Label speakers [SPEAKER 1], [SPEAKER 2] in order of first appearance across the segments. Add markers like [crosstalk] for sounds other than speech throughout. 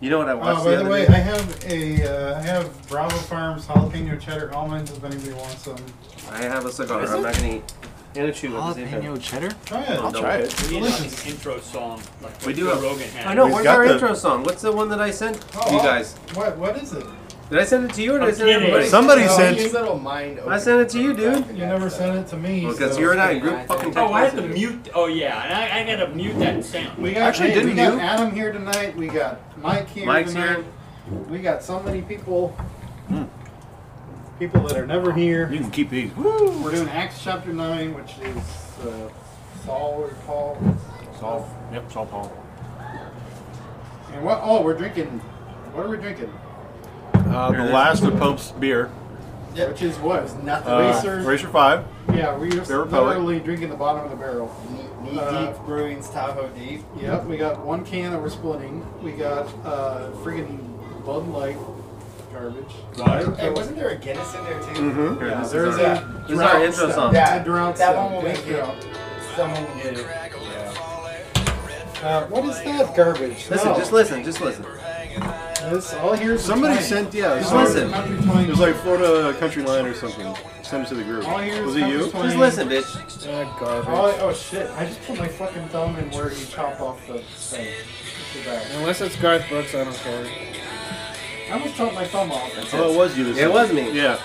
[SPEAKER 1] You know what I watched
[SPEAKER 2] Oh,
[SPEAKER 1] the
[SPEAKER 2] by the,
[SPEAKER 1] other
[SPEAKER 2] way,
[SPEAKER 1] day?
[SPEAKER 2] I have a uh, I have Bravo Farms jalapeno cheddar almonds. If anybody wants them,
[SPEAKER 1] I have a cigar.
[SPEAKER 3] Is
[SPEAKER 1] I'm
[SPEAKER 3] it?
[SPEAKER 1] not gonna eat and a chew at the same time.
[SPEAKER 3] Jalapeno cheddar?
[SPEAKER 2] try it.
[SPEAKER 1] I'll
[SPEAKER 4] try it.
[SPEAKER 5] We need like an intro song, like
[SPEAKER 1] We
[SPEAKER 5] what
[SPEAKER 1] do
[SPEAKER 5] Joe
[SPEAKER 1] have-
[SPEAKER 5] Rogan had.
[SPEAKER 1] I know.
[SPEAKER 4] We've
[SPEAKER 1] Where's
[SPEAKER 4] got
[SPEAKER 1] our
[SPEAKER 4] the-
[SPEAKER 1] intro song? What's the one that I sent
[SPEAKER 2] Oh,
[SPEAKER 1] you
[SPEAKER 2] oh,
[SPEAKER 1] guys?
[SPEAKER 2] What what is it?
[SPEAKER 1] Did I send it to you or did I
[SPEAKER 5] I'm
[SPEAKER 1] send it to
[SPEAKER 5] kidding.
[SPEAKER 1] everybody?
[SPEAKER 4] Somebody
[SPEAKER 2] No,
[SPEAKER 4] said
[SPEAKER 2] you-
[SPEAKER 6] little mind
[SPEAKER 1] I sent it to you,
[SPEAKER 6] opener.
[SPEAKER 1] dude.
[SPEAKER 2] You never sent it to me.
[SPEAKER 1] Because
[SPEAKER 2] so-
[SPEAKER 1] you're not in group fucking text
[SPEAKER 5] Oh, I have to
[SPEAKER 1] messages.
[SPEAKER 5] mute. Oh yeah, and I, I gotta mute that sound.
[SPEAKER 2] We got,
[SPEAKER 4] Actually,
[SPEAKER 2] hey, we
[SPEAKER 4] didn't
[SPEAKER 2] got
[SPEAKER 4] you?
[SPEAKER 2] Adam here tonight. We got Mike here
[SPEAKER 1] Mike's
[SPEAKER 2] tonight.
[SPEAKER 1] here.
[SPEAKER 2] We got so many people. People that are never here.
[SPEAKER 4] you can keep these.
[SPEAKER 2] We're doing Acts chapter nine, which is uh, Saul or Paul.
[SPEAKER 4] Solve. Yep, solve Paul.
[SPEAKER 2] And what? Oh, we're drinking. What are we drinking?
[SPEAKER 4] Uh, the last of Pope's beer,
[SPEAKER 2] Which is what? It's nothing.
[SPEAKER 4] uh,
[SPEAKER 2] Racer.
[SPEAKER 4] Racer Five.
[SPEAKER 2] Yeah, we're just
[SPEAKER 4] Bear Republic.
[SPEAKER 2] literally drinking the bottom of the barrel.
[SPEAKER 6] Knee deep
[SPEAKER 2] Uh,
[SPEAKER 6] brewings Tahoe deep.
[SPEAKER 2] Yep, we got one can that we're splitting. We got uh, friggin' Bud Light garbage.
[SPEAKER 6] Hey, wasn't there a Guinness in there too?
[SPEAKER 1] Here,
[SPEAKER 2] Yeah,
[SPEAKER 1] Mm-hmm. this is
[SPEAKER 2] there's
[SPEAKER 1] our-
[SPEAKER 2] a
[SPEAKER 1] this is our
[SPEAKER 2] drought
[SPEAKER 1] intro
[SPEAKER 2] stuff.
[SPEAKER 1] song.
[SPEAKER 2] Yeah, drought
[SPEAKER 6] that
[SPEAKER 2] stuff.
[SPEAKER 6] one will
[SPEAKER 2] Big
[SPEAKER 6] make
[SPEAKER 2] drought.
[SPEAKER 6] it. Someone will get it.
[SPEAKER 2] Uh, what is that garbage?
[SPEAKER 1] Listen,
[SPEAKER 2] No,
[SPEAKER 1] just listen, just listen.
[SPEAKER 2] This, all here's the
[SPEAKER 4] Somebody
[SPEAKER 2] twang.
[SPEAKER 4] sent, yeah,
[SPEAKER 2] All
[SPEAKER 4] just
[SPEAKER 2] here's
[SPEAKER 1] listen.
[SPEAKER 2] country
[SPEAKER 4] It
[SPEAKER 2] twang.
[SPEAKER 4] was like Florida Country Line or something. Send it to the group.
[SPEAKER 2] All here's
[SPEAKER 4] Was it
[SPEAKER 2] country
[SPEAKER 4] you?
[SPEAKER 2] twang.
[SPEAKER 1] Just listen, bitch.
[SPEAKER 3] Yeah,
[SPEAKER 2] All I-
[SPEAKER 3] garbage.
[SPEAKER 2] oh shit! I just put my fucking thumb in where you chop off the thing. Look at that.
[SPEAKER 3] Unless it's Garth Brooks, I don't care.
[SPEAKER 2] I almost chopped my thumb off.
[SPEAKER 4] Oh, it was you. This
[SPEAKER 1] It
[SPEAKER 4] time.
[SPEAKER 1] was me.
[SPEAKER 4] Yeah. I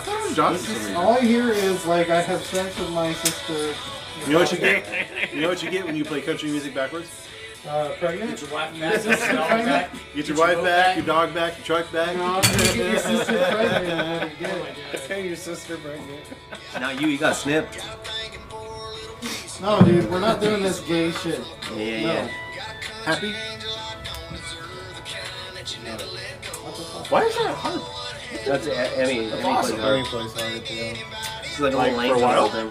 [SPEAKER 4] thought it was Josh for some reason.
[SPEAKER 2] All I hear is like I have sex with my sister.
[SPEAKER 4] You know what you get? You know what you get when you play country music backwards?
[SPEAKER 2] Uh, pregnant.
[SPEAKER 5] Your wife back, your dog back.
[SPEAKER 4] You get your wife back, your dog back, your truck back.
[SPEAKER 2] No, I'm gonna get your
[SPEAKER 4] [laughs]
[SPEAKER 2] sister pregnant. and I didn't get it.
[SPEAKER 3] Your sister pregnant.
[SPEAKER 1] Now you, you got snipped.
[SPEAKER 2] No, dude, we're not doing this gay shit.
[SPEAKER 1] Yeah, yeah.
[SPEAKER 4] Happy? Why is that hard?
[SPEAKER 1] That's I I mean, any
[SPEAKER 3] Awesome.
[SPEAKER 1] place.
[SPEAKER 3] plays hard at the end.
[SPEAKER 1] It's like a
[SPEAKER 4] Like,
[SPEAKER 1] little
[SPEAKER 4] for
[SPEAKER 1] lane
[SPEAKER 4] a while?
[SPEAKER 1] thing.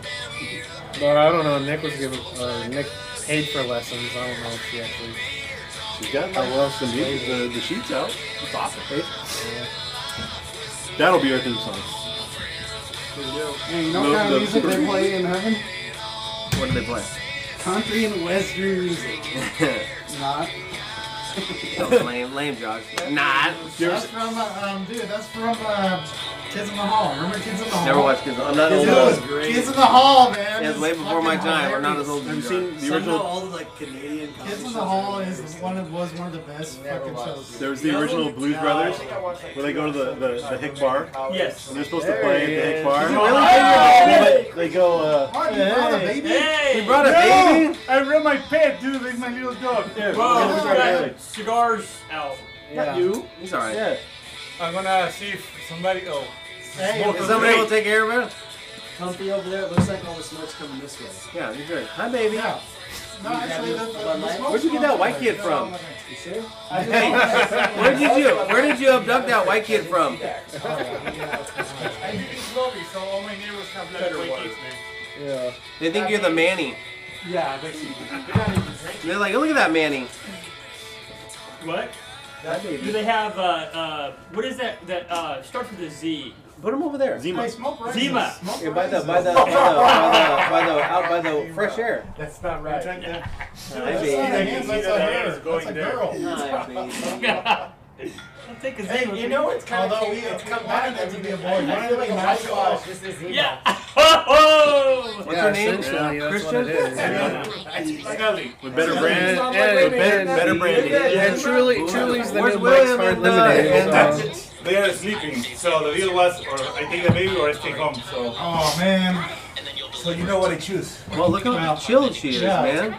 [SPEAKER 3] But I don't know. Nick was giving. Uh, Nick paid for lessons. I don't know if she actually.
[SPEAKER 4] She's got my love some music, the, the sheets out.
[SPEAKER 5] It's awesome.
[SPEAKER 4] That'll be our theme song.
[SPEAKER 2] Yeah, you know what kind of music they play in heaven?
[SPEAKER 1] What do they play?
[SPEAKER 2] Country and
[SPEAKER 1] [laughs]
[SPEAKER 2] western music. Not.
[SPEAKER 1] That was lame, lame, Josh. Nah.
[SPEAKER 2] That's from, uh, um, dude, that's from uh, Kids in the Hall. Remember Kids in the Hall?
[SPEAKER 1] Never watched Kids. I'm not old uh,
[SPEAKER 2] Kids, in
[SPEAKER 1] enough.
[SPEAKER 2] the- Kids in the Hall, man.
[SPEAKER 1] Yeah, it's way
[SPEAKER 2] It's
[SPEAKER 1] before my
[SPEAKER 2] fucking
[SPEAKER 1] time. We're not as
[SPEAKER 2] hilarious.
[SPEAKER 1] old
[SPEAKER 4] Have you
[SPEAKER 1] as
[SPEAKER 4] seen the
[SPEAKER 6] Somehow
[SPEAKER 4] original?
[SPEAKER 6] all the like Canadian
[SPEAKER 2] Kids in the Hall is one of, was one of the best
[SPEAKER 6] Never
[SPEAKER 2] fucking
[SPEAKER 6] watched
[SPEAKER 2] shows.
[SPEAKER 4] There was the original Blues Brothers.
[SPEAKER 6] where
[SPEAKER 4] they go to the- the- the Hick Bar.
[SPEAKER 5] Yes.
[SPEAKER 4] And they're supposed to play at the Hick Bar.
[SPEAKER 1] Really?
[SPEAKER 4] But they go, uh,
[SPEAKER 2] Martin, you brought a baby?
[SPEAKER 5] Hey!
[SPEAKER 1] He brought a baby.
[SPEAKER 2] I ran my pants, dude. There's my little dog.
[SPEAKER 4] yeah,
[SPEAKER 5] Whoa,
[SPEAKER 4] Blues
[SPEAKER 5] we
[SPEAKER 4] Brothers.
[SPEAKER 5] got cigars out.
[SPEAKER 4] Not you.
[SPEAKER 1] He's alright.
[SPEAKER 4] Yeah.
[SPEAKER 7] I'm gonna see if somebody. Oh,
[SPEAKER 2] Hey,
[SPEAKER 1] Is somebody will take care of it?
[SPEAKER 6] Comfy over there. It looks like all the smoke's coming this way.
[SPEAKER 1] Yeah, you're good. Hi, baby.
[SPEAKER 2] Yeah. No, actually, that's
[SPEAKER 1] Where'd you get that white kid from?
[SPEAKER 6] You see?
[SPEAKER 1] Hey, where did you where did you abduct that white kid from?
[SPEAKER 7] I live in Slovakia, so all my neighbors have like
[SPEAKER 5] Better
[SPEAKER 7] white
[SPEAKER 5] water.
[SPEAKER 7] kids, man.
[SPEAKER 3] Yeah.
[SPEAKER 1] They think you're the Manny.
[SPEAKER 7] Yeah, basically. They're not even drinking.
[SPEAKER 1] They're like, look at that Manny.
[SPEAKER 5] What? Do they have uh uh what is that that uh starts with a Z?
[SPEAKER 1] Put him over there.
[SPEAKER 4] Zima.
[SPEAKER 5] Zima.
[SPEAKER 1] Yeah, by the by the by the by the by the, out by the fresh air.
[SPEAKER 7] That's not right.
[SPEAKER 1] Hi,
[SPEAKER 2] That's
[SPEAKER 1] baby.
[SPEAKER 2] not a hand, that's a hair. That's a girl.
[SPEAKER 1] Hi, baby.
[SPEAKER 5] I think a Z. would
[SPEAKER 6] You
[SPEAKER 5] be-
[SPEAKER 6] know it's kind of
[SPEAKER 2] Although
[SPEAKER 6] cute.
[SPEAKER 2] we-
[SPEAKER 6] It's
[SPEAKER 2] we
[SPEAKER 6] come
[SPEAKER 2] wanted
[SPEAKER 6] back
[SPEAKER 2] that
[SPEAKER 6] to
[SPEAKER 2] to
[SPEAKER 6] be
[SPEAKER 2] be a
[SPEAKER 6] a
[SPEAKER 2] boy. We
[SPEAKER 6] boy. I
[SPEAKER 2] wanted
[SPEAKER 6] feel
[SPEAKER 2] it
[SPEAKER 6] like
[SPEAKER 2] to be
[SPEAKER 6] my
[SPEAKER 2] nice
[SPEAKER 6] fault.
[SPEAKER 2] guys.
[SPEAKER 6] This is emo.
[SPEAKER 2] [laughs]
[SPEAKER 5] Yeah. Oh!
[SPEAKER 1] What's her name?
[SPEAKER 3] Essentially, that's what it
[SPEAKER 1] Christian?
[SPEAKER 3] is.
[SPEAKER 4] Yeah.
[SPEAKER 7] Smelly.
[SPEAKER 4] With better
[SPEAKER 3] And,
[SPEAKER 4] brand.
[SPEAKER 3] and,
[SPEAKER 4] With better, better branding.
[SPEAKER 3] and truly, Truly's the
[SPEAKER 1] Where's
[SPEAKER 3] new Mike's
[SPEAKER 1] William
[SPEAKER 3] Hard
[SPEAKER 1] and, uh,
[SPEAKER 3] Lemonade.
[SPEAKER 1] and-
[SPEAKER 3] so-
[SPEAKER 7] They are sleeping, so the deal was, or I take the baby or I stay home. So
[SPEAKER 2] Oh, man.
[SPEAKER 6] So you know what to choose.
[SPEAKER 1] Well, look how chilled she is,
[SPEAKER 2] Yeah.
[SPEAKER 1] man.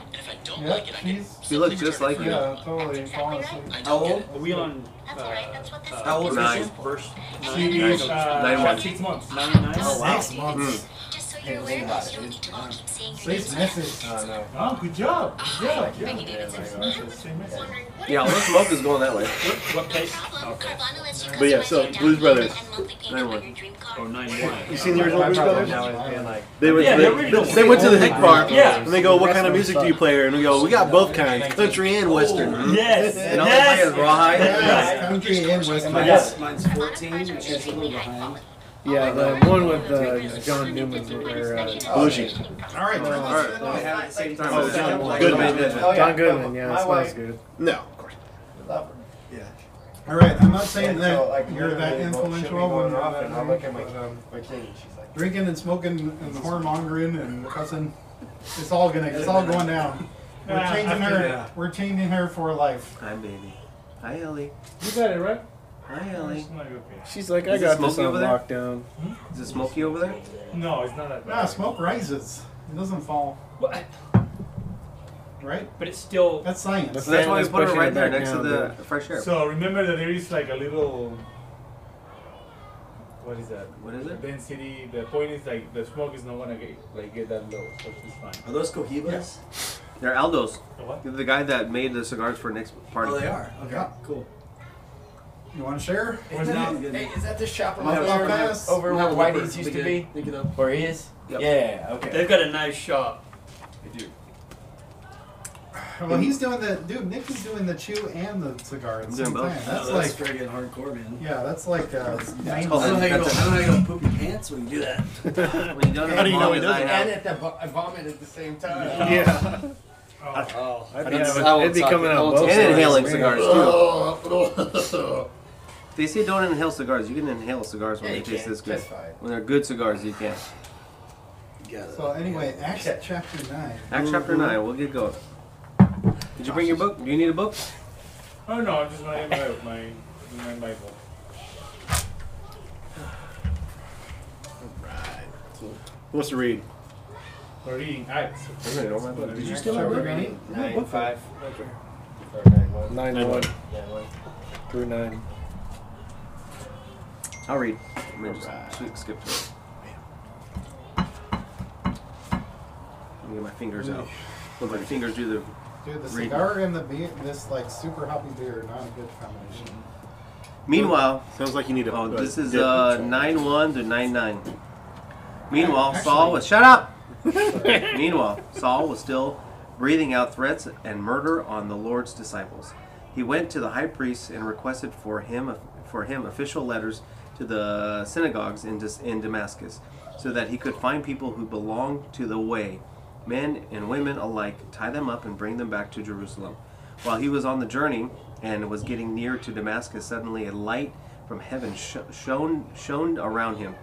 [SPEAKER 2] Yep, she's,
[SPEAKER 1] She looks just like you.
[SPEAKER 2] yeah, totally. falling asleep.
[SPEAKER 6] How old?
[SPEAKER 5] Are we on uh,
[SPEAKER 8] That's alright, that's what this is.
[SPEAKER 6] How old is
[SPEAKER 1] Nine.
[SPEAKER 6] she?
[SPEAKER 5] verse
[SPEAKER 2] She is, uh,
[SPEAKER 1] Nine one.
[SPEAKER 7] six months.
[SPEAKER 5] 99?
[SPEAKER 3] Oh,
[SPEAKER 6] Six months.
[SPEAKER 3] Mm.
[SPEAKER 8] Just so you Your awareness dropped to all keep seeing your
[SPEAKER 6] Please
[SPEAKER 8] name.
[SPEAKER 6] message.
[SPEAKER 1] no.
[SPEAKER 7] Oh, good job. Good job. Yeah.
[SPEAKER 8] Bring it in. Wondering what
[SPEAKER 1] Yeah, all the smoke is going that way.
[SPEAKER 5] What place?
[SPEAKER 8] problem Carvana lets you
[SPEAKER 1] But yeah,
[SPEAKER 8] customize
[SPEAKER 1] so,
[SPEAKER 8] your down
[SPEAKER 1] Blues
[SPEAKER 8] payment
[SPEAKER 1] Brothers.
[SPEAKER 8] and monthly payment
[SPEAKER 1] Never
[SPEAKER 8] on
[SPEAKER 1] mind.
[SPEAKER 8] your dream car.
[SPEAKER 5] Oh, 9-1.
[SPEAKER 1] You seen the original Blues Brothers? They were,
[SPEAKER 5] Yeah,
[SPEAKER 1] they,
[SPEAKER 5] the original
[SPEAKER 1] they went to the hick bar.
[SPEAKER 5] Yeah.
[SPEAKER 1] And they go, "What kind of music do you play?" And we go, "We got both kinds, country and western."
[SPEAKER 5] Yes.
[SPEAKER 1] And all they play is
[SPEAKER 5] Yes.
[SPEAKER 1] rawhide.
[SPEAKER 5] Yes.
[SPEAKER 6] Country and Western.
[SPEAKER 1] Yes.
[SPEAKER 6] Mine's
[SPEAKER 3] Yeah, the one with uh, John Newman's or uh,
[SPEAKER 1] Belushi.
[SPEAKER 6] All right, turn
[SPEAKER 1] All
[SPEAKER 6] this shit off.
[SPEAKER 1] right.
[SPEAKER 6] at the same time.
[SPEAKER 1] Oh, John Goodman did
[SPEAKER 2] Oh,
[SPEAKER 1] it.
[SPEAKER 3] John Goodman. Yeah, it smells good.
[SPEAKER 1] No, of course.
[SPEAKER 6] All right, I'm not saying
[SPEAKER 9] Yeah, so,
[SPEAKER 6] that you're that influential when you're that
[SPEAKER 9] look
[SPEAKER 6] young,
[SPEAKER 9] at my-
[SPEAKER 6] but, um,
[SPEAKER 9] My king, she's like,
[SPEAKER 2] Drinking and smoking and whoremongering and cussing, it's all gonna, it's all going down. We're
[SPEAKER 7] Yeah,
[SPEAKER 2] changing
[SPEAKER 7] after
[SPEAKER 2] her,
[SPEAKER 7] that.
[SPEAKER 2] we're changing her for life.
[SPEAKER 1] Hi, baby. Hi, Ellie.
[SPEAKER 3] You got it right.
[SPEAKER 1] Hi, Ellie.
[SPEAKER 3] She's like, I
[SPEAKER 1] Is it
[SPEAKER 3] got this
[SPEAKER 1] smoky
[SPEAKER 3] on
[SPEAKER 1] over there?
[SPEAKER 3] lockdown.
[SPEAKER 1] Is it smoky over there?
[SPEAKER 7] No, it's not that bad.
[SPEAKER 2] Nah, Ah, smoke rises, it doesn't fall,
[SPEAKER 5] What?
[SPEAKER 2] right?
[SPEAKER 5] But it's still.
[SPEAKER 2] That's science.
[SPEAKER 3] That's
[SPEAKER 1] So that's why we
[SPEAKER 3] Santa's
[SPEAKER 1] put her
[SPEAKER 3] pushing
[SPEAKER 1] right
[SPEAKER 3] it
[SPEAKER 1] there
[SPEAKER 3] back
[SPEAKER 1] next to
[SPEAKER 3] now,
[SPEAKER 1] the fresh air.
[SPEAKER 7] So remember that there is like a little. What is that?
[SPEAKER 1] What is it?
[SPEAKER 7] Density. The point is like the smoke is not gonna get like get that low, so it's fine.
[SPEAKER 6] Are those cohibas?
[SPEAKER 1] They're Aldo's.
[SPEAKER 7] What?
[SPEAKER 1] The guy that made the cigars for Nick's party.
[SPEAKER 6] Oh, they are. Okay,
[SPEAKER 2] Yeah.
[SPEAKER 6] cool.
[SPEAKER 2] You wanna share?
[SPEAKER 7] Where's that?
[SPEAKER 9] hey, is that the shop
[SPEAKER 6] I'll
[SPEAKER 9] over,
[SPEAKER 6] have
[SPEAKER 9] over,
[SPEAKER 2] a-
[SPEAKER 9] over, over where Whitey's used to be?
[SPEAKER 6] Look it up.
[SPEAKER 9] Where he is?
[SPEAKER 1] Yep.
[SPEAKER 9] Yeah, okay.
[SPEAKER 5] They've got a nice shop.
[SPEAKER 9] They do.
[SPEAKER 2] Well, he's doing the, dude, Nick is doing the chew and the cigar at the
[SPEAKER 1] Doing
[SPEAKER 2] same
[SPEAKER 1] both.
[SPEAKER 2] time.
[SPEAKER 6] That's,
[SPEAKER 10] Oh,
[SPEAKER 2] That's like,
[SPEAKER 6] friggin' hardcore, man.
[SPEAKER 2] yeah, that's like,
[SPEAKER 6] I
[SPEAKER 2] uh, main-
[SPEAKER 1] called-
[SPEAKER 6] don't know how you
[SPEAKER 1] That's
[SPEAKER 6] don't- I don't know how you don't poop your pants when you do that.
[SPEAKER 1] When you don't
[SPEAKER 3] How do you know he
[SPEAKER 1] as I
[SPEAKER 3] doesn't?
[SPEAKER 1] have-
[SPEAKER 9] And at the vo- I vomit at the same time. [laughs]
[SPEAKER 3] Yeah.
[SPEAKER 9] Oh.
[SPEAKER 3] I'd
[SPEAKER 1] I
[SPEAKER 3] be,
[SPEAKER 1] won't-
[SPEAKER 3] it'd be
[SPEAKER 9] talk-
[SPEAKER 3] coming
[SPEAKER 9] I
[SPEAKER 3] out
[SPEAKER 9] won't
[SPEAKER 3] both
[SPEAKER 9] talk-
[SPEAKER 3] sides,
[SPEAKER 1] And inhaling
[SPEAKER 3] man.
[SPEAKER 1] cigars
[SPEAKER 3] [laughs]
[SPEAKER 1] too.
[SPEAKER 9] Oh.
[SPEAKER 1] They say don't inhale cigars. You can inhale cigars when
[SPEAKER 9] Yeah,
[SPEAKER 1] they
[SPEAKER 9] you
[SPEAKER 1] taste
[SPEAKER 9] can.
[SPEAKER 1] this good.
[SPEAKER 9] That's fine.
[SPEAKER 1] When they're good cigars, you can.
[SPEAKER 2] so anyway, Acts chapter nine.
[SPEAKER 1] Acts
[SPEAKER 9] Mm-hmm.
[SPEAKER 1] chapter nine. We'll get going. Did you bring your book? Do you need a book?
[SPEAKER 7] Oh no, I'm just not in my my my
[SPEAKER 1] [laughs]
[SPEAKER 7] Bible. [laughs]
[SPEAKER 1] Who wants to read?
[SPEAKER 7] We're reading Acts.
[SPEAKER 1] I don't mind.
[SPEAKER 7] Did you
[SPEAKER 2] Chapter nine.
[SPEAKER 9] Nine, five. Or nine, one.
[SPEAKER 3] Nine one
[SPEAKER 9] Yeah, one.
[SPEAKER 3] through nine.
[SPEAKER 1] I'll read. Let me just skip- skip to it. Let me get my fingers out. Let my fingers do the
[SPEAKER 2] Dude, the
[SPEAKER 1] Read.
[SPEAKER 2] cigar and the beer, this like super hoppy beer, are not a good combination.
[SPEAKER 1] Meanwhile,
[SPEAKER 4] Sounds like you need a.
[SPEAKER 1] oh, this
[SPEAKER 4] a
[SPEAKER 1] is
[SPEAKER 4] dip.
[SPEAKER 1] uh, 9 1 to 9 9. Meanwhile, Saul
[SPEAKER 2] Actually-
[SPEAKER 1] was. Shut up! Meanwhile, Saul was still breathing out threats and murder on the Lord's disciples. He went to the high priest and requested for him for him official letters to the synagogues in, Dis- in Damascus, so that he could find people who belonged to the way, men and women alike, tie them up and bring them back to Jerusalem. While he was on the journey and was getting near to Damascus, suddenly a light from heaven sh- shone shone around him.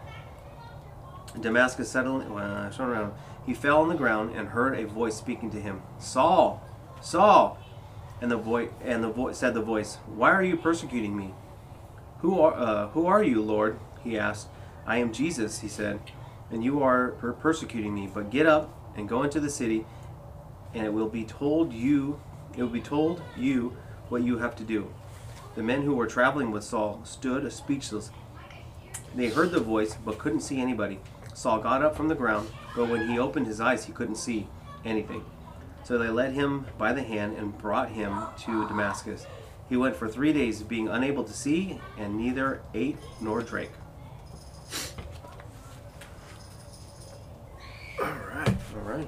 [SPEAKER 1] Damascus suddenly uh, shone around. He fell on the ground and heard a voice speaking to him. Saul, Saul, and the voice and the voice said the voice, Why are you persecuting me? Who are uh, Who are you, Lord? He asked. I am Jesus, he said, and you are per- persecuting me. But get up and go into the city, and it will be told you. It will be told you what you have to do. The men who were traveling with Saul stood speechless they heard the voice, but couldn't see anybody. Saul got up from the ground, but when he opened his eyes, he couldn't see anything. So they led him by the hand and brought him to Damascus. He went for three days, being unable to see, and neither ate nor drank.
[SPEAKER 4] All right.
[SPEAKER 1] All right.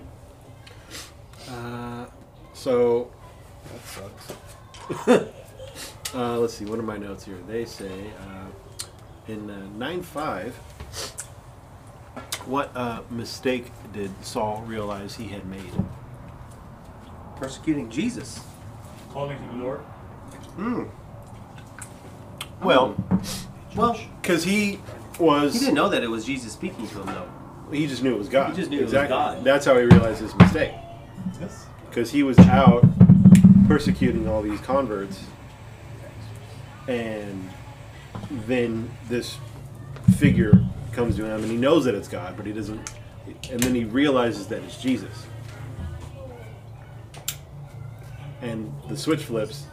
[SPEAKER 4] Uh, so that sucks. [laughs] uh, let's see. What are my notes here? They say uh, in uh, nine five. What uh, mistake did Saul realize he had made?
[SPEAKER 1] Persecuting Jesus.
[SPEAKER 7] Calling him Lord.
[SPEAKER 1] Hmm.
[SPEAKER 4] Well,
[SPEAKER 1] Well,
[SPEAKER 4] because he was
[SPEAKER 1] he didn't know that it was Jesus speaking to him, though.
[SPEAKER 4] He just knew it was God.
[SPEAKER 1] He just knew it was
[SPEAKER 4] exactly.
[SPEAKER 1] God.
[SPEAKER 4] That's how he realized his mistake.
[SPEAKER 2] Yes.
[SPEAKER 4] Because he was out persecuting all these converts. And then this figure comes to him and he knows that it's God, but he doesn't. And then he realizes that it's Jesus. And the switch flips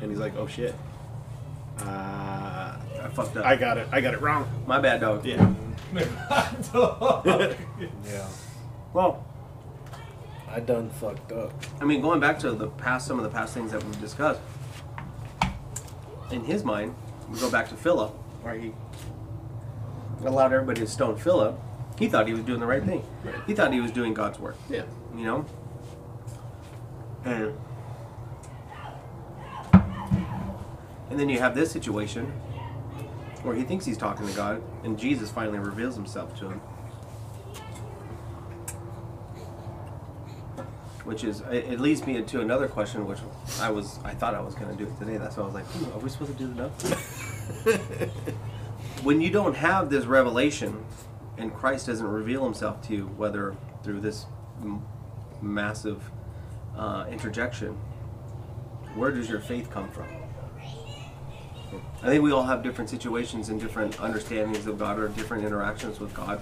[SPEAKER 4] and he's like, oh shit. Uh,
[SPEAKER 1] I fucked up.
[SPEAKER 4] I got it. I got it wrong.
[SPEAKER 1] My bad, dog.
[SPEAKER 4] Yeah.
[SPEAKER 7] McDonald's.
[SPEAKER 9] Yeah.
[SPEAKER 4] Well,
[SPEAKER 3] I done fucked up.
[SPEAKER 1] I mean, going back to the past, some of the past things that we've discussed. In his mind, we go back to Philip, where he allowed everybody to stone Philip. He thought he was doing the right thing. He thought he was doing God's work.
[SPEAKER 4] yeah.
[SPEAKER 1] You know,
[SPEAKER 4] And
[SPEAKER 1] And then you have this situation where he thinks he's talking to God, and Jesus finally reveals himself to him. Which is it, it leads me into another question, which I was I thought I was going to do it today. That's why I was like, "Ooh, are we supposed to do the note?
[SPEAKER 3] [laughs]
[SPEAKER 1] when you don't have this revelation, and Christ doesn't reveal Himself to you, whether through this m- massive uh, interjection, where does your faith come from? I think we all have different situations and different understandings of God or different interactions with God,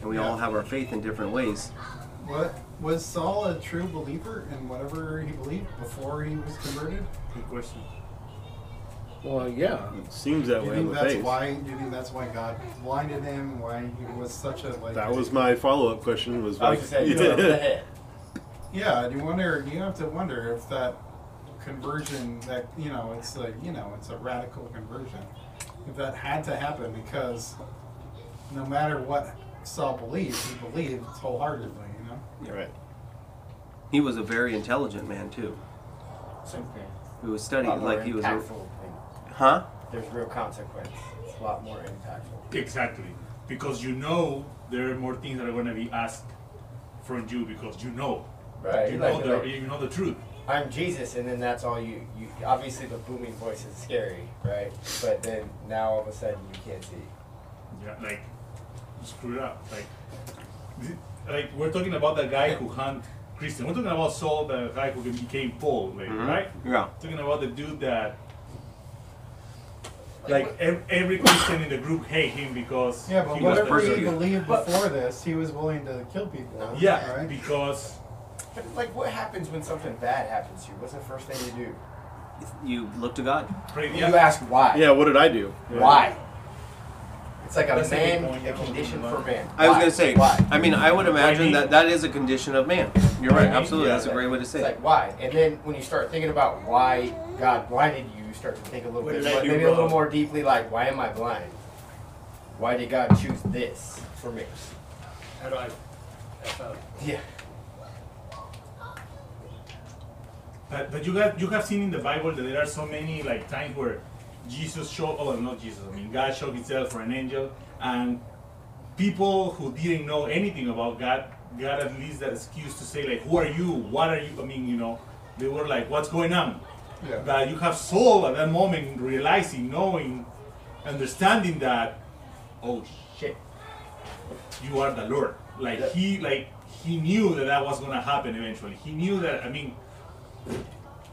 [SPEAKER 1] and we all have our faith in different ways.
[SPEAKER 2] What was Saul a true believer in whatever he believed before he was converted?
[SPEAKER 7] Good question.
[SPEAKER 3] Well, yeah.
[SPEAKER 4] it seems that
[SPEAKER 2] Do you
[SPEAKER 4] way on
[SPEAKER 2] think
[SPEAKER 4] the
[SPEAKER 2] that's
[SPEAKER 4] face.
[SPEAKER 2] why? Do you think that's why God blinded him? Why he was such a like?
[SPEAKER 4] That was my follow-up question. Was
[SPEAKER 9] I
[SPEAKER 4] like,
[SPEAKER 9] was just saying, you know,
[SPEAKER 4] [laughs]
[SPEAKER 9] the head.
[SPEAKER 2] Yeah, and you wonder. You have to wonder if that conversion, that you know, it's like you know, it's a radical conversion. If that had to happen, because no matter what Saul believed, he believed wholeheartedly. You know.
[SPEAKER 4] right.
[SPEAKER 1] He was a very intelligent man too,
[SPEAKER 9] Same thing.
[SPEAKER 1] who was
[SPEAKER 9] A lot
[SPEAKER 1] studying
[SPEAKER 9] more
[SPEAKER 1] like he was, a,
[SPEAKER 9] impactful thing.
[SPEAKER 1] huh?
[SPEAKER 9] There's real consequence. It's a lot more impactful.
[SPEAKER 7] Exactly. Because you know there are more things that are going to be asked from you because you know.
[SPEAKER 9] Right.
[SPEAKER 7] You
[SPEAKER 9] like-
[SPEAKER 7] know, the,
[SPEAKER 9] like,
[SPEAKER 7] you know the truth.
[SPEAKER 9] I'm Jesus, and then that's all you. You obviously the booming voice is scary, right? But then now all of a sudden you can't see.
[SPEAKER 7] Yeah, like, you screwed up. Like, th- like we're talking about the guy who hunt Christian. We're talking about Saul, the guy who became Paul, like, right?
[SPEAKER 1] Yeah.
[SPEAKER 7] Talking about the dude that, like, ev- every Christian in the group hate him because
[SPEAKER 2] Yeah, but
[SPEAKER 7] he was
[SPEAKER 2] whatever
[SPEAKER 7] persecuted.
[SPEAKER 2] he believed before this, he was willing to kill people.
[SPEAKER 7] Yeah,
[SPEAKER 2] Right?
[SPEAKER 7] because
[SPEAKER 9] But like, what happens when something bad happens to you? What's the first thing you do?
[SPEAKER 1] You look to God.
[SPEAKER 7] pray,
[SPEAKER 9] You
[SPEAKER 7] yeah,
[SPEAKER 9] ask why.
[SPEAKER 4] Yeah. What did I do? Yeah.
[SPEAKER 9] Why? It's like a
[SPEAKER 7] That's the
[SPEAKER 9] man,
[SPEAKER 7] big point,
[SPEAKER 9] a
[SPEAKER 7] yeah.
[SPEAKER 9] condition for man.
[SPEAKER 1] I was
[SPEAKER 9] Why?
[SPEAKER 1] gonna say.
[SPEAKER 9] why?
[SPEAKER 1] I mean, I would imagine
[SPEAKER 7] need-
[SPEAKER 1] that that is a condition of man. You're right.
[SPEAKER 7] need-
[SPEAKER 1] Absolutely,
[SPEAKER 7] yeah,
[SPEAKER 1] that's a great way to say
[SPEAKER 9] It's
[SPEAKER 1] it.
[SPEAKER 9] like why, and then when you start thinking about why God blinded you, you start to think a little
[SPEAKER 7] What
[SPEAKER 9] bit,
[SPEAKER 7] did I
[SPEAKER 9] more-
[SPEAKER 7] do
[SPEAKER 9] maybe a little
[SPEAKER 7] wrong?
[SPEAKER 9] more deeply, like why am I blind? Why did God choose this for me?
[SPEAKER 5] How do I? F out?
[SPEAKER 9] Yeah.
[SPEAKER 7] but, but you have you have seen in the Bible that there are so many like times where Jesus showed oh well, not Jesus I mean God showed Himself for an angel and people who didn't know anything about God got at least that excuse to say like who are you what are you I mean you know they were like what's going on
[SPEAKER 2] Yeah.
[SPEAKER 7] that you have soul at that moment realizing knowing understanding that oh shit you are the lord like he like he knew that that was gonna happen eventually he knew that i mean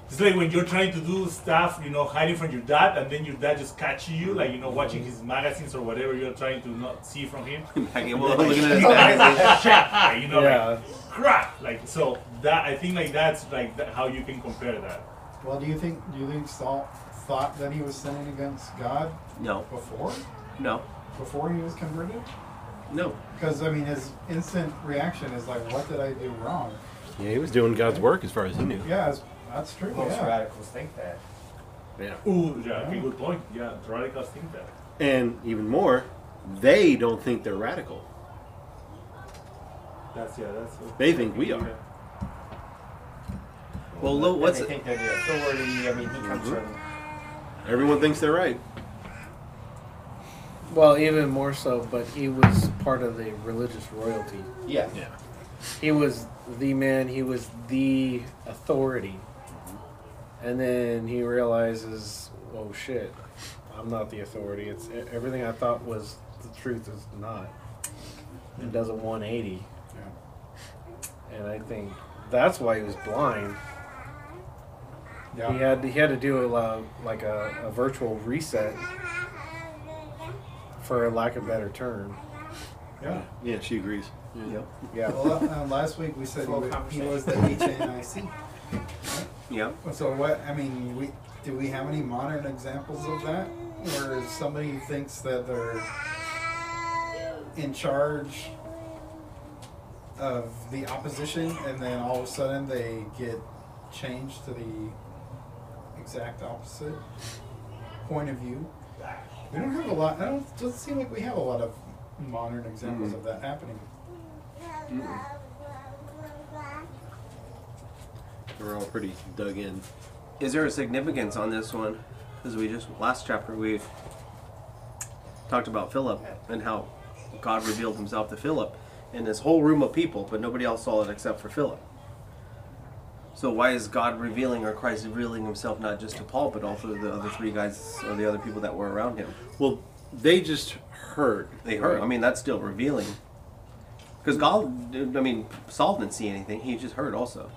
[SPEAKER 7] it's like when you're trying to do stuff you know hiding from your dad and then your dad just catches you like you know watching his magazines or whatever you're trying to not see from him
[SPEAKER 1] [laughs] Like, well, looking at his
[SPEAKER 7] you know,
[SPEAKER 1] dad.
[SPEAKER 7] like, oh, shit, like, you know
[SPEAKER 3] Yeah.
[SPEAKER 7] like, crap like so that i think like that's like that, how you can compare that
[SPEAKER 2] Well, do you think do you think Saul thought that he was sinning against God
[SPEAKER 1] No,
[SPEAKER 2] before
[SPEAKER 1] no,
[SPEAKER 2] before he was converted?
[SPEAKER 1] no.
[SPEAKER 2] Because I mean, his instant reaction is like, "What did I do wrong?"
[SPEAKER 4] Yeah. He was doing God's work as far as he knew.
[SPEAKER 2] Yeah, it's, that's true.
[SPEAKER 9] Most
[SPEAKER 2] yeah.
[SPEAKER 9] radicals think that.
[SPEAKER 4] Yeah.
[SPEAKER 7] Ooh, yeah, okay, good point. Yeah, radicals think that.
[SPEAKER 4] And even more, they don't think they're radical.
[SPEAKER 7] That's yeah, that's.
[SPEAKER 4] They think we are.
[SPEAKER 1] Well, look, what's
[SPEAKER 9] and they think they're the authority. I mean, he comes from.
[SPEAKER 4] Everyone thinks they're right.
[SPEAKER 3] Well, even more so, but he was part of the religious royalty.
[SPEAKER 9] Yeah.
[SPEAKER 3] He was the man, he was the authority.
[SPEAKER 4] Mm-hmm.
[SPEAKER 3] And then he realizes, oh shit, I'm not the authority. It's e- everything I thought was the truth is not. He does a 180. And I think that's why he was blind. He
[SPEAKER 2] Yeah.
[SPEAKER 3] had he had to do a, lo- like a, a virtual reset, for lack of better term.
[SPEAKER 2] yeah.
[SPEAKER 4] Yeah, she agrees.
[SPEAKER 1] Yep.
[SPEAKER 3] Yeah.
[SPEAKER 2] Well, uh, last week we said he
[SPEAKER 9] Full
[SPEAKER 2] was, he
[SPEAKER 9] conversation.
[SPEAKER 2] was the
[SPEAKER 9] [laughs]
[SPEAKER 2] HNIC.
[SPEAKER 1] Yep.
[SPEAKER 2] So what? I mean, we do we have any modern examples of that, where somebody thinks that they're in charge of the opposition, and then all of a sudden they get changed to the exact opposite point of view. We don't have a lot. I don't. Doesn't seem like we have a lot of modern examples
[SPEAKER 1] Mm.
[SPEAKER 2] of that happening.
[SPEAKER 4] They're all pretty dug in.
[SPEAKER 1] Is there a significance on this one? Because we just last chapter we talked about Philip and how God revealed Himself to Philip in this whole room of people, but nobody else saw it except for Philip. So why is God revealing or Christ revealing Himself not just to Paul, but also the other three guys or the other people that were around him?
[SPEAKER 4] Well, they just heard.
[SPEAKER 1] They heard. I mean, that's still revealing. Because God, I mean, Saul didn't see anything. He just heard also,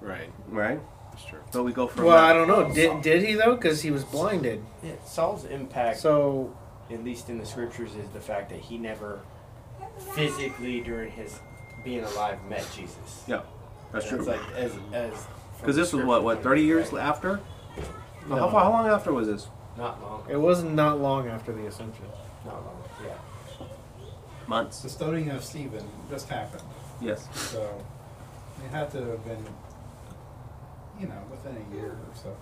[SPEAKER 4] Right.
[SPEAKER 1] right?
[SPEAKER 4] That's true.
[SPEAKER 1] But we go from
[SPEAKER 3] Well,
[SPEAKER 1] that-
[SPEAKER 3] I don't know. Did, did he though? Because he was blinded.
[SPEAKER 9] Yeah, Saul's impact,
[SPEAKER 3] So
[SPEAKER 9] at least in the scriptures, is the fact that he never physically, during his being alive, met Jesus.
[SPEAKER 1] Yeah, that's
[SPEAKER 9] And
[SPEAKER 1] true.
[SPEAKER 9] It's like as as
[SPEAKER 1] Because this was what what thirty years
[SPEAKER 9] Right?
[SPEAKER 1] after? No, How, far, how long after was this?
[SPEAKER 9] Not long.
[SPEAKER 3] it was not long after the ascension.
[SPEAKER 9] Not long. Yeah.
[SPEAKER 1] Months.
[SPEAKER 2] The stoning of Stephen just happened,
[SPEAKER 1] Yes.
[SPEAKER 2] so it had to have been, you know, within a year or
[SPEAKER 1] [laughs]
[SPEAKER 2] so.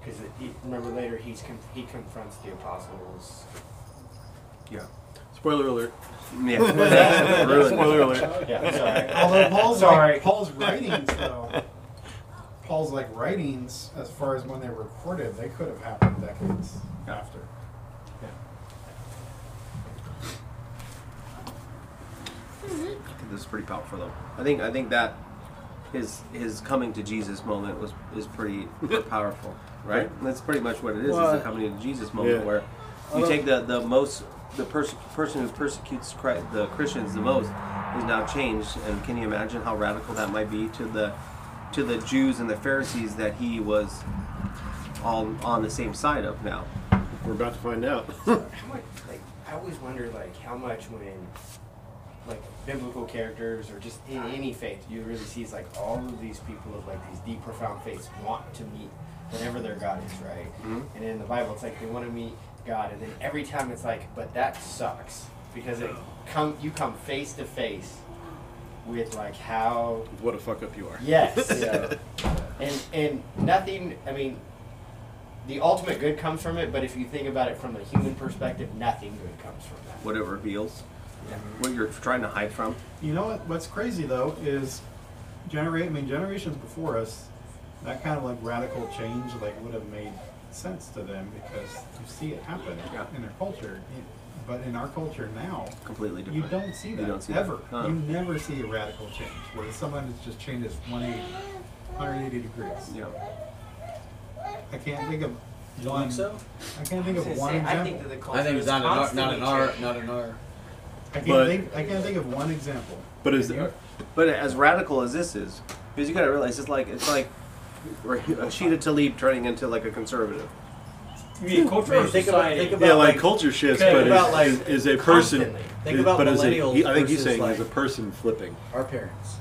[SPEAKER 9] Because remember later he's con- he confronts the apostles.
[SPEAKER 1] Yeah.
[SPEAKER 4] Spoiler alert.
[SPEAKER 1] Yeah. Ruined.
[SPEAKER 4] Spoiler alert. [laughs]
[SPEAKER 2] [laughs]
[SPEAKER 9] Yeah. Sorry.
[SPEAKER 2] Although Paul's
[SPEAKER 9] Sorry.
[SPEAKER 2] like, Paul's writings though, Paul's like writings as far as when they were recorded, they could have happened decades after.
[SPEAKER 1] This is pretty powerful though. I think I think that his his coming to Jesus moment was is pretty
[SPEAKER 4] [laughs]
[SPEAKER 1] powerful, right? That's pretty much what it is.
[SPEAKER 3] Well,
[SPEAKER 1] is the coming to Jesus moment
[SPEAKER 4] yeah.
[SPEAKER 1] where you
[SPEAKER 3] Although-
[SPEAKER 1] take the the most the pers- person who persecutes Chri- the Christians the most is now changed, and can you imagine how radical that might be to the to the Jews and the Pharisees that he was all on the same side of now?
[SPEAKER 4] We're about to
[SPEAKER 1] [laughs]
[SPEAKER 4] find out.
[SPEAKER 9] How much? Like I always wonder, like how much when, like biblical characters or just in any faith, you really see is like all of these people of like these deep, profound faiths want to meet whatever their God is, right?
[SPEAKER 4] Mm-hmm.
[SPEAKER 9] And in the Bible, it's like they want to meet God, and then every time it's like, but that sucks because it come you come face to face with like how
[SPEAKER 4] what a fuck up you are.
[SPEAKER 9] Yes.
[SPEAKER 4] [laughs]
[SPEAKER 9] And and nothing. I mean, the ultimate good comes from it, but if you think about it from a human perspective, nothing good comes from that.
[SPEAKER 1] What it reveals, what you're trying to hide from.
[SPEAKER 2] You know what? What's crazy though is, generate. I mean, generations before us, that kind of like radical change like would have made sense to them because you see it happen
[SPEAKER 1] Yeah.
[SPEAKER 2] in their culture. You- But in our culture now,
[SPEAKER 1] completely
[SPEAKER 2] you
[SPEAKER 1] different.
[SPEAKER 2] don't see that
[SPEAKER 1] don't see that.
[SPEAKER 2] ever.
[SPEAKER 1] No.
[SPEAKER 2] You never see a radical change where someone has just changed his 180, 180 degrees.
[SPEAKER 1] Yeah.
[SPEAKER 2] I can't think of one.
[SPEAKER 6] so?
[SPEAKER 2] I can't think of one
[SPEAKER 9] I
[SPEAKER 2] example.
[SPEAKER 9] think that the culture
[SPEAKER 6] I think
[SPEAKER 9] is
[SPEAKER 6] it's not an R, not
[SPEAKER 9] constantly
[SPEAKER 6] an R,
[SPEAKER 9] changing.
[SPEAKER 6] not an R.
[SPEAKER 2] I can't
[SPEAKER 4] But-
[SPEAKER 2] think. I can't think of one example.
[SPEAKER 4] But is
[SPEAKER 1] But as radical as this is, because you gotta realize it's like it's like Rashida Tlaib turning into like a conservative.
[SPEAKER 5] You mean culture or
[SPEAKER 6] Think about-
[SPEAKER 5] society?
[SPEAKER 6] think about-
[SPEAKER 4] yeah, like,
[SPEAKER 6] like-
[SPEAKER 4] culture shifts,
[SPEAKER 6] think
[SPEAKER 4] but
[SPEAKER 6] about,
[SPEAKER 4] is,
[SPEAKER 6] like,
[SPEAKER 4] is, is a person.
[SPEAKER 6] constantly. Think
[SPEAKER 4] is-
[SPEAKER 6] about
[SPEAKER 4] but is a,
[SPEAKER 6] millennials
[SPEAKER 4] he- I think he's
[SPEAKER 6] versus,
[SPEAKER 4] saying
[SPEAKER 6] like-
[SPEAKER 4] is a person flipping.
[SPEAKER 6] Our parents.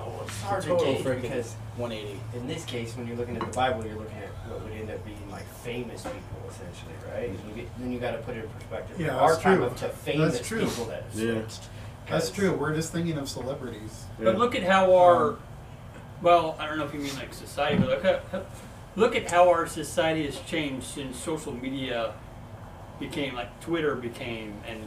[SPEAKER 9] Oh, it's hard to
[SPEAKER 6] Total
[SPEAKER 9] gauge
[SPEAKER 6] freaking
[SPEAKER 9] because
[SPEAKER 6] 180.
[SPEAKER 9] in this case, when you're looking at the Bible, you're looking at what would end up being like famous people, essentially, right? And you get, then you got to put it in perspective.
[SPEAKER 2] Yeah,
[SPEAKER 9] our
[SPEAKER 2] that's
[SPEAKER 9] time
[SPEAKER 2] true.
[SPEAKER 9] up to famous
[SPEAKER 2] That's true.
[SPEAKER 9] people that have
[SPEAKER 4] Yeah.
[SPEAKER 9] switched.
[SPEAKER 2] That's
[SPEAKER 9] 'Cause-
[SPEAKER 2] true. We're just thinking of celebrities.
[SPEAKER 5] But look at how
[SPEAKER 9] Um,
[SPEAKER 5] our, well, I don't know if you mean like society, but look at, look at how our society has changed since social media became, like Twitter became, and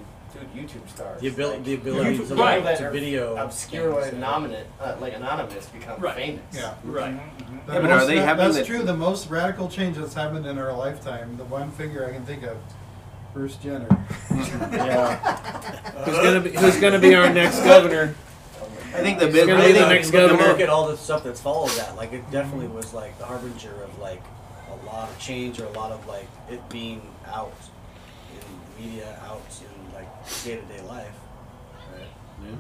[SPEAKER 9] Dude, YouTube stars.
[SPEAKER 6] The ability,
[SPEAKER 9] like,
[SPEAKER 6] the ability
[SPEAKER 5] YouTube-
[SPEAKER 6] to,
[SPEAKER 5] right.
[SPEAKER 9] that
[SPEAKER 6] to
[SPEAKER 9] are
[SPEAKER 6] video
[SPEAKER 9] obscure or
[SPEAKER 6] things, uh,
[SPEAKER 9] anonymous, uh, like anonymous, become
[SPEAKER 5] Right.
[SPEAKER 9] famous.
[SPEAKER 2] Yeah.
[SPEAKER 5] right.
[SPEAKER 2] Mm-hmm. The
[SPEAKER 1] Yeah, but are
[SPEAKER 2] most-
[SPEAKER 1] they
[SPEAKER 2] that-
[SPEAKER 1] having
[SPEAKER 2] That's
[SPEAKER 1] the-
[SPEAKER 2] true. The most radical change that's happened in our lifetime. The one figure I can think of,
[SPEAKER 4] [laughs]
[SPEAKER 2] Bruce Jenner. [laughs]
[SPEAKER 9] Yeah.
[SPEAKER 3] Who's gonna be Who's gonna be our next governor?
[SPEAKER 1] I think the
[SPEAKER 3] He's
[SPEAKER 1] big
[SPEAKER 3] gonna
[SPEAKER 1] I
[SPEAKER 3] be
[SPEAKER 1] think-
[SPEAKER 3] the next
[SPEAKER 6] look,
[SPEAKER 3] governor.
[SPEAKER 6] look at all the stuff that's followed that. Like it definitely was like the harbinger of like a lot of change or a lot of like it being out in the media, out in like day to day life.
[SPEAKER 4] Yeah.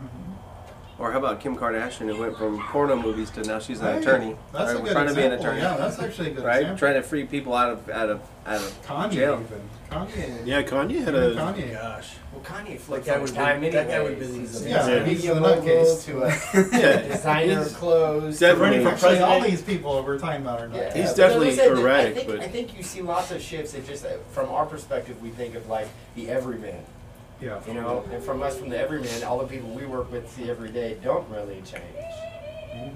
[SPEAKER 1] Or how about Kim Kardashian, who went from porno movies to now she's an
[SPEAKER 2] Hey,
[SPEAKER 1] attorney?
[SPEAKER 2] That's
[SPEAKER 1] right?
[SPEAKER 2] a
[SPEAKER 1] We're
[SPEAKER 2] good
[SPEAKER 1] trying
[SPEAKER 2] example.
[SPEAKER 1] to be an attorney,
[SPEAKER 2] Yeah, that's actually a good
[SPEAKER 1] right?
[SPEAKER 2] example.
[SPEAKER 1] Trying to free people out of out of out of
[SPEAKER 2] Kanye
[SPEAKER 1] jail.
[SPEAKER 2] even. Kanye.
[SPEAKER 4] Yeah, Kanye had
[SPEAKER 2] Even
[SPEAKER 4] a.
[SPEAKER 2] Kanye.
[SPEAKER 6] Gosh.
[SPEAKER 9] Well, Kanye
[SPEAKER 6] Like
[SPEAKER 9] flipped
[SPEAKER 6] that
[SPEAKER 9] like,
[SPEAKER 6] would
[SPEAKER 9] on
[SPEAKER 6] be,
[SPEAKER 9] time
[SPEAKER 6] that, that would be
[SPEAKER 9] anyways.
[SPEAKER 2] Yeah,
[SPEAKER 4] Yeah.
[SPEAKER 2] he's
[SPEAKER 9] Media
[SPEAKER 2] the
[SPEAKER 9] mogul
[SPEAKER 2] nutcase. [laughs]
[SPEAKER 9] to a
[SPEAKER 4] Yeah,
[SPEAKER 9] designer
[SPEAKER 4] He's
[SPEAKER 9] clothes.
[SPEAKER 4] definitely-
[SPEAKER 9] to-
[SPEAKER 4] for
[SPEAKER 2] Actually, all
[SPEAKER 9] Yeah,
[SPEAKER 2] these people we're talking about are
[SPEAKER 9] yeah,
[SPEAKER 2] nuts.
[SPEAKER 4] He's
[SPEAKER 9] but
[SPEAKER 4] definitely
[SPEAKER 9] as I said,
[SPEAKER 4] erratic,
[SPEAKER 9] I think,
[SPEAKER 4] but-
[SPEAKER 9] I think you see lots of shifts. It just uh, from our perspective, we think of like the everyman,
[SPEAKER 2] Yeah.
[SPEAKER 9] you know, and from us, from the everyman, all the people we work with see every day don't really change.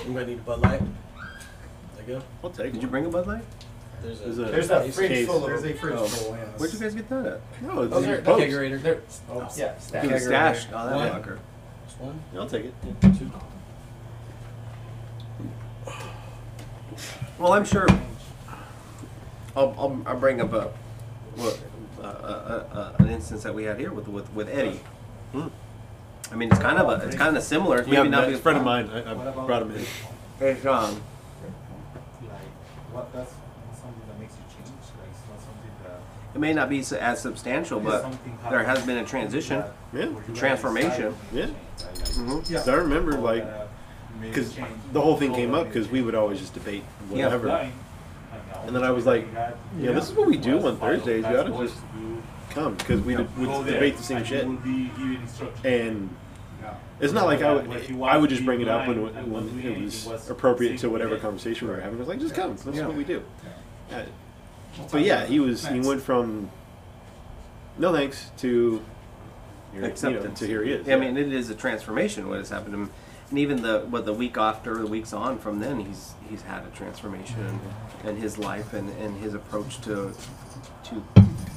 [SPEAKER 6] I'm gonna need a Bud Light. There you go.
[SPEAKER 4] I'll
[SPEAKER 1] Did
[SPEAKER 4] take
[SPEAKER 9] [laughs]
[SPEAKER 4] one.
[SPEAKER 1] you bring a Bud Light?
[SPEAKER 6] There's a.
[SPEAKER 4] There's a-
[SPEAKER 9] There's a
[SPEAKER 4] case.
[SPEAKER 9] fridge full
[SPEAKER 2] There's
[SPEAKER 9] of.
[SPEAKER 2] a fridge full, yes.
[SPEAKER 1] Where'd you guys get that at?
[SPEAKER 4] No, it's
[SPEAKER 9] Those are-
[SPEAKER 4] in
[SPEAKER 9] okay,
[SPEAKER 4] post.
[SPEAKER 6] kegerator.
[SPEAKER 9] They're,
[SPEAKER 6] Oh,
[SPEAKER 9] yeah,
[SPEAKER 1] It was
[SPEAKER 9] stacks.
[SPEAKER 1] stashed on Oh, that
[SPEAKER 6] What?
[SPEAKER 1] locker.
[SPEAKER 6] There's one.
[SPEAKER 4] Yeah, I'll take it.
[SPEAKER 6] Two.
[SPEAKER 1] Well, I'm sure. I'll, I'll, I'll bring up a, well, uh, uh, uh, uh, an instance that we had here with with, with Eddie. Hmm. I mean, it's kind of a, it's kind of similar. It's
[SPEAKER 4] Yeah,
[SPEAKER 1] maybe not
[SPEAKER 4] a
[SPEAKER 1] be-
[SPEAKER 4] friend of mine. I,
[SPEAKER 2] What
[SPEAKER 4] I
[SPEAKER 2] about-
[SPEAKER 4] brought him in.
[SPEAKER 1] It's, um,
[SPEAKER 2] Like, what, that's something that makes you change? Like, it's not something that.
[SPEAKER 1] it may not be s- as substantial, but there has been a transition.
[SPEAKER 4] Yeah.
[SPEAKER 1] transformation.
[SPEAKER 4] Yeah.
[SPEAKER 1] hmm
[SPEAKER 2] Yeah.
[SPEAKER 4] 'Cause I remember, like, because the whole thing came up because we would always just debate
[SPEAKER 1] Yeah.
[SPEAKER 4] whatever. And then I was like, yeah, this is what we do on Thursdays. You ought to just come because we would
[SPEAKER 7] Go
[SPEAKER 4] would
[SPEAKER 7] there,
[SPEAKER 4] debate the same
[SPEAKER 7] and
[SPEAKER 4] shit.
[SPEAKER 7] You will be given instructions.
[SPEAKER 4] And
[SPEAKER 2] Yeah.
[SPEAKER 4] it's not like I
[SPEAKER 7] Like,
[SPEAKER 4] would
[SPEAKER 7] you
[SPEAKER 4] I would
[SPEAKER 7] want
[SPEAKER 4] just
[SPEAKER 7] to
[SPEAKER 4] bring it up when,
[SPEAKER 7] be
[SPEAKER 4] it-
[SPEAKER 7] blind
[SPEAKER 4] when
[SPEAKER 7] and
[SPEAKER 4] it
[SPEAKER 7] doing
[SPEAKER 4] was
[SPEAKER 7] it was
[SPEAKER 4] appropriate to
[SPEAKER 7] safe
[SPEAKER 4] whatever
[SPEAKER 7] there.
[SPEAKER 4] conversation we were having. I was like, just come. That's
[SPEAKER 1] Yeah.
[SPEAKER 4] what we do. Uh, But yeah, he was he went from no thanks to here- You know,
[SPEAKER 1] Acceptance.
[SPEAKER 4] to here he is.
[SPEAKER 1] I mean, it is a transformation what has happened to him, and even the what the week after, the weeks on from then, he's he's had a transformation in, in his life and, and his approach to to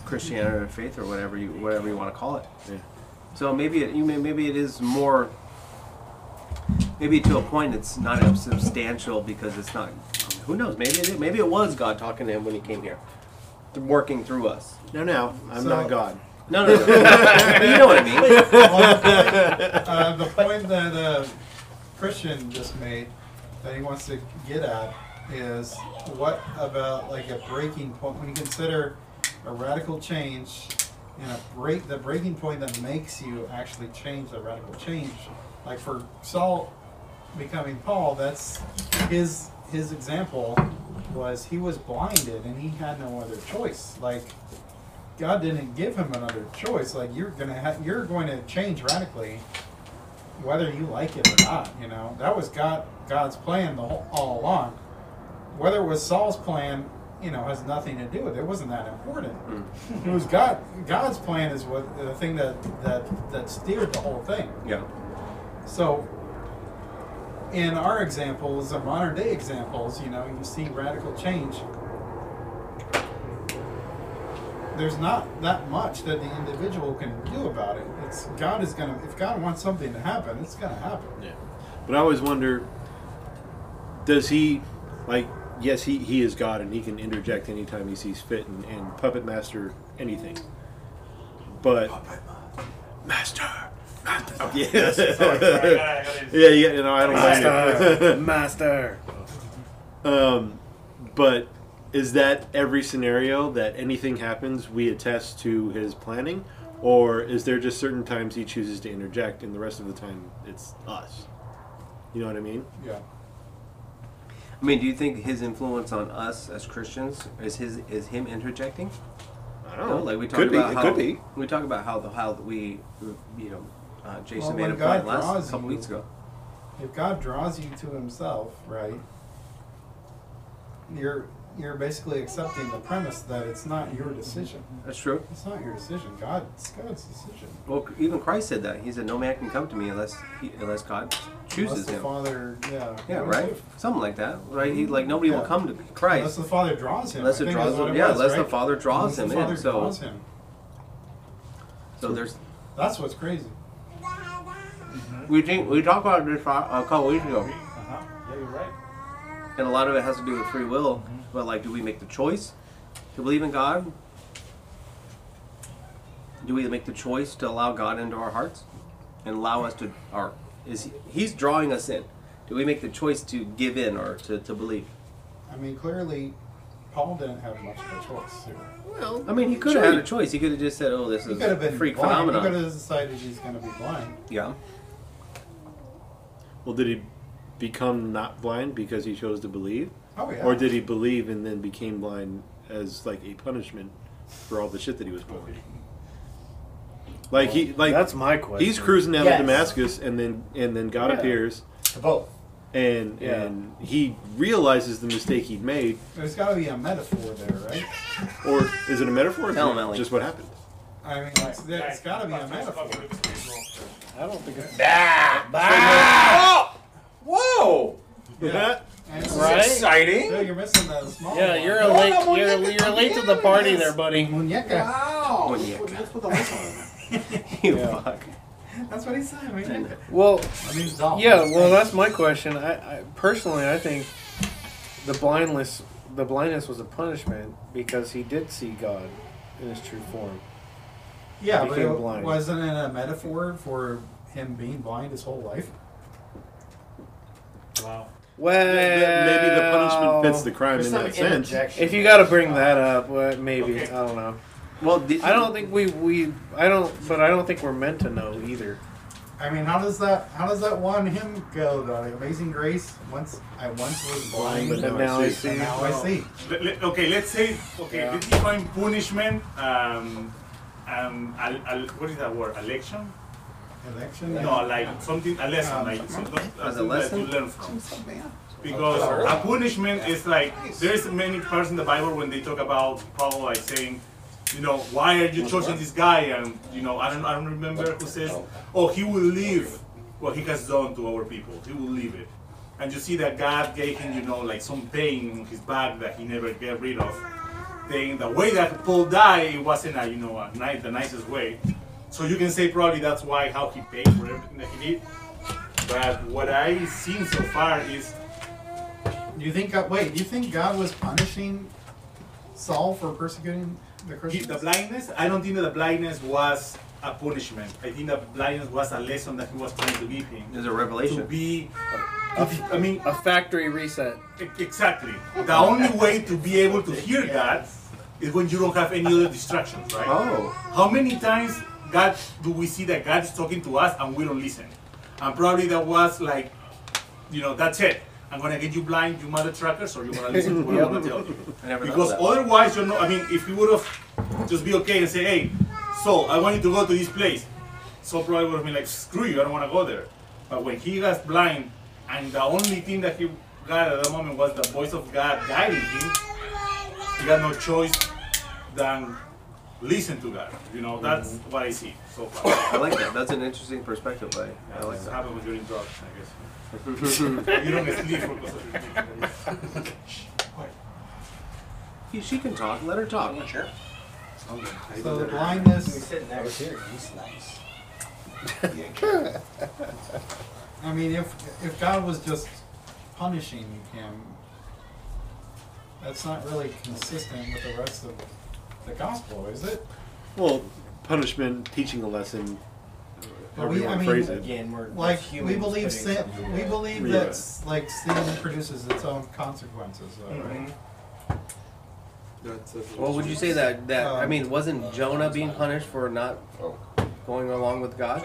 [SPEAKER 1] Christianity or faith or whatever you whatever you want to call it.
[SPEAKER 4] Yeah.
[SPEAKER 1] So maybe it, you may, maybe it is more. Maybe to a point it's not as substantial because it's not. Who knows? Maybe it, maybe it was God talking to him when he came here, th- working through us.
[SPEAKER 4] no, no, I'm
[SPEAKER 2] So-
[SPEAKER 4] not God.
[SPEAKER 1] No, no, [laughs] no. But you know what I mean.
[SPEAKER 2] [laughs] uh, the point that uh, Christian just made that he wants to get at is what about like a breaking point when you consider a radical change and a break the breaking point that makes you actually change the radical change like for Saul becoming Paul that's his his example was he was blinded and he had no other choice like God didn't give him another choice. Like you're gonna ha- you're going to change radically, whether you like it or not. You know that was God God's plan the whole, all along. Whether it was Saul's plan, you know, has nothing to do with it. It wasn't that important. It was God God's plan is what the thing that that that steered the whole thing.
[SPEAKER 1] Yeah.
[SPEAKER 2] So, in our examples, the modern day examples, you know, you see radical change. There's not that much that the individual can do about it. It's God is gonna. If God wants something to happen, it's gonna happen.
[SPEAKER 4] Yeah. But I always wonder does he, like, yes, he, he is God and he can interject anytime he sees fit and, and puppet master anything. But. Master! Master! [laughs] Oh, yeah. yeah, yeah, you know, I don't like
[SPEAKER 3] Master,
[SPEAKER 4] it. [laughs]
[SPEAKER 3] master.
[SPEAKER 4] Um, but is that every scenario that anything happens we attest to his planning, or is there just certain times he chooses to interject and the rest of the time it's us? You know what I mean?
[SPEAKER 2] Yeah.
[SPEAKER 1] I mean, do you think his influence on us as Christians is his is him interjecting?
[SPEAKER 4] I
[SPEAKER 1] You
[SPEAKER 4] don't
[SPEAKER 1] know, like we talk
[SPEAKER 4] could
[SPEAKER 1] about
[SPEAKER 4] be.
[SPEAKER 1] how
[SPEAKER 4] It could be.
[SPEAKER 1] we talk about how the how we you know uh,
[SPEAKER 2] Well,
[SPEAKER 1] Jason made
[SPEAKER 2] when
[SPEAKER 1] a
[SPEAKER 2] God
[SPEAKER 1] point last
[SPEAKER 2] draws
[SPEAKER 1] couple
[SPEAKER 2] you-
[SPEAKER 1] weeks ago.
[SPEAKER 2] If God draws you to Himself, right? You're you're basically accepting the premise that it's not your decision.
[SPEAKER 1] That's true.
[SPEAKER 2] It's not your decision. God, it's God's decision.
[SPEAKER 1] Well, even Christ said that. He said, "No man can come to me unless he, unless God
[SPEAKER 2] Unless
[SPEAKER 1] chooses
[SPEAKER 2] the
[SPEAKER 1] him."
[SPEAKER 2] Father, yeah.
[SPEAKER 1] Yeah,
[SPEAKER 2] What
[SPEAKER 1] right.
[SPEAKER 2] if-
[SPEAKER 1] Something like that, right? He, like nobody will
[SPEAKER 2] Yeah.
[SPEAKER 1] come to me.
[SPEAKER 2] Unless
[SPEAKER 1] Christ,
[SPEAKER 2] the father draws him.
[SPEAKER 1] Unless
[SPEAKER 2] I
[SPEAKER 1] it
[SPEAKER 2] think
[SPEAKER 1] draws
[SPEAKER 2] that's what
[SPEAKER 1] him- yeah,
[SPEAKER 2] was,
[SPEAKER 1] unless the
[SPEAKER 2] right?
[SPEAKER 1] father draws
[SPEAKER 2] Unless
[SPEAKER 1] him in,
[SPEAKER 2] The
[SPEAKER 1] so-
[SPEAKER 2] father draws him.
[SPEAKER 1] so there's
[SPEAKER 2] That's what's crazy.
[SPEAKER 6] Mm-hmm.
[SPEAKER 1] we think we talked about this uh, a couple weeks ago,
[SPEAKER 7] Uh-huh. Yeah, you're right.
[SPEAKER 1] and a lot of it has to do with free will. But like, do we make the choice to believe in God? Do we make the choice to allow God into our hearts and allow us to? Or is he, He's drawing us in? Do we make the choice to give in or to, to believe?
[SPEAKER 2] I mean, clearly, Paul didn't have much of a choice. He
[SPEAKER 1] Well, I mean, he could have had a choice. He could have just said, "Oh, this is
[SPEAKER 2] could have
[SPEAKER 1] a
[SPEAKER 2] been
[SPEAKER 1] freak
[SPEAKER 2] blind.
[SPEAKER 1] phenomenon."
[SPEAKER 2] He could have decided he's going to be blind.
[SPEAKER 1] Yeah.
[SPEAKER 4] Well, did he become not blind because he chose to believe,
[SPEAKER 2] Oh yeah.
[SPEAKER 4] or did he believe and then became blind as like a punishment for all the shit that he was pulling? Like he like
[SPEAKER 3] That's my question.
[SPEAKER 4] he's cruising down
[SPEAKER 6] Yes.
[SPEAKER 4] to Damascus and then and then God
[SPEAKER 3] Yeah.
[SPEAKER 4] appears
[SPEAKER 6] To both.
[SPEAKER 4] and
[SPEAKER 3] Yeah.
[SPEAKER 4] and he realizes the mistake he'd made,
[SPEAKER 2] There's got to be a metaphor there, right?
[SPEAKER 4] or is it a metaphor? or
[SPEAKER 1] Tell him,
[SPEAKER 4] is it
[SPEAKER 1] Ellie.
[SPEAKER 4] just what happened?
[SPEAKER 2] I mean, it's, it's got to be a metaphor.
[SPEAKER 3] I don't think it's
[SPEAKER 11] Whoa!
[SPEAKER 2] Yeah. And it's-
[SPEAKER 11] Exciting.
[SPEAKER 2] No, you're missing the small
[SPEAKER 3] Yeah,
[SPEAKER 2] one.
[SPEAKER 3] you're a late. You're, you're late to the party there, buddy.
[SPEAKER 2] Muñeca.
[SPEAKER 3] [laughs]
[SPEAKER 11] Wow.
[SPEAKER 1] Oh, yeah.
[SPEAKER 6] That's what the lights
[SPEAKER 1] you fuck.
[SPEAKER 2] That's what he said. Muñeca.
[SPEAKER 3] Well,
[SPEAKER 2] I mean, doll.
[SPEAKER 3] yeah. Well, that's my question. I, I personally, I think the blindness, the blindness was a punishment because he did see God in his true form.
[SPEAKER 2] Yeah,
[SPEAKER 3] He
[SPEAKER 2] but
[SPEAKER 3] became
[SPEAKER 2] it-
[SPEAKER 3] blind.
[SPEAKER 2] wasn't it a metaphor for him being blind his whole life?
[SPEAKER 7] Wow.
[SPEAKER 3] Well,
[SPEAKER 4] Maybe the punishment fits the crime
[SPEAKER 9] There's
[SPEAKER 4] in
[SPEAKER 9] some
[SPEAKER 4] that sense.
[SPEAKER 9] interjection.
[SPEAKER 3] If you got to bring that up, well, maybe
[SPEAKER 7] Okay.
[SPEAKER 3] I don't know.
[SPEAKER 1] Well, did
[SPEAKER 3] I don't think we we I don't, but I don't think we're meant to know either.
[SPEAKER 2] I mean, how does that how does that one him go? The Amazing Grace. Once I once was blind,
[SPEAKER 4] But
[SPEAKER 2] but
[SPEAKER 4] now
[SPEAKER 3] But now
[SPEAKER 4] I
[SPEAKER 3] I
[SPEAKER 4] see.
[SPEAKER 3] see.
[SPEAKER 2] now I see.
[SPEAKER 7] Let- let- okay, let's say okay.
[SPEAKER 3] Yeah.
[SPEAKER 7] Let's define punishment. Um, um, al- al- what is that word? Election?
[SPEAKER 2] Election. Um,
[SPEAKER 7] No, like something a lesson, like something
[SPEAKER 1] As a
[SPEAKER 7] something that you
[SPEAKER 1] lesson?
[SPEAKER 7] learn from.
[SPEAKER 2] Man.
[SPEAKER 7] Because a punishment is like there's many parts in the Bible when they talk about Paul like saying, you know, why are you choosing this guy? And you know, I don't I don't remember who says, oh, he will leave what he has done to our people. He will leave it. And you see that God gave him, you know, like some pain in his back that he never get rid of. Then the way that Paul died it wasn't a, you know a nice, the nicest way. So you can say probably that's why how he paid for everything that he did. But what I seen so far is
[SPEAKER 2] Do you think God? Wait, do you think God was punishing Saul for persecuting the
[SPEAKER 7] He-
[SPEAKER 2] Christians?
[SPEAKER 7] the blindness, I don't think that the blindness was a punishment. I think the blindness was a lesson that he was trying to give him.
[SPEAKER 1] there's a
[SPEAKER 7] To
[SPEAKER 1] revelation.
[SPEAKER 7] be, to be- I mean,
[SPEAKER 3] A factory reset.
[SPEAKER 7] e- exactly. The only way to be able to hear that is when you don't have any other distractions, right?
[SPEAKER 1] Oh,
[SPEAKER 7] How many times God do we see that God is talking to us and we don't listen? And probably that was like, you know, that's it. I'm gonna get you blind, you mother truckers, or you're gonna listen to what
[SPEAKER 1] [laughs]
[SPEAKER 7] I'm gonna tell you.
[SPEAKER 1] I never
[SPEAKER 7] Because
[SPEAKER 1] thought of that.
[SPEAKER 7] otherwise, you're not. I mean, if you would have just be okay and say, "Hey, so I want you to go to this place," so probably would have been like, "Screw you, I don't want to go there." But when he was blind, and the only thing that he got at that moment was the voice of God guiding him, he had no choice than listen to God. You know, that's what I see so far.
[SPEAKER 1] Mm-hmm. I like that. That's an interesting perspective. I, I like
[SPEAKER 7] That's
[SPEAKER 1] that.
[SPEAKER 7] happened with your introduction, I
[SPEAKER 3] [laughs]
[SPEAKER 7] guess. you don't sleep for because of your-
[SPEAKER 1] She- She can talk. Let her talk.
[SPEAKER 2] so the
[SPEAKER 6] We
[SPEAKER 2] blindness.
[SPEAKER 6] sitting next here. He's nice.
[SPEAKER 2] I mean, if if God was just punishing him, that's not really consistent with the rest of the gospel, is it?
[SPEAKER 4] Well, punishment, teaching a lesson,
[SPEAKER 2] Well,
[SPEAKER 4] however
[SPEAKER 2] we-
[SPEAKER 4] you
[SPEAKER 2] I
[SPEAKER 4] want to
[SPEAKER 2] mean,
[SPEAKER 4] phrase it.
[SPEAKER 9] Again, we're
[SPEAKER 2] Like
[SPEAKER 9] humans
[SPEAKER 2] we believe
[SPEAKER 9] putting
[SPEAKER 2] sin,
[SPEAKER 9] something
[SPEAKER 2] we
[SPEAKER 9] in.
[SPEAKER 2] believe
[SPEAKER 4] Yeah.
[SPEAKER 2] that s- like sin produces its own consequences, though, right?
[SPEAKER 9] Mm-hmm.
[SPEAKER 1] Well, would you say that that I
[SPEAKER 2] Um,
[SPEAKER 1] mean, wasn't Jonah being punished for not
[SPEAKER 2] Oh.
[SPEAKER 1] going along with God?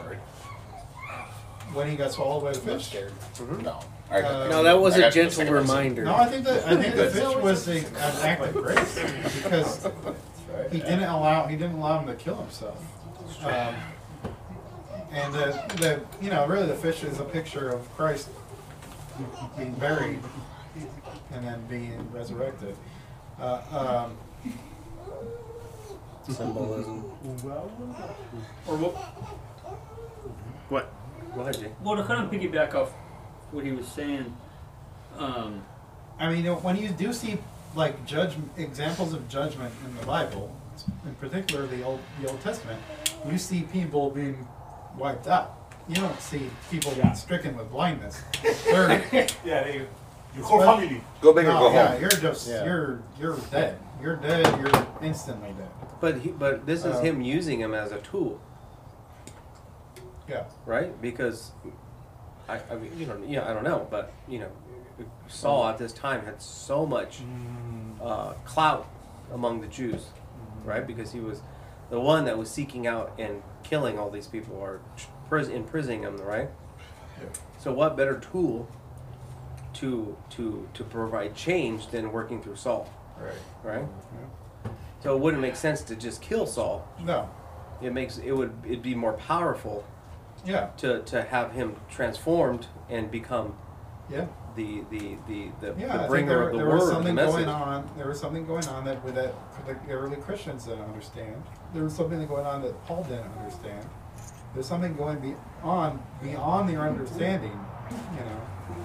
[SPEAKER 2] When he got swallowed by the
[SPEAKER 11] I'm
[SPEAKER 2] fish.
[SPEAKER 11] scared.
[SPEAKER 1] Mhm.
[SPEAKER 11] No. I got-
[SPEAKER 2] Uh,
[SPEAKER 3] No, that was
[SPEAKER 11] I
[SPEAKER 3] a
[SPEAKER 11] got you the
[SPEAKER 3] gentle
[SPEAKER 11] second person.
[SPEAKER 3] reminder.
[SPEAKER 2] No, I think that I think the
[SPEAKER 11] Good.
[SPEAKER 2] fish was a, an act of
[SPEAKER 3] [laughs]
[SPEAKER 2] grace because he didn't allow he didn't allow him to kill himself. Um, and the, the you know really the fish is a picture of Christ being buried and then being resurrected. Uh, um,
[SPEAKER 3] Symbolism.
[SPEAKER 5] Or what?
[SPEAKER 4] What?
[SPEAKER 1] Go ahead, Jay.
[SPEAKER 5] Well, to kind of piggyback off what he was saying, um,
[SPEAKER 2] I mean, when you do see like judge examples of judgment in the Bible, in particular the Old the Old Testament, you see people being wiped out. You don't see people being stricken with blindness. They're-
[SPEAKER 7] [laughs] Yeah, there you. Your whole
[SPEAKER 2] Well-
[SPEAKER 7] family.
[SPEAKER 11] Go big or
[SPEAKER 2] no,
[SPEAKER 11] go
[SPEAKER 2] yeah,
[SPEAKER 11] home.
[SPEAKER 2] you're just
[SPEAKER 3] Yeah.
[SPEAKER 2] you're you're dead. You're dead. You're instantly dead.
[SPEAKER 1] But he, but this is
[SPEAKER 2] Um,
[SPEAKER 1] him using him as a tool,
[SPEAKER 2] Yeah.
[SPEAKER 1] right? Because I, I mean, you don't, yeah, I don't know, but you know, Saul at this time had so much
[SPEAKER 2] Mm.
[SPEAKER 1] uh, clout among the Jews,
[SPEAKER 2] Mm-hmm.
[SPEAKER 1] right? Because he was the one that was seeking out and killing all these people or pris- imprisoning them, right? So what better tool to to to provide change than working through Saul,
[SPEAKER 2] Right. Mm-hmm.
[SPEAKER 1] right? So it wouldn't make sense to just kill Saul.
[SPEAKER 2] No.
[SPEAKER 1] It makes it would it'd be more powerful
[SPEAKER 2] Yeah.
[SPEAKER 1] to, to have him transformed and become
[SPEAKER 2] Yeah.
[SPEAKER 1] the the the the,
[SPEAKER 2] Yeah,
[SPEAKER 1] the
[SPEAKER 2] I think
[SPEAKER 1] bringer
[SPEAKER 2] there,
[SPEAKER 1] of the
[SPEAKER 2] there
[SPEAKER 1] word,
[SPEAKER 2] was
[SPEAKER 1] the
[SPEAKER 2] something
[SPEAKER 1] message.
[SPEAKER 2] going on. There was something going on that with that that the early Christians didn't understand. There was something going on that Paul didn't understand. There's something going beyond beyond their understanding, you know,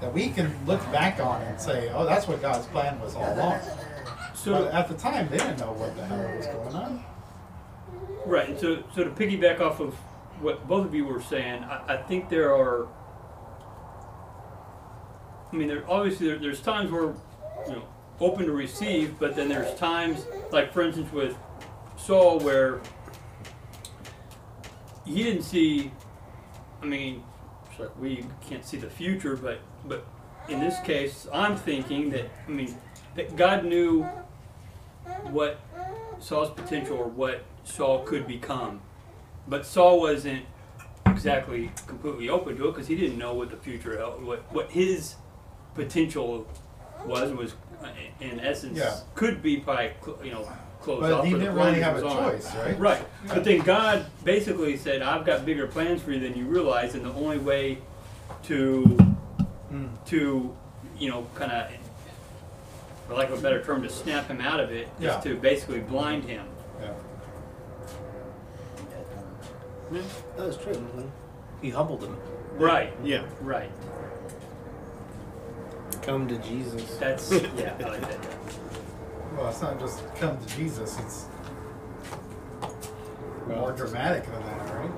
[SPEAKER 2] that we can look back on and say, "Oh, that's what God's plan was all along." But
[SPEAKER 5] So
[SPEAKER 2] at the time, they didn't know what the hell was going on.
[SPEAKER 5] right, and so so to piggyback off of what both of you were saying, I, I think there are. I mean, there obviously there, there's times where you know open to receive, but then there's times like for instance with Saul where he didn't see. I mean, so we can't see the future, but but in this case, I'm thinking that I mean that God knew what Saul's potential or what Saul could become, but Saul wasn't exactly completely open to it because he didn't know what the future held, what what his potential was was uh, in essence
[SPEAKER 2] Yeah.
[SPEAKER 5] could be by cl- you know closed
[SPEAKER 2] But
[SPEAKER 5] off.
[SPEAKER 2] he
[SPEAKER 5] or the
[SPEAKER 2] didn't really
[SPEAKER 5] blinders
[SPEAKER 2] have a
[SPEAKER 5] was on.
[SPEAKER 2] choice, right?
[SPEAKER 5] Right. But then God basically said, I've got bigger plans for you than you realize, and the only way to
[SPEAKER 2] Hmm.
[SPEAKER 5] to you know kind of for lack of a better term to snap him out of it is
[SPEAKER 2] Yeah.
[SPEAKER 5] to basically blind him
[SPEAKER 2] Yeah.
[SPEAKER 1] That was true. He humbled him.
[SPEAKER 5] right
[SPEAKER 4] Yeah.
[SPEAKER 5] right
[SPEAKER 3] Come to Jesus. [laughs]
[SPEAKER 5] that's yeah I like that
[SPEAKER 2] Well, it's not just come to Jesus. It's more dramatic than that, right?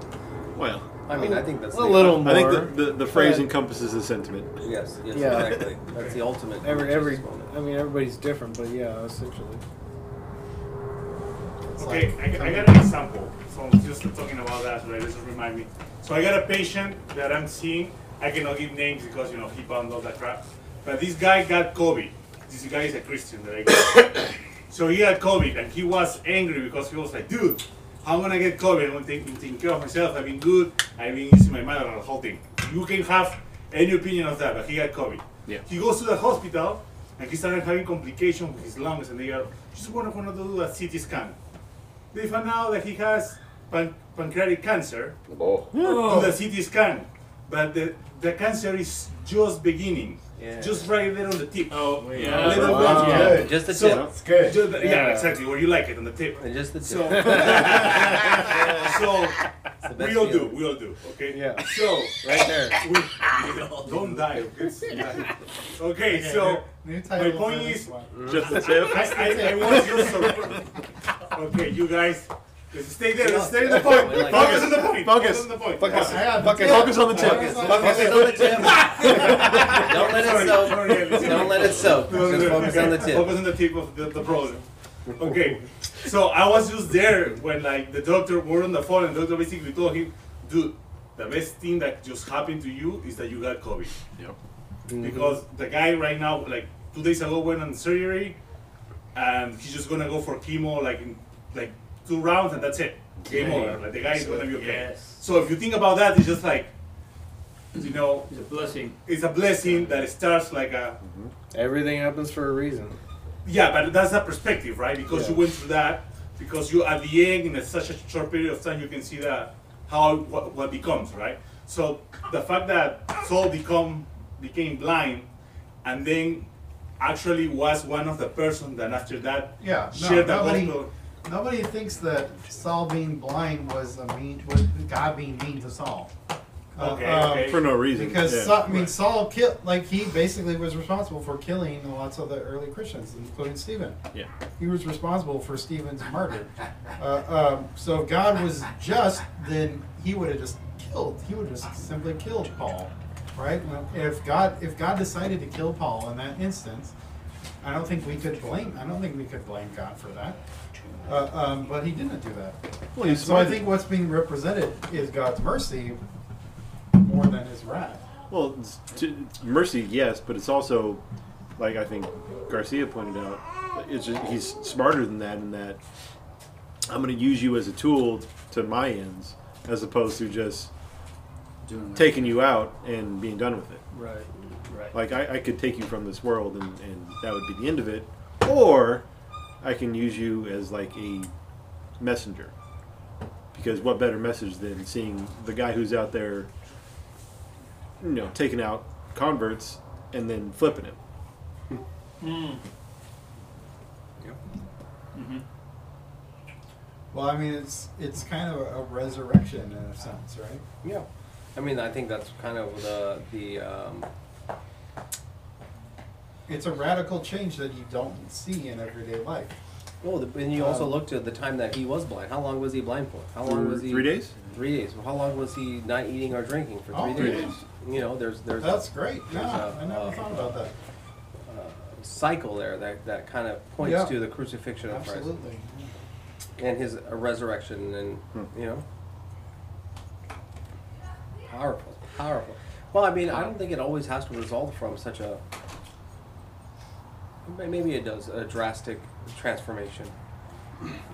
[SPEAKER 4] Well,
[SPEAKER 1] I mean, I think that's
[SPEAKER 3] A
[SPEAKER 1] the-
[SPEAKER 3] little more.
[SPEAKER 4] I think the, the, the phrase encompasses the sentiment.
[SPEAKER 1] Yes, yes,
[SPEAKER 3] Yeah.
[SPEAKER 1] exactly. That's the ultimate.
[SPEAKER 3] every every.
[SPEAKER 1] Jesus moment.
[SPEAKER 3] I mean, everybody's different, but yeah, essentially.
[SPEAKER 2] It's
[SPEAKER 7] Okay,
[SPEAKER 2] like
[SPEAKER 7] I, I
[SPEAKER 2] coming-
[SPEAKER 7] got an example. So just talking about that, right? This remind me. So I got a patient that I'm seeing. I cannot give names because you know he and all that crap. But this guy got COVID. This guy is a Christian that I got. [coughs] so he had COVID and he was angry because he was like, dude, how am I get COVID? I'm gonna take, take care of myself. I've been good. I've been using my mother and the whole thing. You can have any opinion of that, but he got COVID.
[SPEAKER 4] Yeah.
[SPEAKER 7] He goes to the hospital and he started having complications with his lungs and they are just want to do a CT scan they found out that he has pan- pancreatic cancer
[SPEAKER 11] Oh.
[SPEAKER 7] to the CT scan, but the, the cancer is just beginning, just right there on the tip.
[SPEAKER 5] oh
[SPEAKER 7] A
[SPEAKER 5] yeah
[SPEAKER 7] little
[SPEAKER 2] Wow.
[SPEAKER 7] bit,
[SPEAKER 2] Good.
[SPEAKER 1] Just the
[SPEAKER 7] So-
[SPEAKER 1] tip.
[SPEAKER 11] That's good.
[SPEAKER 7] just the- yeah. exactly, where you like it on the tip.
[SPEAKER 1] And just the tip.
[SPEAKER 7] So, so
[SPEAKER 1] best
[SPEAKER 7] we all do,
[SPEAKER 1] feeling.
[SPEAKER 7] we all do, okay?
[SPEAKER 3] Yeah.
[SPEAKER 7] So
[SPEAKER 3] Right there.
[SPEAKER 7] we don't die, okay? okay, so
[SPEAKER 2] New title
[SPEAKER 7] point
[SPEAKER 2] for this
[SPEAKER 7] is-
[SPEAKER 2] one.
[SPEAKER 4] Just the tip.
[SPEAKER 7] I, I, I want your support. Okay, you guys, just stay there, just stay in the point.
[SPEAKER 1] We like
[SPEAKER 7] Focus
[SPEAKER 1] that.
[SPEAKER 7] on the point.
[SPEAKER 4] Focus.
[SPEAKER 7] on the point.
[SPEAKER 4] Focus.
[SPEAKER 2] I have
[SPEAKER 4] Focus, focus on the tip.
[SPEAKER 2] Focus on the
[SPEAKER 1] Focus on the tip. [laughs] Don't let it
[SPEAKER 7] Sorry,
[SPEAKER 1] soak.
[SPEAKER 7] sorry, Alice.
[SPEAKER 1] Don't let it soak.
[SPEAKER 7] No, no,
[SPEAKER 1] Just
[SPEAKER 7] no,
[SPEAKER 1] focus on the
[SPEAKER 7] okay.
[SPEAKER 1] tip.
[SPEAKER 7] Focus on the tip of the, the problem. Okay, so I was just there when like the doctor were on the phone and the doctor basically told him, dude, the best thing that just happened to you is that you got COVID.
[SPEAKER 4] Yep.
[SPEAKER 7] Because the guy right now, like two days ago, went on surgery, and he's just gonna go for chemo like in like two rounds and that's it. Game over. Like the guy is gonna be okay.
[SPEAKER 5] Yes.
[SPEAKER 7] So if you think about that, it's just like, you know,
[SPEAKER 5] it's a blessing
[SPEAKER 7] it's a blessing that starts like a
[SPEAKER 3] Mm-hmm. Everything happens for a reason.
[SPEAKER 7] Yeah, but that's a perspective, right? Because you
[SPEAKER 3] Yeah.
[SPEAKER 7] went through that, because you at the end in a, such a short period of time, you can see that how what, what becomes, right? So the fact that Saul become became blind, and then actually was one of the person that after that
[SPEAKER 2] Yeah, no,
[SPEAKER 7] shared the
[SPEAKER 2] nobody-
[SPEAKER 7] gospel.
[SPEAKER 2] Nobody thinks that Saul being blind was a mean was God being mean to Saul. Uh,
[SPEAKER 7] Okay,
[SPEAKER 2] um,
[SPEAKER 7] okay.
[SPEAKER 4] For no reason.
[SPEAKER 2] Because
[SPEAKER 4] yeah.
[SPEAKER 2] Saul, I mean Saul killed like he basically was responsible for killing lots of the early Christians, including Stephen.
[SPEAKER 4] Yeah.
[SPEAKER 2] He was responsible for Stephen's murder. Uh, um, so if God was just, then he would have just killed. He would have just simply killed Paul, right? If God if God decided to kill Paul in that instance, I don't think we could blame. I don't think we could blame God for that. Uh, um, but he didn't do that.
[SPEAKER 4] Well,
[SPEAKER 2] And
[SPEAKER 4] he's
[SPEAKER 2] so I
[SPEAKER 4] smart.
[SPEAKER 2] think what's being represented is God's mercy more than His wrath.
[SPEAKER 4] Well, it's, t- it's mercy, yes, but it's also, like I think Garcia pointed out, it's just, he's smarter than that. In that, I'm going to use you as a tool to my ends, as opposed to just
[SPEAKER 1] Doing
[SPEAKER 4] taking you out and being done with it.
[SPEAKER 5] Right. Right.
[SPEAKER 4] Like I, I could take you from this world, and, and that would be the end of it, or I can use you as like a messenger. Because what better message than seeing the guy who's out there you know, taking out converts and then flipping him.
[SPEAKER 5] Mm.
[SPEAKER 4] Mm-hmm.
[SPEAKER 2] Well, I mean, it's it's kind of a resurrection in a sense, right?
[SPEAKER 1] Yeah, I mean, I think that's kind of the the um,
[SPEAKER 2] It's a radical change that you don't see in everyday life.
[SPEAKER 1] well. oh, The, and you also
[SPEAKER 2] Um,
[SPEAKER 1] looked at the time that he was blind. How long was he blind for? How long
[SPEAKER 4] For
[SPEAKER 1] was he?
[SPEAKER 4] three days?
[SPEAKER 1] Three days. Well, how long was he not eating or drinking for
[SPEAKER 2] Oh,
[SPEAKER 1] three
[SPEAKER 2] three
[SPEAKER 1] days?
[SPEAKER 2] days.
[SPEAKER 1] You know, there's there's
[SPEAKER 2] That's great.
[SPEAKER 1] there's
[SPEAKER 2] Yeah,
[SPEAKER 1] a- uh,
[SPEAKER 2] I never
[SPEAKER 1] a-
[SPEAKER 2] thought about that.
[SPEAKER 1] a cycle there that that kind of points
[SPEAKER 2] Yeah.
[SPEAKER 1] to the crucifixion of Christ
[SPEAKER 2] Absolutely.
[SPEAKER 1] and his uh, resurrection, and you know, powerful, powerful. Well, I mean, I don't think it always has to result from such a. may- Maybe it does a drastic transformation.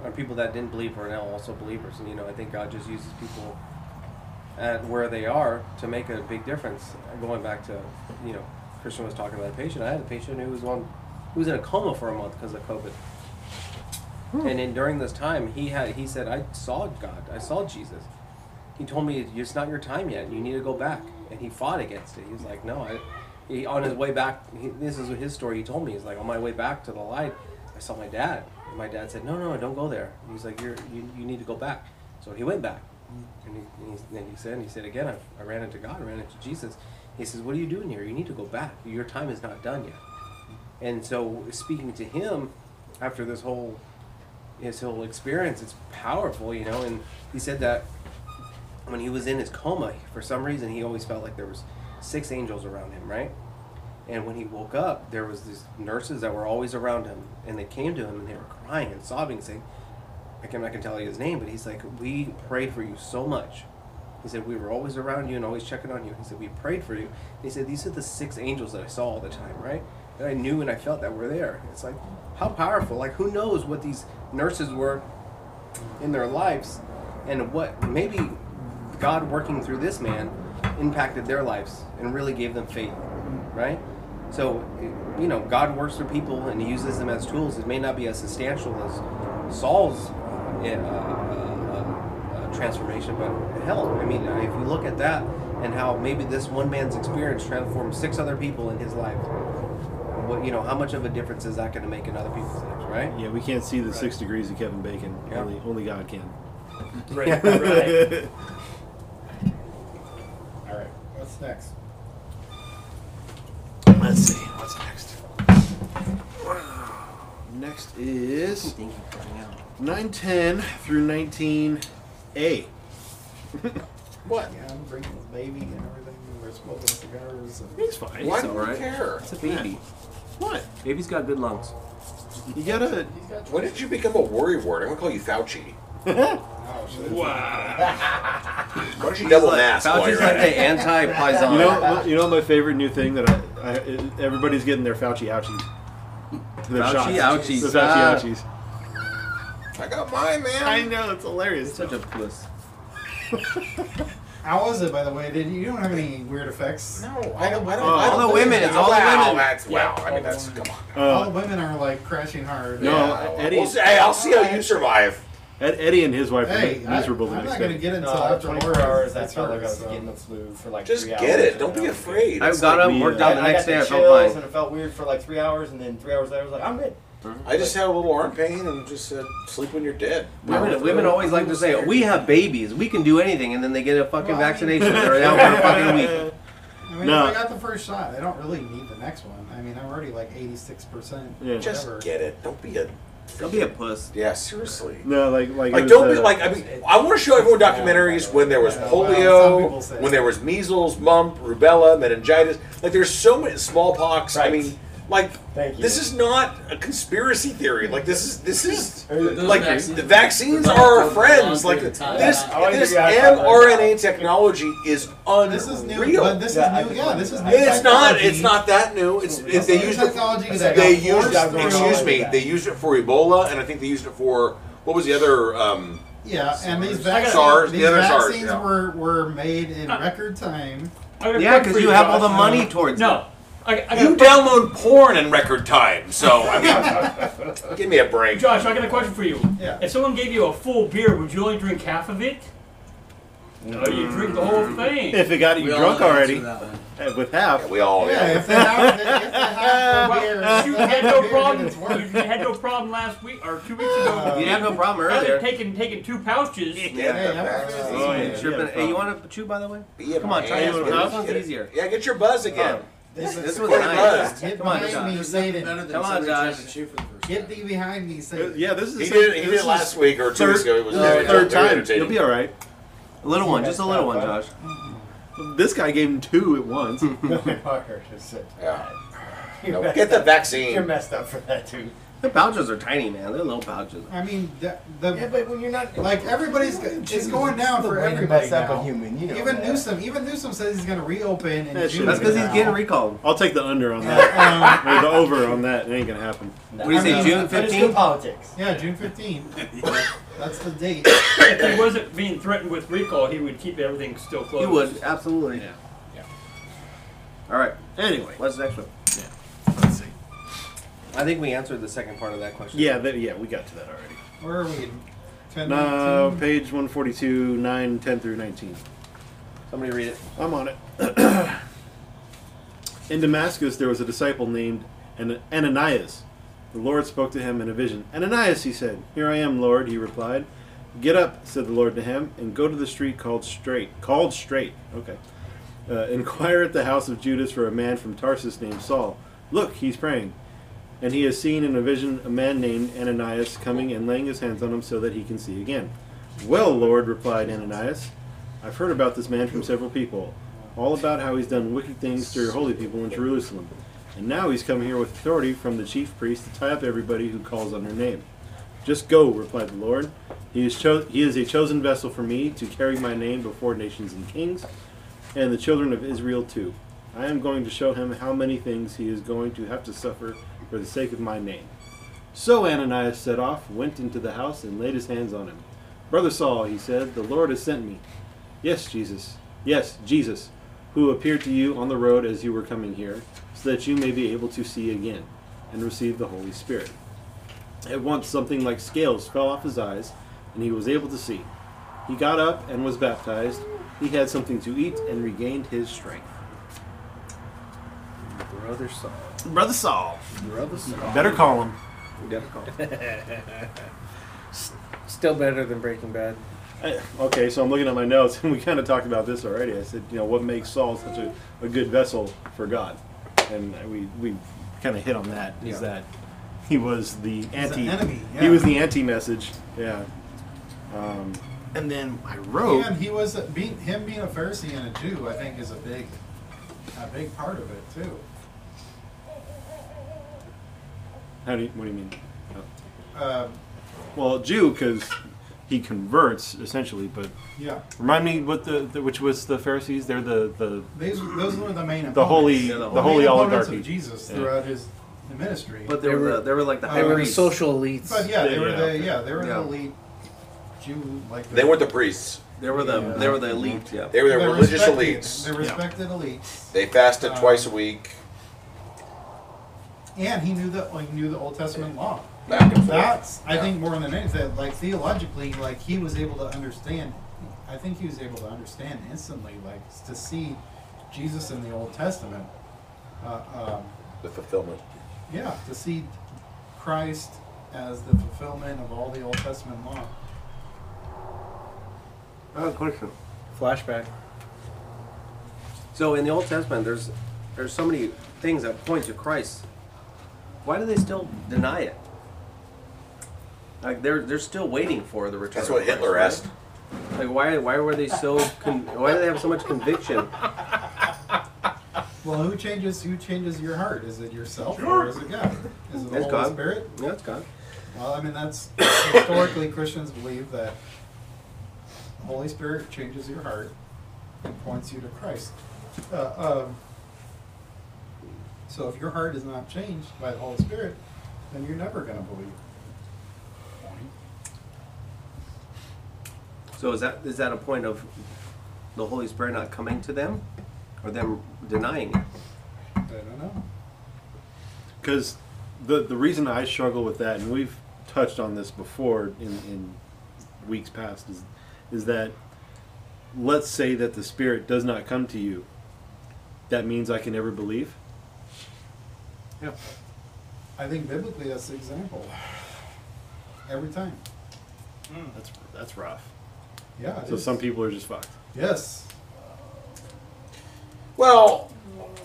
[SPEAKER 1] And people that didn't believe are now also believers, and you know, I think God just uses people at where they are to make a big difference. Going back to, you know, Christian was talking about a patient. I had a patient who was on, who was in a coma for a month because of COVID. And then during this time, he had he said, "I saw God. I saw Jesus." He told me it's not your time yet. You need to go back. And he fought against it. He was like, "No." I, he, on his way back, he, this is his story. He told me he's like, "On my way back to the light, I saw my dad." And my dad said, "No, no, don't go there." He's like, You're, "You you need to go back." So he went back, and he, and he, and he said, and "He said again, I, I ran into God. I ran into Jesus." He says, "What are you doing here? You need to go back. Your time is not done yet." And so, speaking to him after this whole his whole experience, it's powerful, you know. And he said that when he was in his coma, for some reason, he always felt like there was six angels around him, right? And when he woke up, there was these nurses that were always around him, and they came to him and they were crying and sobbing, saying, "I can I can tell you his name, but he's like, we prayed for you so much." He said, "We were always around you and always checking on you." He said, "We prayed for you." And he said, "These are the six angels that I saw all the time, right? That I knew and I felt that were there." It's like how powerful. Like who knows what these nurses were in their lives, and what maybe God working through this man impacted their lives and really gave them faith, right? So, you know, God works through people and He uses them as tools. It may not be as substantial as Saul's uh, uh, uh, uh, transformation, but hell, I mean, uh, if you look at that and how maybe this one man's experience transformed six other people in his life, what you know, how much of a difference is that going to make in other people's lives, right?
[SPEAKER 4] Yeah, we can't see the six degrees of Kevin Bacon.
[SPEAKER 1] Yeah.
[SPEAKER 4] Only, only God can.
[SPEAKER 5] Right. right.
[SPEAKER 4] [laughs]
[SPEAKER 2] All right, what's next?
[SPEAKER 4] Let's see. What's next? Next is
[SPEAKER 1] Thank you for coming out.
[SPEAKER 4] 910 through 19A.
[SPEAKER 2] What? Yeah, I'm bringing this baby and everything. and We're smoking cigars. And
[SPEAKER 4] It's fine.
[SPEAKER 1] Why
[SPEAKER 4] What?
[SPEAKER 1] do you
[SPEAKER 11] care?
[SPEAKER 1] It's a baby.
[SPEAKER 4] What?
[SPEAKER 1] Baby's got good lungs.
[SPEAKER 4] You gotta.
[SPEAKER 11] When did you become a worry word? I'm gonna call you Fauci.
[SPEAKER 1] [laughs]
[SPEAKER 11] Oh, [laughs]
[SPEAKER 5] Wow.
[SPEAKER 11] Why don't you double mask while
[SPEAKER 1] Fauci's
[SPEAKER 11] you're
[SPEAKER 1] like
[SPEAKER 11] at it?
[SPEAKER 1] the anti-Paisan.
[SPEAKER 4] You know, you know my favorite new thing that I, I everybody's getting their Fauci ouchie. Their
[SPEAKER 1] Fauci
[SPEAKER 4] shots.
[SPEAKER 1] ouchies.
[SPEAKER 4] The Fauci
[SPEAKER 1] Ah.
[SPEAKER 4] ouchies.
[SPEAKER 11] I got mine, man.
[SPEAKER 4] I know it's hilarious.
[SPEAKER 1] Such a puss.
[SPEAKER 2] How was it, by the way? Did you, you don't have any weird effects?
[SPEAKER 11] No, I don't. I don't.
[SPEAKER 4] Oh,
[SPEAKER 11] I
[SPEAKER 4] all
[SPEAKER 11] don't
[SPEAKER 1] the
[SPEAKER 11] think-
[SPEAKER 1] women, it's all the
[SPEAKER 11] wow,
[SPEAKER 1] women. Oh.
[SPEAKER 11] That's wow. I
[SPEAKER 5] all
[SPEAKER 11] mean,
[SPEAKER 5] the
[SPEAKER 11] that's
[SPEAKER 5] women.
[SPEAKER 11] come on.
[SPEAKER 2] All the
[SPEAKER 4] Uh,
[SPEAKER 2] women are like crashing hard.
[SPEAKER 4] No,
[SPEAKER 11] Yeah,
[SPEAKER 4] Eddie-
[SPEAKER 11] we'll see, hey, I'll see how you survive.
[SPEAKER 4] Ed, Eddie and his wife
[SPEAKER 2] Hey,
[SPEAKER 4] are miserable
[SPEAKER 2] I,
[SPEAKER 4] the
[SPEAKER 2] I'm
[SPEAKER 4] next
[SPEAKER 2] not gonna
[SPEAKER 4] day.
[SPEAKER 2] get until
[SPEAKER 3] No,
[SPEAKER 2] after
[SPEAKER 3] 24 hours. That's
[SPEAKER 2] That's
[SPEAKER 3] how I was
[SPEAKER 2] hers.
[SPEAKER 3] getting the flu for like
[SPEAKER 11] Just
[SPEAKER 3] three
[SPEAKER 11] get
[SPEAKER 3] hours
[SPEAKER 11] it. Don't
[SPEAKER 3] and
[SPEAKER 11] be
[SPEAKER 3] I was good.
[SPEAKER 11] afraid.
[SPEAKER 1] I
[SPEAKER 11] It's
[SPEAKER 1] got
[SPEAKER 11] like
[SPEAKER 1] up,
[SPEAKER 4] me,
[SPEAKER 1] worked
[SPEAKER 4] uh,
[SPEAKER 1] out the
[SPEAKER 3] I
[SPEAKER 1] next
[SPEAKER 3] got the
[SPEAKER 1] day. I felt
[SPEAKER 3] chills
[SPEAKER 1] fine.
[SPEAKER 3] and it felt weird for like three hours, and then three hours later, I was like, I'm good.
[SPEAKER 11] I just had a little arm pain and just said, "Sleep when you're dead."
[SPEAKER 1] Women, women always like to say, "We have babies. We can do anything," and then they get a fucking
[SPEAKER 2] Well, I mean-
[SPEAKER 1] vaccination.
[SPEAKER 2] [laughs]
[SPEAKER 1] They're out for a fucking week.
[SPEAKER 2] I mean,
[SPEAKER 4] No.
[SPEAKER 2] if I got the first shot, I don't really need the next one. I mean, I'm already like 86%.
[SPEAKER 4] Yeah.
[SPEAKER 11] Just
[SPEAKER 2] whatever.
[SPEAKER 11] get it. Don't be a.
[SPEAKER 1] Don't be a puss.
[SPEAKER 11] Yeah, seriously.
[SPEAKER 4] No, like like.
[SPEAKER 11] Like,
[SPEAKER 4] it
[SPEAKER 11] don't
[SPEAKER 4] was,
[SPEAKER 11] be
[SPEAKER 4] uh,
[SPEAKER 11] like. I mean, I want to show everyone documentaries when there was
[SPEAKER 2] Yeah, well, some people say.
[SPEAKER 11] polio, when there was measles, mump, rubella, meningitis. Like, there's so many smallpox. I
[SPEAKER 3] Right.
[SPEAKER 11] mean, Like
[SPEAKER 9] Thank you.
[SPEAKER 11] this is not a conspiracy theory. Like this is this
[SPEAKER 2] [laughs]
[SPEAKER 11] is
[SPEAKER 9] Those
[SPEAKER 11] like
[SPEAKER 9] vaccines-
[SPEAKER 11] the vaccines
[SPEAKER 9] those
[SPEAKER 11] are our
[SPEAKER 9] vaccines are
[SPEAKER 11] friends.
[SPEAKER 9] long
[SPEAKER 11] Like
[SPEAKER 9] period
[SPEAKER 11] this
[SPEAKER 9] of time. Yeah, I wanna
[SPEAKER 11] this
[SPEAKER 9] give you a high five.
[SPEAKER 11] mRNA technology is unreal.
[SPEAKER 2] This is new. But this is new. Yeah, this is new.
[SPEAKER 11] It's not.
[SPEAKER 2] technology.
[SPEAKER 11] It's not that new. It's it, they
[SPEAKER 2] new
[SPEAKER 11] used
[SPEAKER 2] technology
[SPEAKER 11] it.
[SPEAKER 2] that
[SPEAKER 11] They
[SPEAKER 2] got
[SPEAKER 11] used.
[SPEAKER 2] forced through-
[SPEAKER 11] Excuse me. They used it for Ebola, and I think they used it for what was the other? Um,
[SPEAKER 2] Yeah, and these
[SPEAKER 11] SARS,
[SPEAKER 2] vaccines,
[SPEAKER 11] the
[SPEAKER 2] these
[SPEAKER 11] other SARS,
[SPEAKER 2] vaccines
[SPEAKER 11] yeah.
[SPEAKER 2] were, were made in
[SPEAKER 1] Uh,
[SPEAKER 2] record time.
[SPEAKER 1] Yeah, because you have all the money towards it.
[SPEAKER 5] No. I, I
[SPEAKER 11] you
[SPEAKER 5] got a,
[SPEAKER 11] download porn in record time, so I mean, give me a break.
[SPEAKER 5] Josh, I got a question for you.
[SPEAKER 2] Yeah.
[SPEAKER 5] If someone gave you a full beer, would you only drink half of it? Or you drink the whole thing?
[SPEAKER 4] [laughs] If it got you
[SPEAKER 6] We all
[SPEAKER 4] drunk
[SPEAKER 6] know the answer
[SPEAKER 4] already
[SPEAKER 6] to that one.
[SPEAKER 4] eh, with half,
[SPEAKER 11] We all.
[SPEAKER 2] Yeah, if they
[SPEAKER 5] [laughs]
[SPEAKER 2] have, if they have the beer,
[SPEAKER 5] Uh, Well, you had
[SPEAKER 2] the
[SPEAKER 5] no
[SPEAKER 2] beer,
[SPEAKER 5] problem.
[SPEAKER 2] then it's worth
[SPEAKER 5] You
[SPEAKER 2] it.
[SPEAKER 5] had no problem last week or two weeks ago.
[SPEAKER 1] Uh, You'd have no problem
[SPEAKER 5] Rather
[SPEAKER 1] earlier.
[SPEAKER 5] taking taking two pouches.
[SPEAKER 2] Hey, I'm
[SPEAKER 11] Yeah.
[SPEAKER 2] serious.
[SPEAKER 1] Oh, yeah.
[SPEAKER 4] Yeah,
[SPEAKER 1] Sure,
[SPEAKER 4] yeah,
[SPEAKER 1] but-
[SPEAKER 4] no
[SPEAKER 1] hey, you
[SPEAKER 4] problem.
[SPEAKER 1] want to chew, by the way?
[SPEAKER 11] Yeah,
[SPEAKER 1] Come on,
[SPEAKER 11] my
[SPEAKER 1] try
[SPEAKER 11] ass,
[SPEAKER 1] this one.
[SPEAKER 11] get
[SPEAKER 1] This one's
[SPEAKER 11] it.
[SPEAKER 1] easier.
[SPEAKER 11] Yeah, get your buzz again.
[SPEAKER 1] This, this
[SPEAKER 11] is
[SPEAKER 1] one's
[SPEAKER 11] pretty
[SPEAKER 1] nice.
[SPEAKER 2] Get
[SPEAKER 1] Come on,
[SPEAKER 2] behind me,
[SPEAKER 1] Josh.
[SPEAKER 2] Satan.
[SPEAKER 1] Come on, Josh.
[SPEAKER 2] Get thee behind me, Satan.
[SPEAKER 4] yeah, this is the
[SPEAKER 11] he
[SPEAKER 4] same-
[SPEAKER 11] did. He
[SPEAKER 4] this
[SPEAKER 11] did
[SPEAKER 4] is
[SPEAKER 11] last week or two
[SPEAKER 4] third-
[SPEAKER 11] weeks ago. It was
[SPEAKER 4] this is the
[SPEAKER 11] very-
[SPEAKER 4] third
[SPEAKER 11] very
[SPEAKER 4] time.
[SPEAKER 11] entertaining.
[SPEAKER 4] You'll be all right.
[SPEAKER 1] A little one, just a little one, Josh.
[SPEAKER 4] This guy gave him two at once.
[SPEAKER 11] Yeah. No, get the vaccine.
[SPEAKER 9] You're messed up for that too.
[SPEAKER 1] The pouches are tiny, man. They're little pouches.
[SPEAKER 2] I mean, the, the
[SPEAKER 9] Yeah, but when you're not
[SPEAKER 2] like everybody's go- it's going down
[SPEAKER 9] the
[SPEAKER 2] for
[SPEAKER 9] way to
[SPEAKER 2] everybody
[SPEAKER 9] mess up
[SPEAKER 2] now.
[SPEAKER 9] a human, you know
[SPEAKER 2] even
[SPEAKER 9] that.
[SPEAKER 2] Newsom, even Newsom says he's going to reopen in
[SPEAKER 4] That's
[SPEAKER 2] June.
[SPEAKER 1] That's because he's
[SPEAKER 2] now.
[SPEAKER 1] getting recalled.
[SPEAKER 4] I'll take the under on that.
[SPEAKER 2] Um,
[SPEAKER 4] or the over on that. It ain't gonna happen.
[SPEAKER 1] What do you say, June
[SPEAKER 9] But it's good
[SPEAKER 1] 15th?
[SPEAKER 9] politics.
[SPEAKER 2] yeah, June fifteenth.
[SPEAKER 1] [laughs]
[SPEAKER 2] That's the date.
[SPEAKER 5] If he wasn't being threatened with recall, he would keep everything still closed.
[SPEAKER 1] You would, absolutely.
[SPEAKER 4] Yeah.
[SPEAKER 1] Yeah. All right,
[SPEAKER 4] Anyway.
[SPEAKER 1] what's the next one?
[SPEAKER 4] Let's see.
[SPEAKER 1] I think we answered the second part of that question.
[SPEAKER 4] Yeah, that, yeah, we got to that already.
[SPEAKER 2] Where are we? Ten.
[SPEAKER 4] No,
[SPEAKER 2] 19?
[SPEAKER 4] page 142, 9, 10 through 19.
[SPEAKER 1] Somebody read it.
[SPEAKER 4] I'm on it. [clears throat] in Damascus, there was a disciple named An- Ananias. The Lord spoke to him in a vision. Ananias, he said, Here I am, Lord, he replied. Get up, said the Lord to him, and go to the street called Straight. Called Straight, okay. Uh, inquire at the house of Judas for a man from Tarsus named Saul. Look, he's praying. And he has seen in a vision a man named Ananias coming and laying his hands on him so that he can see again. Well, Lord, replied Ananias, I've heard about this man from several people, all about how he's done wicked things to your holy people in Jerusalem. And now he's come here with authority from the chief priest to tie up everybody who calls on your name. Just go, replied the Lord. He is, cho- he is a chosen vessel for me to carry my name before nations and kings, and the children of Israel too. I am going to show him how many things he is going to have to suffer for the sake of my name. So Ananias set off, went into the house, and laid his hands on him. Brother Saul, he said, the Lord has sent me. Yes, Jesus. Yes, Jesus, who appeared to you on the road as you were coming here, so that you may be able to see again and receive the Holy Spirit. At once, something like scales fell off his eyes, and he was able to see. He got up and was baptized. He had something to eat and regained his strength.
[SPEAKER 3] Brother Saul.
[SPEAKER 4] Brother Saul.
[SPEAKER 3] Brother Saul.
[SPEAKER 4] Better call him. [laughs]
[SPEAKER 3] Still better than Breaking Bad.
[SPEAKER 4] I- Okay, so I'm looking at my notes, [laughs] and we kind of talked about this already. I said, you know, what makes Saul such a, a good vessel for God? And we, we kind of hit on that. Is
[SPEAKER 1] Yeah.
[SPEAKER 4] that he was the anti
[SPEAKER 2] enemy,
[SPEAKER 4] he
[SPEAKER 2] yeah.
[SPEAKER 4] was the anti message, yeah. Um, and then I wrote
[SPEAKER 2] And he was being him being a Pharisee and a Jew. I think is a big, a big part of it too.
[SPEAKER 4] how do you, what do you mean? Oh.
[SPEAKER 2] Um,
[SPEAKER 4] Well, Jew because he converts essentially, but
[SPEAKER 2] yeah,
[SPEAKER 4] remind me what the, the which was the Pharisees? They're the the
[SPEAKER 2] these those were the main
[SPEAKER 4] the holy
[SPEAKER 1] Yeah, the
[SPEAKER 4] the
[SPEAKER 1] holy-
[SPEAKER 4] holy
[SPEAKER 2] opponents
[SPEAKER 4] oligarchy.
[SPEAKER 2] of Jesus
[SPEAKER 4] Yeah.
[SPEAKER 2] throughout his ministry.
[SPEAKER 1] But they,
[SPEAKER 3] They
[SPEAKER 1] were,
[SPEAKER 3] were-
[SPEAKER 1] the, they were like the high
[SPEAKER 2] they were the
[SPEAKER 3] They were
[SPEAKER 1] priests.
[SPEAKER 3] social elites.
[SPEAKER 2] But yeah, they were
[SPEAKER 4] Yeah.
[SPEAKER 2] the yeah they were
[SPEAKER 1] Yeah.
[SPEAKER 2] the elite Jew
[SPEAKER 11] [laughs]
[SPEAKER 2] like
[SPEAKER 11] They weren't the priests.
[SPEAKER 1] They were the
[SPEAKER 2] Yeah.
[SPEAKER 1] they were the elite. Yeah.
[SPEAKER 11] They were the religious
[SPEAKER 2] respected-
[SPEAKER 11] elites.
[SPEAKER 2] They respected elites,
[SPEAKER 11] They fasted
[SPEAKER 2] Um,
[SPEAKER 11] twice a week.
[SPEAKER 2] and he knew the like knew the Old Testament law.
[SPEAKER 11] Back and forth.
[SPEAKER 2] That's I think more than anything that like theologically like he was able to understand. I think he was able to understand instantly like to see Jesus in the Old Testament. Uh, um,
[SPEAKER 11] the fulfillment.
[SPEAKER 2] yeah, to see Christ as the fulfillment of all the Old Testament law.
[SPEAKER 1] Oh, question.
[SPEAKER 3] Flashback.
[SPEAKER 1] So in the Old Testament, there's there's so many things that point to Christ. Why do they still deny it? Like they're they're still waiting for the return.
[SPEAKER 11] That's
[SPEAKER 1] of
[SPEAKER 11] what
[SPEAKER 1] Christ,
[SPEAKER 11] Hitler
[SPEAKER 1] right?
[SPEAKER 11] asked.
[SPEAKER 1] Like why why were they so con- why do they have so much conviction?
[SPEAKER 2] Well, who changes who changes your heart? Is it yourself or is it God? Is it the
[SPEAKER 1] It's
[SPEAKER 2] Holy
[SPEAKER 1] God.
[SPEAKER 2] Spirit?
[SPEAKER 1] Yeah, it's God.
[SPEAKER 2] Well, I mean, that's historically Christians believe that the Holy Spirit changes your heart and points you to Christ. Uh, um, so if your heart is not changed by the Holy Spirit, then you're never going to believe.
[SPEAKER 1] So is that is that a point of the Holy Spirit not coming to them, or them denying it?
[SPEAKER 2] I don't know.
[SPEAKER 4] because the the reason I struggle with that, and we've touched on this before in, in weeks past, is is that let's say that the spirit does not come to you, that means I can never believe.
[SPEAKER 2] Yeah. I think biblically that's the example. Every time.
[SPEAKER 11] Hmm.
[SPEAKER 4] That's that's rough.
[SPEAKER 2] Yeah. it
[SPEAKER 4] So
[SPEAKER 2] is.
[SPEAKER 4] some people are just fucked.
[SPEAKER 2] Yes.
[SPEAKER 11] Well,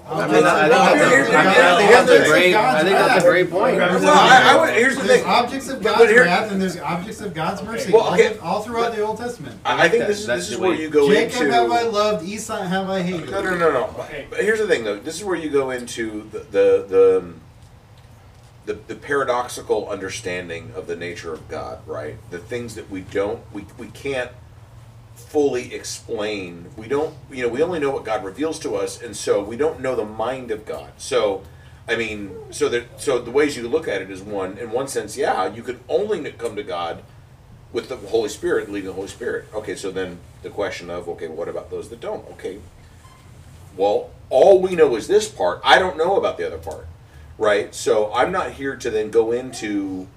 [SPEAKER 1] I mean, I think that's a- I think that's a great- I think that's a great point.
[SPEAKER 11] Well, I- I would- here's the
[SPEAKER 2] there's
[SPEAKER 11] thing.
[SPEAKER 2] objects of
[SPEAKER 11] But
[SPEAKER 2] God's
[SPEAKER 11] here-
[SPEAKER 2] wrath and there's objects of God's mercy.
[SPEAKER 11] Well, okay.
[SPEAKER 2] all, all throughout the Old Testament.
[SPEAKER 11] I, I think this, is
[SPEAKER 1] That's
[SPEAKER 11] this
[SPEAKER 1] the
[SPEAKER 11] is where
[SPEAKER 1] way-
[SPEAKER 11] you go
[SPEAKER 2] Jacob
[SPEAKER 11] into.
[SPEAKER 2] have I loved, Esau have I hated.
[SPEAKER 11] No, no, no, no. But here's the thing, though. This is where you go into the the the, um, the, the paradoxical understanding of the nature of God, right? The things that we don't, we, we can't fully explain. We don't, you know, we only know what God reveals to us, and so we don't know the mind of God. So, I mean, so that so the ways you look at it is one. In one sense, yeah, you could only come to God with the Holy Spirit, leading the Holy Spirit. Okay, so then the question of okay, what about those that don't? Okay, well, all we know is this part. I don't know about the other part, right? So I'm not here to then go into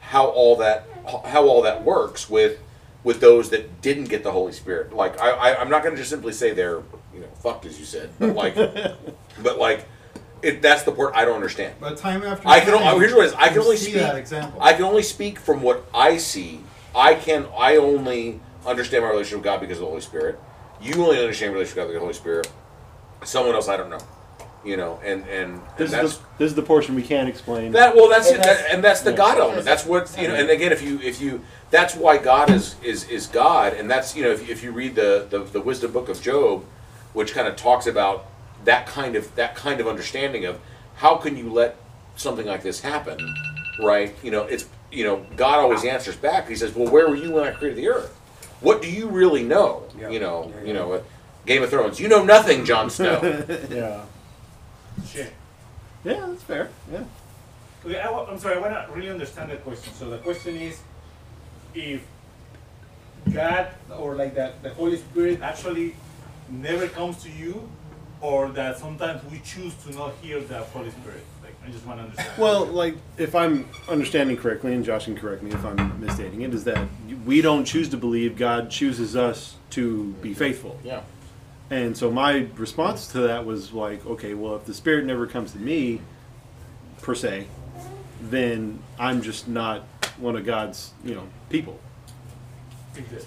[SPEAKER 11] how all that how all that works with with those that didn't get the Holy Spirit. Like I, I I'm not going to just simply say they're you know fucked as you said, but like but like it, that's the part I don't understand.
[SPEAKER 2] But time after
[SPEAKER 11] I can.
[SPEAKER 2] time,
[SPEAKER 11] o- Here's what it is. I can
[SPEAKER 2] you
[SPEAKER 11] only
[SPEAKER 2] see
[SPEAKER 11] speak.
[SPEAKER 2] that example.
[SPEAKER 11] I can only speak from what I see. I can. I only understand my relationship with God because of the Holy Spirit. You only understand your relationship with God because of the Holy Spirit. Someone else, I don't know. You know, and and, and
[SPEAKER 4] This
[SPEAKER 11] that's
[SPEAKER 4] is the, this is the portion we can't explain.
[SPEAKER 11] that. Well, that's
[SPEAKER 9] And
[SPEAKER 11] it. That,
[SPEAKER 9] that's-
[SPEAKER 11] and that's the
[SPEAKER 4] yeah.
[SPEAKER 11] God element. That's what you know. And again, if you if you that's why God is is is God, and that's you know if, you- if you read the, the the wisdom book of Job, which kind of talks about that kind of that kind of understanding of how can you let something like this happen, right? You know, it's you know God always answers back. He says, "Well, where were you when I created the earth? What do you really know?
[SPEAKER 12] Yeah.
[SPEAKER 11] You know,
[SPEAKER 12] Yeah,
[SPEAKER 11] you
[SPEAKER 12] yeah.
[SPEAKER 11] know." uh, Game of Thrones. You know nothing, Jon Snow.
[SPEAKER 4] yeah.
[SPEAKER 7] Shit.
[SPEAKER 4] Yeah, that's fair. Yeah.
[SPEAKER 7] Okay, I, wa- I'm sorry, I want to really understand the question. So the question is, if God or like that the Holy Spirit actually never comes to you, or that sometimes we choose to not hear the Holy Spirit. Like I just want to
[SPEAKER 4] [laughs]
[SPEAKER 7] understand.
[SPEAKER 4] Well, like if I'm understanding correctly, and Josh can correct me if I'm misstating it, is that we don't choose to believe; God chooses us to be faithful.
[SPEAKER 11] yeah.
[SPEAKER 4] And so my response to that was like, okay, well, if the Spirit never comes to me, per se, then I'm just not one of God's, you know, people.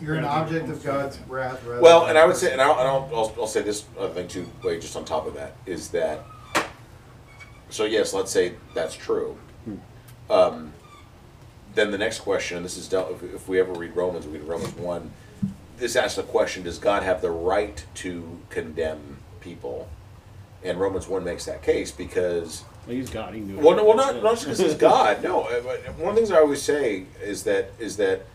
[SPEAKER 2] You're an object of God's wrath. rather
[SPEAKER 11] Well,
[SPEAKER 2] than
[SPEAKER 11] and I would say,
[SPEAKER 2] mercy.
[SPEAKER 11] and I'll, and I'll, I'll, I'll say this other thing too, like just on top of that, is that. So yes, let's say that's true.
[SPEAKER 4] Hmm.
[SPEAKER 11] Um, then the next question, and this is dealt, if, if we ever read Romans, we read Romans one. This asks the question: Does God have the right to condemn people? And Romans one makes that case because
[SPEAKER 4] Like he's God; he knew.
[SPEAKER 11] well, no, well,
[SPEAKER 4] Yeah.
[SPEAKER 11] not not just because he's God. No, [laughs] uh, but one of the things I always say is that is that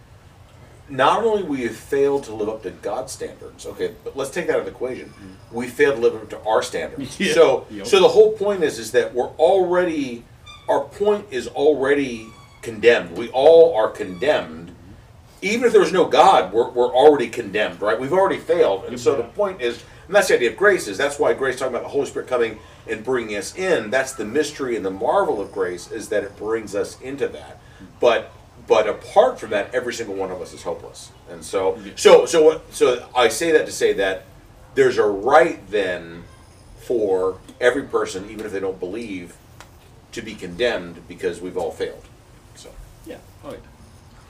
[SPEAKER 11] not only we have failed to live up to God's standards. Okay, but let's take that out of the equation. We failed to live up to our standards.
[SPEAKER 4] Mm-hmm. [laughs] Yeah.
[SPEAKER 11] So,
[SPEAKER 4] Yep.
[SPEAKER 11] so the whole point is is that we're already our point is already condemned. We all are condemned.
[SPEAKER 4] Mm-hmm.
[SPEAKER 11] Even if there's no God, we're, we're already condemned, right? We've already failed. And so the point is, and that's the idea of grace, is that's why grace, talking about the Holy Spirit coming and bringing us in, that's the mystery and the marvel of grace, is that it brings us into that. But but apart from that, every single one of us is hopeless. And so, so, so, what, so I say that to say that there's a right then for every person, even if they don't believe, to be condemned because we've all failed. So,
[SPEAKER 4] Yeah. Oh, yeah.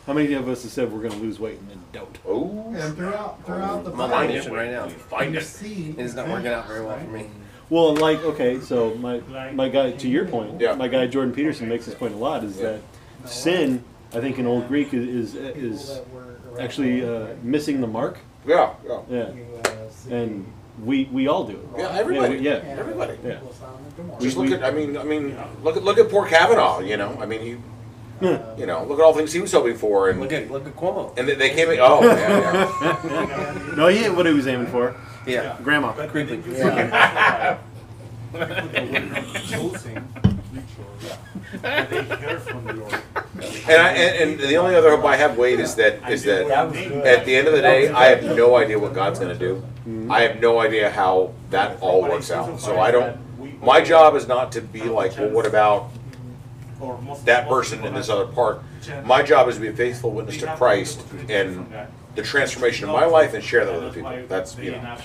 [SPEAKER 4] How many of us have said we're going to lose weight and then don't?
[SPEAKER 11] oh,
[SPEAKER 2] And throughout throughout the
[SPEAKER 1] My
[SPEAKER 2] Bible,
[SPEAKER 1] mind is right now.
[SPEAKER 11] find
[SPEAKER 2] you
[SPEAKER 11] it.
[SPEAKER 2] see
[SPEAKER 1] It is not working out very well for me.
[SPEAKER 4] Well, and like okay, so my my guy to your point,
[SPEAKER 11] Yeah.
[SPEAKER 4] my guy Jordan Peterson makes this point a lot is
[SPEAKER 11] Yeah.
[SPEAKER 4] that sin, I think in old Greek is is,
[SPEAKER 2] people
[SPEAKER 4] is
[SPEAKER 2] that were around
[SPEAKER 4] actually
[SPEAKER 2] the
[SPEAKER 4] uh,
[SPEAKER 2] Lord,
[SPEAKER 4] missing the mark.
[SPEAKER 11] Yeah, yeah.
[SPEAKER 4] Yeah.
[SPEAKER 2] you, uh, see
[SPEAKER 4] And we we all do it.
[SPEAKER 11] Yeah, everybody.
[SPEAKER 4] Yeah, we- yeah.
[SPEAKER 11] everybody.
[SPEAKER 4] Yeah.
[SPEAKER 11] Just
[SPEAKER 4] We-
[SPEAKER 11] look at. I mean, I mean, look at look at poor Kavanaugh. You know, I mean, he. You know, look at all the things he was hoping for, and
[SPEAKER 1] Look at look at Cuomo.
[SPEAKER 11] and they, they came. in- Oh, yeah,
[SPEAKER 4] [laughs] no, he ain't what he was aiming for.
[SPEAKER 1] Yeah.
[SPEAKER 4] Grandma.
[SPEAKER 1] Creepy.
[SPEAKER 11] yeah. And, I, and and the only other hope I have, Wade, is that is that
[SPEAKER 9] That was good.
[SPEAKER 11] at the end of the day, I have no idea what God's going to do. I have no idea how that all works out. So I don't. My job is not to be like, well, what about that person in this other park? My job is to be a faithful witness to Christ and the transformation of my life and share that with other people. That's you know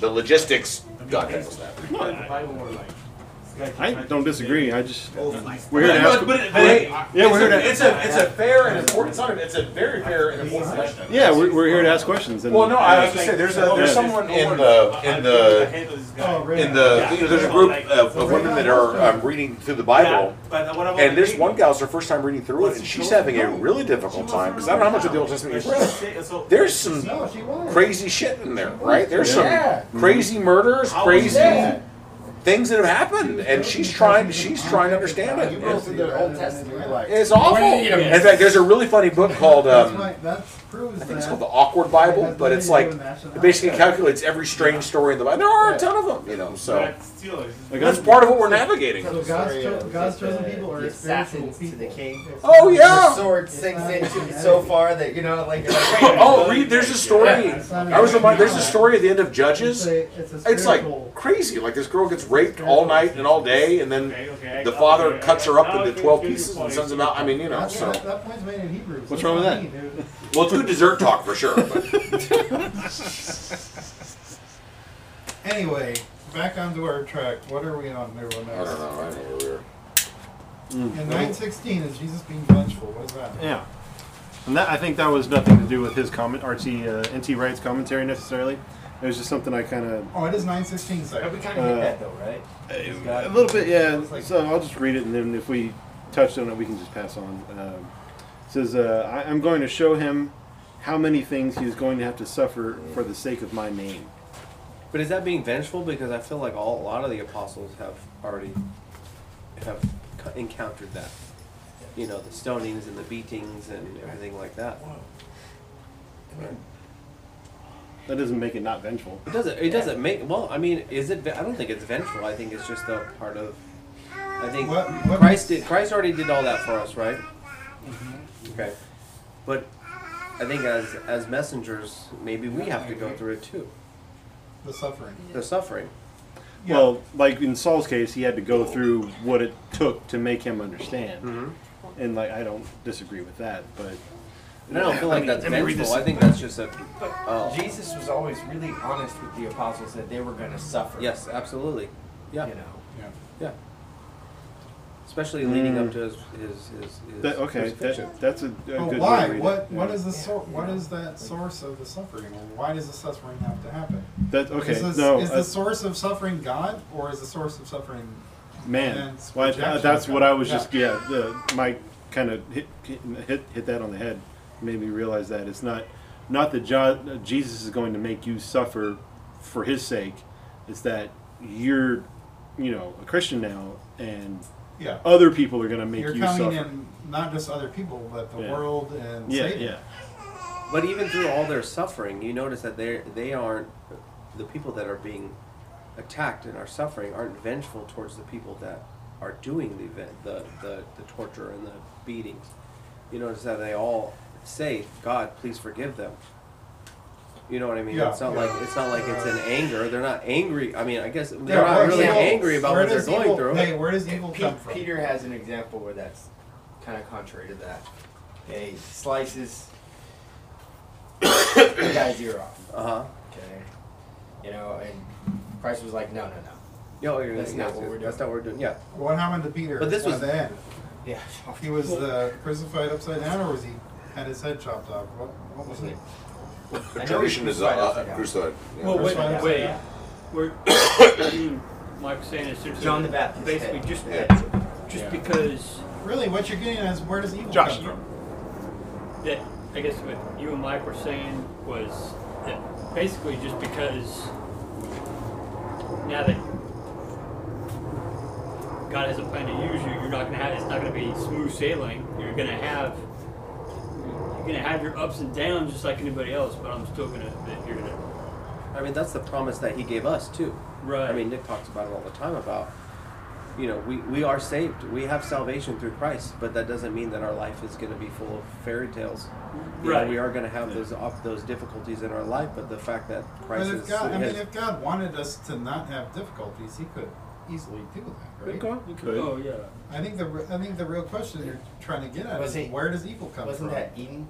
[SPEAKER 11] the logistics. God handles that.
[SPEAKER 4] I don't disagree. I just
[SPEAKER 11] But
[SPEAKER 4] we're here to ask. yeah, we're here to.
[SPEAKER 11] it's a it's a fair and important time. It's a very fair and important question.
[SPEAKER 4] Yeah, we're, we're here to ask questions. And
[SPEAKER 11] Well, no, I was gonna say there's a there's someone in the in the in the you know, there's a group of, of women that are um, reading through the Bible, and this one gal's her first time reading through it, and she's having a really difficult time because I don't know how much of the Old Testament you've read. There's some
[SPEAKER 2] No, she was.
[SPEAKER 11] crazy shit in there, right? There's
[SPEAKER 2] Yeah.
[SPEAKER 11] some crazy murders, crazy
[SPEAKER 2] Yeah.
[SPEAKER 11] things that have happened, and she's trying she's trying to understand
[SPEAKER 2] You
[SPEAKER 11] it.
[SPEAKER 2] go
[SPEAKER 11] It's,
[SPEAKER 2] through the Old Testament, like
[SPEAKER 11] it's awful. In fact, there's a really funny book called.
[SPEAKER 2] that's
[SPEAKER 11] Um,
[SPEAKER 2] my, that proves
[SPEAKER 11] I think
[SPEAKER 2] that.
[SPEAKER 11] it's called the Awkward Bible, but it's like it basically calculates every strange story in the Bible. There are a ton of them, you know. So that's part of what we're navigating.
[SPEAKER 2] So God's,
[SPEAKER 3] uh,
[SPEAKER 2] cho- God's chosen people are spiritual
[SPEAKER 9] assassins to
[SPEAKER 2] people.
[SPEAKER 9] the king.
[SPEAKER 11] Oh
[SPEAKER 9] The
[SPEAKER 11] yeah.
[SPEAKER 9] sword sinks into it so far that you know, like.
[SPEAKER 11] Oh, read. There's a story. I was reminded. There's a story at the end of
[SPEAKER 2] It's,
[SPEAKER 11] Judges.
[SPEAKER 2] a, it's, a
[SPEAKER 11] It's like
[SPEAKER 2] spiritual-
[SPEAKER 11] crazy. Like this girl gets raped all night and all day, and then the
[SPEAKER 13] The
[SPEAKER 11] father cuts her up into twelve pieces and sends them out. I mean, you know.
[SPEAKER 2] That's-
[SPEAKER 11] So
[SPEAKER 2] that, that point's made in Hebrews.
[SPEAKER 4] What's
[SPEAKER 2] That's
[SPEAKER 4] wrong with
[SPEAKER 2] what
[SPEAKER 4] that?
[SPEAKER 2] I mean, dude.
[SPEAKER 11] well, it's good dessert talk for sure. But
[SPEAKER 2] [laughs] Anyway, back onto our track. What are we on there?
[SPEAKER 11] I don't know. I don't know. where
[SPEAKER 2] In 916 is Jesus being vengeful. What is that?
[SPEAKER 4] Mm. Yeah. And that, I think that was nothing to do with his comment, RT, uh, NT Wright's commentary necessarily. It was just something I kind of.
[SPEAKER 2] Oh, it is 916. So.
[SPEAKER 9] We kind of hit that though, right?
[SPEAKER 4] A little bit, yeah. So I'll just read it, and then if we touched on it, we can just pass on. Um, it says, uh, I, I'm going to show him how many things he is going to have to suffer for the sake of my name.
[SPEAKER 1] But is that being vengeful? Because I feel like all a lot of the apostles have already have co- encountered that. You know, the stonings and the beatings and everything like that.
[SPEAKER 4] That doesn't make it not vengeful.
[SPEAKER 1] It doesn't. It doesn't make. Well, I mean, is it? ve- I don't think it's vengeful. I think it's just a part of. I think
[SPEAKER 2] What- what
[SPEAKER 1] Christ did. Christ already did all that for us, right?
[SPEAKER 2] Mm-hmm.
[SPEAKER 1] Okay, but I think as as messengers, maybe we have to go through it too.
[SPEAKER 2] The suffering.
[SPEAKER 1] The suffering.
[SPEAKER 4] Well, like in Saul's case, he had to go through what it took to make him understand.
[SPEAKER 2] Mm-hmm.
[SPEAKER 4] And like, I don't disagree with that, but
[SPEAKER 1] And I don't feel like that's
[SPEAKER 4] let me read
[SPEAKER 1] vengeful.
[SPEAKER 4] this.
[SPEAKER 1] I think that's just a.
[SPEAKER 9] But
[SPEAKER 1] Oh.
[SPEAKER 9] Jesus was always really honest with the apostles that they were going to suffer.
[SPEAKER 1] Yes, absolutely.
[SPEAKER 9] You
[SPEAKER 1] Yeah.
[SPEAKER 9] know.
[SPEAKER 2] Yeah.
[SPEAKER 1] Yeah. Especially leading up to his his his. his
[SPEAKER 4] Mm. that, okay,
[SPEAKER 1] crucifixion.
[SPEAKER 4] that, that's a, a
[SPEAKER 2] But
[SPEAKER 4] good
[SPEAKER 2] why?
[SPEAKER 4] Way to read
[SPEAKER 2] What?
[SPEAKER 4] it.
[SPEAKER 2] What is the sor- What is that source of the suffering? Or why does the suffering have to happen?
[SPEAKER 4] That, okay,
[SPEAKER 2] Is, this,
[SPEAKER 4] no,
[SPEAKER 2] is
[SPEAKER 4] uh,
[SPEAKER 2] the source of suffering God, or is the source of suffering?
[SPEAKER 4] man.
[SPEAKER 2] man's
[SPEAKER 4] Well, I- uh,
[SPEAKER 2] projection
[SPEAKER 4] that's what I was
[SPEAKER 2] of
[SPEAKER 4] just yeah. The, Mike kind of hit, hit hit that on the head, made me realize that it's not not that Jo- Jesus is going to make you suffer for His sake. It's that you're you know a Christian now, and
[SPEAKER 2] Yeah.
[SPEAKER 4] other people are going to make
[SPEAKER 2] You're
[SPEAKER 4] you
[SPEAKER 2] counting
[SPEAKER 4] suffer.
[SPEAKER 2] in not just other people, but the
[SPEAKER 4] Yeah.
[SPEAKER 2] world and
[SPEAKER 4] yeah,
[SPEAKER 2] Satan.
[SPEAKER 4] yeah.
[SPEAKER 1] But even through all their suffering, you notice that they they aren't the people that are being attacked and are suffering aren't vengeful towards the people that are doing the event, the the, the torture and the beatings. You notice that they all say, "God, please forgive them." You know what I mean?
[SPEAKER 2] Yeah,
[SPEAKER 1] it's not
[SPEAKER 2] yeah.
[SPEAKER 1] like it's not like it's an anger. They're not angry. I mean, I guess they're
[SPEAKER 2] Yeah,
[SPEAKER 1] not
[SPEAKER 2] where
[SPEAKER 1] really
[SPEAKER 2] does evil-
[SPEAKER 1] angry about
[SPEAKER 2] where
[SPEAKER 1] what they're
[SPEAKER 2] does
[SPEAKER 1] going
[SPEAKER 2] evil-
[SPEAKER 1] through.
[SPEAKER 2] Hey, where does evil
[SPEAKER 9] Pe-
[SPEAKER 2] come from?
[SPEAKER 9] Peter has an example where that's kind of contrary to that. Yeah, he slices [coughs] the guy's ear off.
[SPEAKER 1] Uh huh.
[SPEAKER 9] Okay. You know, and Christ was like, no, no, no.
[SPEAKER 1] Yeah, oh, yeah,
[SPEAKER 9] That's
[SPEAKER 1] yeah,
[SPEAKER 9] not what we're
[SPEAKER 1] That's
[SPEAKER 9] doing.
[SPEAKER 1] not what we're doing. Yeah.
[SPEAKER 2] What happened to Peter?
[SPEAKER 1] But this
[SPEAKER 2] at
[SPEAKER 1] was-
[SPEAKER 2] the end.
[SPEAKER 9] Yeah.
[SPEAKER 2] He was uh, crucified upside down, or was he had his head chopped off? What, what was
[SPEAKER 9] I
[SPEAKER 2] it?
[SPEAKER 9] know
[SPEAKER 11] The Tradition
[SPEAKER 9] he's
[SPEAKER 11] is uh,
[SPEAKER 9] crucified
[SPEAKER 11] uh,
[SPEAKER 9] upside down.
[SPEAKER 11] crucified. yeah.
[SPEAKER 5] Well, wait,
[SPEAKER 2] Yeah.
[SPEAKER 5] wait. We're [coughs] Mike's saying it's just
[SPEAKER 9] John the Baptist.
[SPEAKER 5] Basically, just
[SPEAKER 11] Yeah.
[SPEAKER 5] that, just because
[SPEAKER 2] Really, what you're getting at is where does evil
[SPEAKER 4] Josh,
[SPEAKER 2] come from?
[SPEAKER 5] that I guess what you and Mike were saying was that basically just because now that God has a plan to use you, you're not gonna have it's not gonna be smooth sailing. You're gonna have you're gonna have your ups and downs just like anybody else, but I'm still gonna that you're gonna
[SPEAKER 12] I mean, that's the promise that he gave us too.
[SPEAKER 5] Right.
[SPEAKER 12] I mean, Nick talks about it all the time about, you know, we, we are saved. We have salvation through Christ, but that doesn't mean that our life is going to be full of fairy tales. You know,
[SPEAKER 5] Right.
[SPEAKER 12] we are going to have those op- those difficulties in our life, but the fact that
[SPEAKER 2] But
[SPEAKER 12] Christ
[SPEAKER 2] if
[SPEAKER 12] is
[SPEAKER 2] God, I mean,
[SPEAKER 12] has-
[SPEAKER 2] if God wanted us to not have difficulties, He could easily do that, right?
[SPEAKER 4] You could.
[SPEAKER 5] Oh yeah.
[SPEAKER 2] I think the re- I think the real question you're trying to get at
[SPEAKER 9] Was
[SPEAKER 2] is
[SPEAKER 9] he-
[SPEAKER 2] where does evil come
[SPEAKER 9] Wasn't
[SPEAKER 2] from?
[SPEAKER 9] that Eden?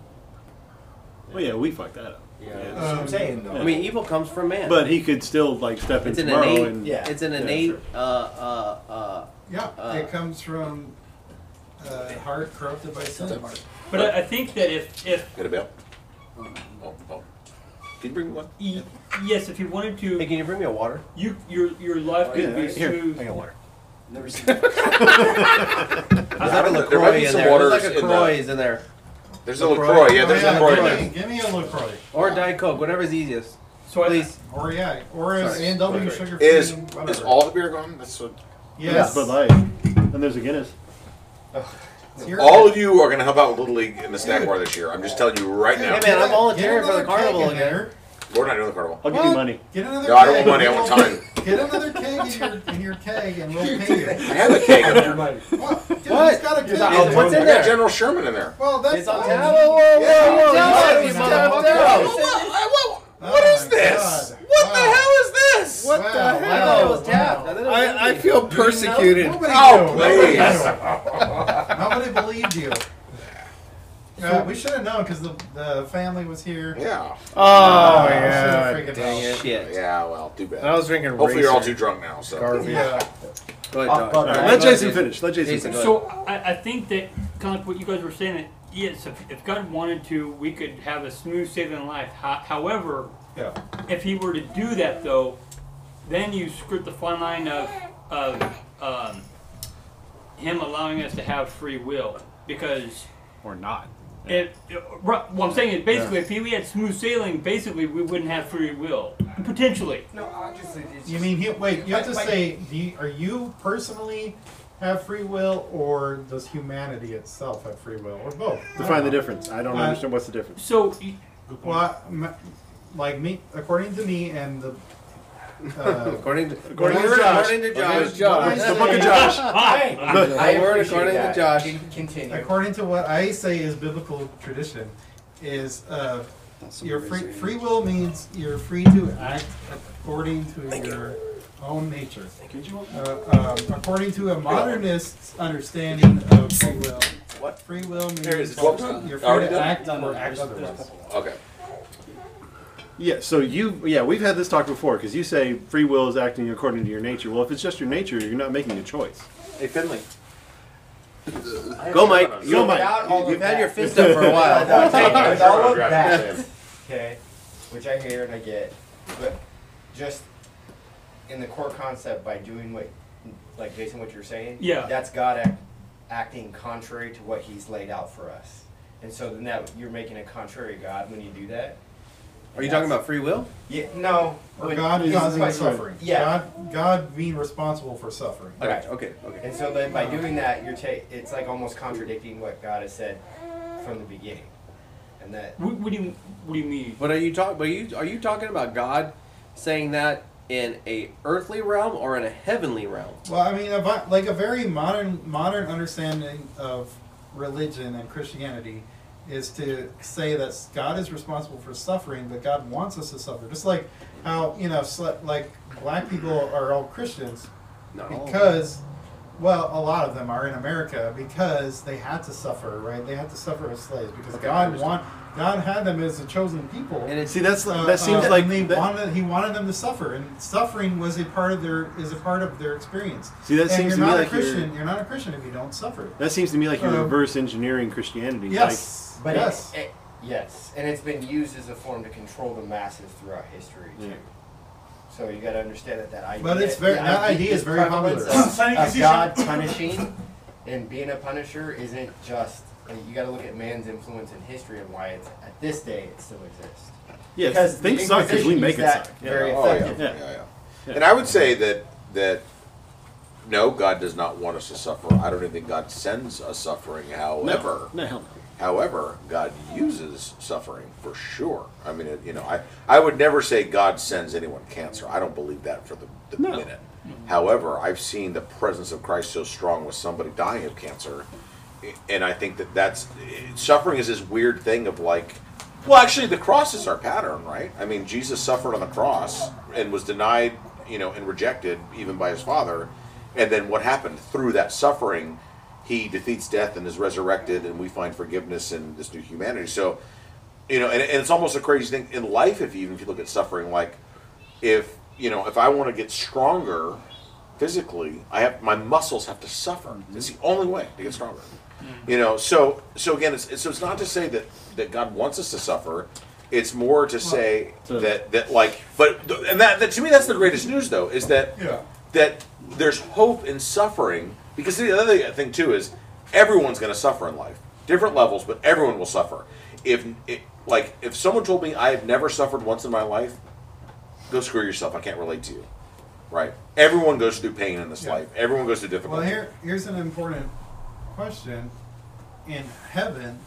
[SPEAKER 4] Well, Oh, yeah, we fucked that up.
[SPEAKER 9] Yeah.
[SPEAKER 2] that's what I'm saying,
[SPEAKER 12] I mean, evil comes from man.
[SPEAKER 4] But he could still like step in
[SPEAKER 12] it's an
[SPEAKER 4] tomorrow
[SPEAKER 12] innate.
[SPEAKER 4] and
[SPEAKER 9] yeah.
[SPEAKER 12] It's an
[SPEAKER 4] Yeah,
[SPEAKER 11] [laughs]
[SPEAKER 12] innate.
[SPEAKER 4] sure.
[SPEAKER 12] Uh, uh, uh,
[SPEAKER 2] Yeah,
[SPEAKER 12] Uh,
[SPEAKER 2] it comes from uh, heart corrupted by sin.
[SPEAKER 5] But I, I think that if if
[SPEAKER 11] Get a bell. Oh, oh. Can you bring me one?
[SPEAKER 5] e- yes, if you wanted
[SPEAKER 12] hey,
[SPEAKER 5] to,
[SPEAKER 12] can you bring me a water? Oh,
[SPEAKER 5] you your your life could be
[SPEAKER 4] Here,
[SPEAKER 5] smooth.
[SPEAKER 12] I got water.
[SPEAKER 6] Never seen that. [laughs]
[SPEAKER 3] uh.
[SPEAKER 12] There's like a
[SPEAKER 11] might be- there might
[SPEAKER 12] LaCroix
[SPEAKER 11] be
[SPEAKER 12] in
[SPEAKER 11] some
[SPEAKER 12] there. There's
[SPEAKER 11] waters
[SPEAKER 12] like a
[SPEAKER 11] in the-
[SPEAKER 12] Croix in there.
[SPEAKER 11] There's a LaCroix. Yeah,
[SPEAKER 2] Oh,
[SPEAKER 11] there's a
[SPEAKER 2] yeah,
[SPEAKER 11] LaCroix in
[SPEAKER 2] give,
[SPEAKER 11] there.
[SPEAKER 2] me, give me a LaCroix.
[SPEAKER 12] Or Diet Coke, whatever's easiest.
[SPEAKER 5] So I,
[SPEAKER 12] Please.
[SPEAKER 2] Or yeah, or a
[SPEAKER 12] Sorry.
[SPEAKER 2] A&W sugar free.
[SPEAKER 11] Is is all the beer gone? That's what.
[SPEAKER 4] Yes.
[SPEAKER 2] [laughs] Yes.
[SPEAKER 4] Bud Light. And there's a Guinness.
[SPEAKER 2] It's your-
[SPEAKER 11] All of you are going to help out with Little League in the snack bar this year. I'm just telling you right now.
[SPEAKER 12] Hey man, I'm
[SPEAKER 2] Get
[SPEAKER 12] volunteering for the
[SPEAKER 2] another keg
[SPEAKER 12] carnival
[SPEAKER 2] in
[SPEAKER 12] again.
[SPEAKER 2] there.
[SPEAKER 11] We're not doing the carnival.
[SPEAKER 4] I'll give you
[SPEAKER 2] What?
[SPEAKER 4] money.
[SPEAKER 2] Get another
[SPEAKER 11] No, I don't
[SPEAKER 2] keg.
[SPEAKER 11] want money. I want time.
[SPEAKER 2] Get another keg in your, in your keg and we'll pay you.
[SPEAKER 11] I have a keg in there.
[SPEAKER 2] What? Dude, he's
[SPEAKER 12] What?
[SPEAKER 2] got a keg
[SPEAKER 12] not-
[SPEAKER 2] in there.
[SPEAKER 12] what's
[SPEAKER 11] I
[SPEAKER 12] in
[SPEAKER 11] got
[SPEAKER 12] there?
[SPEAKER 11] General Sherman in there.
[SPEAKER 2] Well, that's
[SPEAKER 12] It's on
[SPEAKER 2] fine.
[SPEAKER 12] tap. Whoa, whoa,
[SPEAKER 2] Yeah,
[SPEAKER 12] whoa,
[SPEAKER 2] yeah,
[SPEAKER 12] whoa,
[SPEAKER 2] you
[SPEAKER 12] you
[SPEAKER 2] motherfucker.
[SPEAKER 12] motherfucker.
[SPEAKER 2] Wow.
[SPEAKER 11] what,
[SPEAKER 2] Oh
[SPEAKER 11] what is
[SPEAKER 2] my
[SPEAKER 11] this?
[SPEAKER 2] God.
[SPEAKER 11] What the
[SPEAKER 2] Wow.
[SPEAKER 11] hell is this?
[SPEAKER 12] What the
[SPEAKER 2] Wow,
[SPEAKER 12] hell? I
[SPEAKER 2] wow,
[SPEAKER 12] thought it was
[SPEAKER 2] [laughs]
[SPEAKER 12] tapped. I thought it was
[SPEAKER 3] I, I
[SPEAKER 12] empty.
[SPEAKER 3] feel persecuted.
[SPEAKER 2] Nobody
[SPEAKER 11] Oh,
[SPEAKER 2] knew. Nobody
[SPEAKER 11] please.
[SPEAKER 2] knew. Nobody
[SPEAKER 3] [laughs]
[SPEAKER 2] believed you. Uh, we should have known because the, the family was here.
[SPEAKER 11] Yeah.
[SPEAKER 3] Oh,
[SPEAKER 2] Uh,
[SPEAKER 3] yeah.
[SPEAKER 2] should've freaking
[SPEAKER 3] dang
[SPEAKER 2] known.
[SPEAKER 3] it.
[SPEAKER 12] Shit.
[SPEAKER 11] Yeah, well, too
[SPEAKER 3] And I
[SPEAKER 11] bad.
[SPEAKER 3] was drinking
[SPEAKER 11] Hopefully you're all
[SPEAKER 3] Racer.
[SPEAKER 11] too drunk now, so.
[SPEAKER 3] Garbage.
[SPEAKER 2] Yeah.
[SPEAKER 12] Go ahead, Josh.
[SPEAKER 6] Fuck,
[SPEAKER 4] All right,
[SPEAKER 12] Go
[SPEAKER 4] let
[SPEAKER 12] ahead,
[SPEAKER 4] Jason
[SPEAKER 12] Jason.
[SPEAKER 4] finish. Let Jason,
[SPEAKER 12] Jason,
[SPEAKER 4] finish.
[SPEAKER 12] go
[SPEAKER 5] So I, I think that kind of like what you guys were saying that yes, if, if God wanted to, we could have a smooth sailing life. Ho- however,
[SPEAKER 2] Yeah.
[SPEAKER 5] if He were to do that though, then you script the fine line of of um, Him allowing us to have free will because
[SPEAKER 4] Or not.
[SPEAKER 5] if right, what I'm saying is basically if He had smooth sailing, basically we wouldn't have free will potentially.
[SPEAKER 9] No, obviously. It's
[SPEAKER 2] You mean he, wait? You have to
[SPEAKER 9] Like- like-
[SPEAKER 2] say, do you, are you personally have free will, or does humanity itself have free will, or both?
[SPEAKER 4] Define the difference. I don't
[SPEAKER 2] Uh,
[SPEAKER 4] understand what's the difference.
[SPEAKER 5] So y-
[SPEAKER 2] Well, I- m- like me, according to me, and the. Uh,
[SPEAKER 12] According to
[SPEAKER 4] [laughs] According
[SPEAKER 12] Word
[SPEAKER 4] to Josh.
[SPEAKER 12] According to
[SPEAKER 4] According
[SPEAKER 12] Josh.
[SPEAKER 4] to
[SPEAKER 2] Josh.
[SPEAKER 4] The book of
[SPEAKER 2] [laughs]
[SPEAKER 4] Josh.
[SPEAKER 9] Hi. I
[SPEAKER 12] The word
[SPEAKER 9] appreciate
[SPEAKER 12] according to
[SPEAKER 9] that.
[SPEAKER 12] Josh.
[SPEAKER 9] Con- Continue.
[SPEAKER 2] according to what I say is biblical tradition, is uh, your free, free will means you're free to act according to your own nature. Uh, um, according to a modernist's understanding of free will, what free will means
[SPEAKER 11] There is-
[SPEAKER 2] you're free
[SPEAKER 11] Already
[SPEAKER 2] to
[SPEAKER 11] done?
[SPEAKER 2] act or act otherwise.
[SPEAKER 11] Okay.
[SPEAKER 4] Yeah, so you, yeah, we've had this talk before because you say free will is acting according to your nature. Well, if it's just your nature, you're not making a choice.
[SPEAKER 12] Hey, Finley. Go, Mike.
[SPEAKER 4] Go, Mike.
[SPEAKER 9] Without all of
[SPEAKER 12] You've had
[SPEAKER 9] that-
[SPEAKER 12] your fist up for a
[SPEAKER 9] [laughs] Without-
[SPEAKER 12] while.
[SPEAKER 9] without all of that,
[SPEAKER 11] Yeah.
[SPEAKER 9] okay, which I hear and I get, but just in the core concept by doing what, like based on what you're saying,
[SPEAKER 5] Yeah.
[SPEAKER 9] that's God act, acting contrary to what He's laid out for us, and so then that you're making a contrary God when you do that.
[SPEAKER 12] Are you talking about free will?
[SPEAKER 9] Yeah, no.
[SPEAKER 2] Or
[SPEAKER 9] when-
[SPEAKER 2] God
[SPEAKER 9] this is
[SPEAKER 2] causing
[SPEAKER 9] my-
[SPEAKER 2] suffering.
[SPEAKER 9] Yeah.
[SPEAKER 2] God, God being responsible for suffering.
[SPEAKER 12] I got you. Okay, okay.
[SPEAKER 9] And so then by doing that, you're ta- it's like almost contradicting what God has said from the beginning, and that
[SPEAKER 5] what, what do you what do you mean?
[SPEAKER 12] But are you talking? But you are you talking about God saying that in a earthly realm or in a heavenly realm?
[SPEAKER 2] Well, I mean, a, vi- like a very modern modern understanding of religion and Christianity is to say that s- God is responsible for suffering, but God wants us to suffer. Just like how you know, sl- like black people are all Christians
[SPEAKER 12] Not all of them.
[SPEAKER 2] because, well, a lot of them are in America because they had to suffer, right? They had to suffer as slaves because
[SPEAKER 12] Okay, I
[SPEAKER 2] God
[SPEAKER 12] understand.
[SPEAKER 2] want God had them as the chosen people.
[SPEAKER 12] And it's
[SPEAKER 4] See, that's
[SPEAKER 2] Uh,
[SPEAKER 4] that seems
[SPEAKER 2] uh,
[SPEAKER 4] like
[SPEAKER 2] and they
[SPEAKER 4] that-
[SPEAKER 2] wanted he wanted them to suffer, and suffering was a part of their is a part of their experience.
[SPEAKER 4] See, that
[SPEAKER 2] and
[SPEAKER 4] seems
[SPEAKER 2] you're
[SPEAKER 4] to me
[SPEAKER 2] not a
[SPEAKER 4] like you're-
[SPEAKER 2] Christian. You're, not a Christian if you don't suffer.
[SPEAKER 4] That seems to me like you're
[SPEAKER 2] Um,
[SPEAKER 4] reverse engineering Christianity.
[SPEAKER 2] Yes,
[SPEAKER 9] But
[SPEAKER 2] yes.
[SPEAKER 9] It, it, yes, and it's been used as a form to control the masses throughout history too.
[SPEAKER 4] Yeah.
[SPEAKER 9] So you got to understand that that idea.
[SPEAKER 2] But it's very-
[SPEAKER 9] the
[SPEAKER 2] that idea is very
[SPEAKER 9] prevalence
[SPEAKER 2] popular.
[SPEAKER 9] Of, of God punishing and being a punisher isn't just Like, you got to look at man's influence in history and why it's at this day it still exists.
[SPEAKER 4] Yes,
[SPEAKER 9] the
[SPEAKER 4] things suck 'cause we
[SPEAKER 9] Inquisition
[SPEAKER 4] make
[SPEAKER 9] used
[SPEAKER 4] it
[SPEAKER 9] that
[SPEAKER 4] suck. Yeah.
[SPEAKER 9] Very
[SPEAKER 11] Oh, yeah.
[SPEAKER 9] effectively.
[SPEAKER 11] Yeah, yeah. And I would say that that no, God does not want us to suffer. I don't even think God sends us suffering. However,
[SPEAKER 4] No, hell no.
[SPEAKER 11] however, God uses suffering for sure. I mean, it, you know, I I would never say God sends anyone cancer. I don't believe that for the, the
[SPEAKER 4] No.
[SPEAKER 11] minute. However, I've seen the presence of Christ so strong with somebody dying of cancer, and I think that that's suffering is this weird thing of like, well, actually, the cross is our pattern, right? I mean, Jesus suffered on the cross and was denied, you know, and rejected even by his Father, and then what happened through that suffering, he defeats death and is resurrected, and we find forgiveness and this new humanity. So, you know, and, and it's almost a crazy thing in life if you even if you look at suffering, like if you know, if I want to get stronger physically, I have my muscles have to suffer. It's the only way to get stronger.
[SPEAKER 4] Mm-hmm.
[SPEAKER 11] You know, so so again, it's, it's so it's not to say that that God wants us to suffer. It's more to say
[SPEAKER 4] So-
[SPEAKER 11] that that like, but th- and that, that to me that's the greatest news though is that
[SPEAKER 2] Yeah.
[SPEAKER 11] that there's hope in suffering because the other thing too is everyone's going to suffer in life different levels but everyone will suffer if it, like if someone told me i have never suffered once in my life go screw yourself i can't relate to you right everyone goes through pain in this
[SPEAKER 2] Yeah.
[SPEAKER 11] life everyone goes through difficulty
[SPEAKER 2] Well, here here's an important question: In heaven,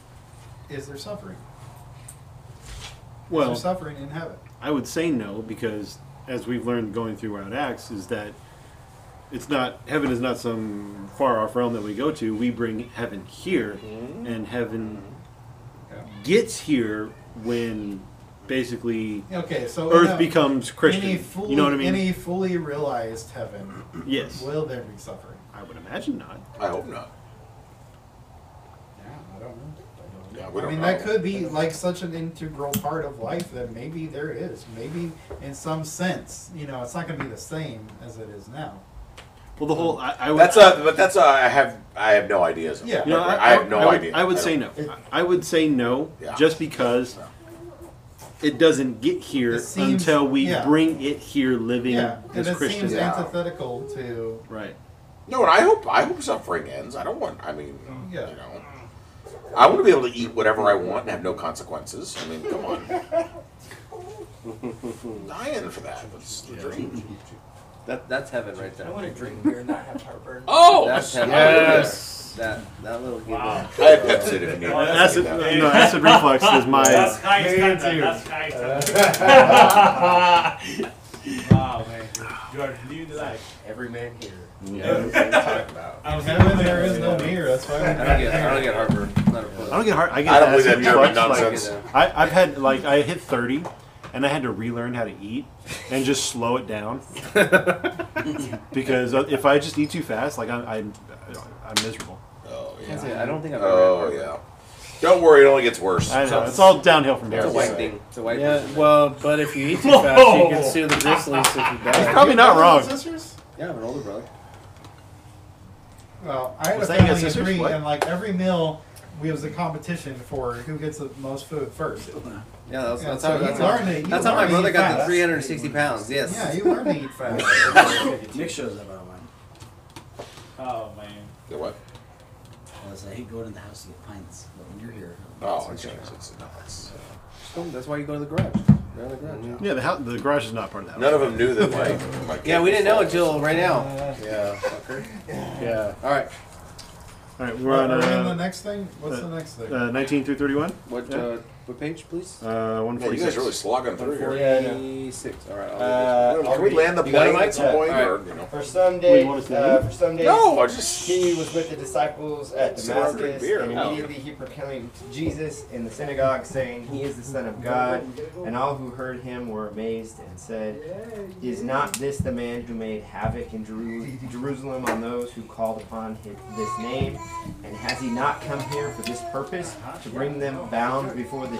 [SPEAKER 2] is there suffering?
[SPEAKER 4] Well,
[SPEAKER 2] is there suffering in heaven?
[SPEAKER 4] I would say no because, as we've learned going throughout Acts, is that it's not heaven is not some far off realm that we go to. We bring heaven here,
[SPEAKER 11] Mm-hmm.
[SPEAKER 4] and heaven
[SPEAKER 2] Yeah.
[SPEAKER 4] gets here when basically
[SPEAKER 2] Okay, so in
[SPEAKER 4] Earth
[SPEAKER 2] a-
[SPEAKER 4] becomes
[SPEAKER 2] Any
[SPEAKER 4] Christian.
[SPEAKER 2] fully,
[SPEAKER 4] you know what I mean?
[SPEAKER 2] Any fully realized heaven,
[SPEAKER 4] yes,
[SPEAKER 2] will there be suffering?
[SPEAKER 4] I would imagine not.
[SPEAKER 11] i hope not
[SPEAKER 2] Yeah, I don't know. I,
[SPEAKER 11] Yeah, we
[SPEAKER 2] I
[SPEAKER 11] don't
[SPEAKER 2] mean,
[SPEAKER 11] know.
[SPEAKER 2] that could be like such an integral part of life that maybe there is. Maybe in some sense, you know, it's not going to be the same as it is now.
[SPEAKER 4] Well, the whole I, I would,
[SPEAKER 11] that's a but that's a i have i have no ideas
[SPEAKER 2] Yeah.
[SPEAKER 4] You know,
[SPEAKER 11] I, have no
[SPEAKER 4] I would,
[SPEAKER 11] idea
[SPEAKER 4] I would
[SPEAKER 11] don't-
[SPEAKER 4] say no. I I would say no,
[SPEAKER 11] Yeah.
[SPEAKER 4] just because it doesn't get here
[SPEAKER 2] It seems-
[SPEAKER 4] until we
[SPEAKER 2] yeah.
[SPEAKER 4] bring it here, living
[SPEAKER 2] Yeah, and
[SPEAKER 4] as
[SPEAKER 2] it
[SPEAKER 4] Christians.
[SPEAKER 2] seems
[SPEAKER 11] Yeah.
[SPEAKER 2] antithetical to
[SPEAKER 4] Right.
[SPEAKER 11] No, and I hope I hope suffering ends. I don't want. I mean,
[SPEAKER 2] Yeah.
[SPEAKER 11] you know, I want to be able to eat whatever I want and have no consequences. I mean, come
[SPEAKER 1] [laughs]
[SPEAKER 11] on. I'm Dying for that. That's the dream.
[SPEAKER 12] That that's heaven right there.
[SPEAKER 9] I want to drink beer and not have
[SPEAKER 1] [laughs]
[SPEAKER 9] heartburn.
[SPEAKER 11] Oh,
[SPEAKER 12] That's heaven.
[SPEAKER 3] Yes.
[SPEAKER 12] That that little
[SPEAKER 7] Wow.
[SPEAKER 11] I have Pepsi if you need
[SPEAKER 7] Oh,
[SPEAKER 11] it.
[SPEAKER 4] acid, no, acid reflux is
[SPEAKER 7] That's
[SPEAKER 4] my.
[SPEAKER 7] high
[SPEAKER 3] Me too.
[SPEAKER 7] standard. That's high standard. wow, man, you are new to life.
[SPEAKER 9] Every man here.
[SPEAKER 4] Yeah.
[SPEAKER 7] I'm
[SPEAKER 2] heaven. There is no
[SPEAKER 7] beer.
[SPEAKER 2] beer. That's why.
[SPEAKER 12] I don't get I don't get heartburn. Not a
[SPEAKER 4] I don't get hard. I get
[SPEAKER 11] I don't believe
[SPEAKER 4] acid
[SPEAKER 11] that German
[SPEAKER 4] reflux. like,
[SPEAKER 11] nonsense.
[SPEAKER 4] I, I've had like I hit thirty, and I had to relearn how to eat and just slow
[SPEAKER 11] [laughs]
[SPEAKER 4] it down because uh, if I just eat too fast, like I'm I'm, I'm miserable.
[SPEAKER 11] Oh yeah.
[SPEAKER 12] Yeah, I don't think I've ever. had
[SPEAKER 11] Oh
[SPEAKER 12] heartburn.
[SPEAKER 11] yeah. Don't worry, it only gets worse.
[SPEAKER 4] I know it's all downhill from
[SPEAKER 12] It's a
[SPEAKER 4] there.
[SPEAKER 12] white thing. It's a white
[SPEAKER 3] Yeah,
[SPEAKER 12] person.
[SPEAKER 3] well, but if you eat too fast, you can sue the Grizzlies if you die.
[SPEAKER 4] Probably not wrong.
[SPEAKER 2] Sisters?
[SPEAKER 12] Yeah, I have an older brother.
[SPEAKER 2] Well, I had
[SPEAKER 4] Was
[SPEAKER 2] a
[SPEAKER 4] that you guys
[SPEAKER 2] family of
[SPEAKER 4] sisters?
[SPEAKER 2] three,
[SPEAKER 4] What?
[SPEAKER 2] and like every meal, we was a competition for who gets the most food first.
[SPEAKER 12] Yeah, that was,
[SPEAKER 2] Yeah,
[SPEAKER 12] that's
[SPEAKER 2] so
[SPEAKER 12] how
[SPEAKER 2] you
[SPEAKER 12] that's,
[SPEAKER 2] learn it,
[SPEAKER 12] how,
[SPEAKER 2] you
[SPEAKER 12] that's how my
[SPEAKER 2] learn it
[SPEAKER 12] brother got the
[SPEAKER 2] fast.
[SPEAKER 12] 360 pounds. Yes.
[SPEAKER 2] Yeah, you learn to eat
[SPEAKER 6] [laughs]
[SPEAKER 2] fast.
[SPEAKER 6] Nick shows up on one.
[SPEAKER 7] Oh man.
[SPEAKER 11] The what?
[SPEAKER 6] I was like, I hate going in the house to get pints, but when you're here,
[SPEAKER 11] Oh, it's, it's, it's, no, it's,
[SPEAKER 12] Oh, That's why you go to the garage. Go to the garage.
[SPEAKER 4] Yeah, the, house, the garage is not part of that.
[SPEAKER 11] none of them knew that my, my
[SPEAKER 12] Yeah, we didn't know until right now.
[SPEAKER 2] Uh,
[SPEAKER 12] Yeah, fucker.
[SPEAKER 3] Yeah.
[SPEAKER 12] All right.
[SPEAKER 4] All right, we're
[SPEAKER 2] Are
[SPEAKER 4] on
[SPEAKER 2] we in the
[SPEAKER 4] uh,
[SPEAKER 2] next thing? What's the next thing?
[SPEAKER 4] uh, 19 through 31.
[SPEAKER 12] What
[SPEAKER 4] Yeah.
[SPEAKER 12] uh, what page, please?
[SPEAKER 4] Uh,
[SPEAKER 11] Yeah, you guys
[SPEAKER 4] 146.
[SPEAKER 11] are really slogging through here.
[SPEAKER 3] Yeah, I know.
[SPEAKER 12] 46. All right. I'll
[SPEAKER 3] Uh,
[SPEAKER 11] Can we land the
[SPEAKER 3] You got a
[SPEAKER 11] plane at some
[SPEAKER 3] mic?
[SPEAKER 11] point?
[SPEAKER 12] Yeah.
[SPEAKER 11] Or, you know?
[SPEAKER 9] For some
[SPEAKER 4] Wait,
[SPEAKER 9] days,
[SPEAKER 4] you want us to
[SPEAKER 9] uh,
[SPEAKER 4] leave?
[SPEAKER 9] for some days,
[SPEAKER 11] No, I just.
[SPEAKER 9] he was with the disciples at
[SPEAKER 11] Sit around and drink
[SPEAKER 9] Damascus,
[SPEAKER 11] beer.
[SPEAKER 9] and
[SPEAKER 11] [laughs]
[SPEAKER 9] immediately he proclaimed Jesus in the synagogue, saying, "He is the Son of God." And all who heard him were amazed and said, "Is not this the man who made havoc in Jeru- Jerusalem on those who called upon his, this name? And has he not come here for this purpose to bring them bound before the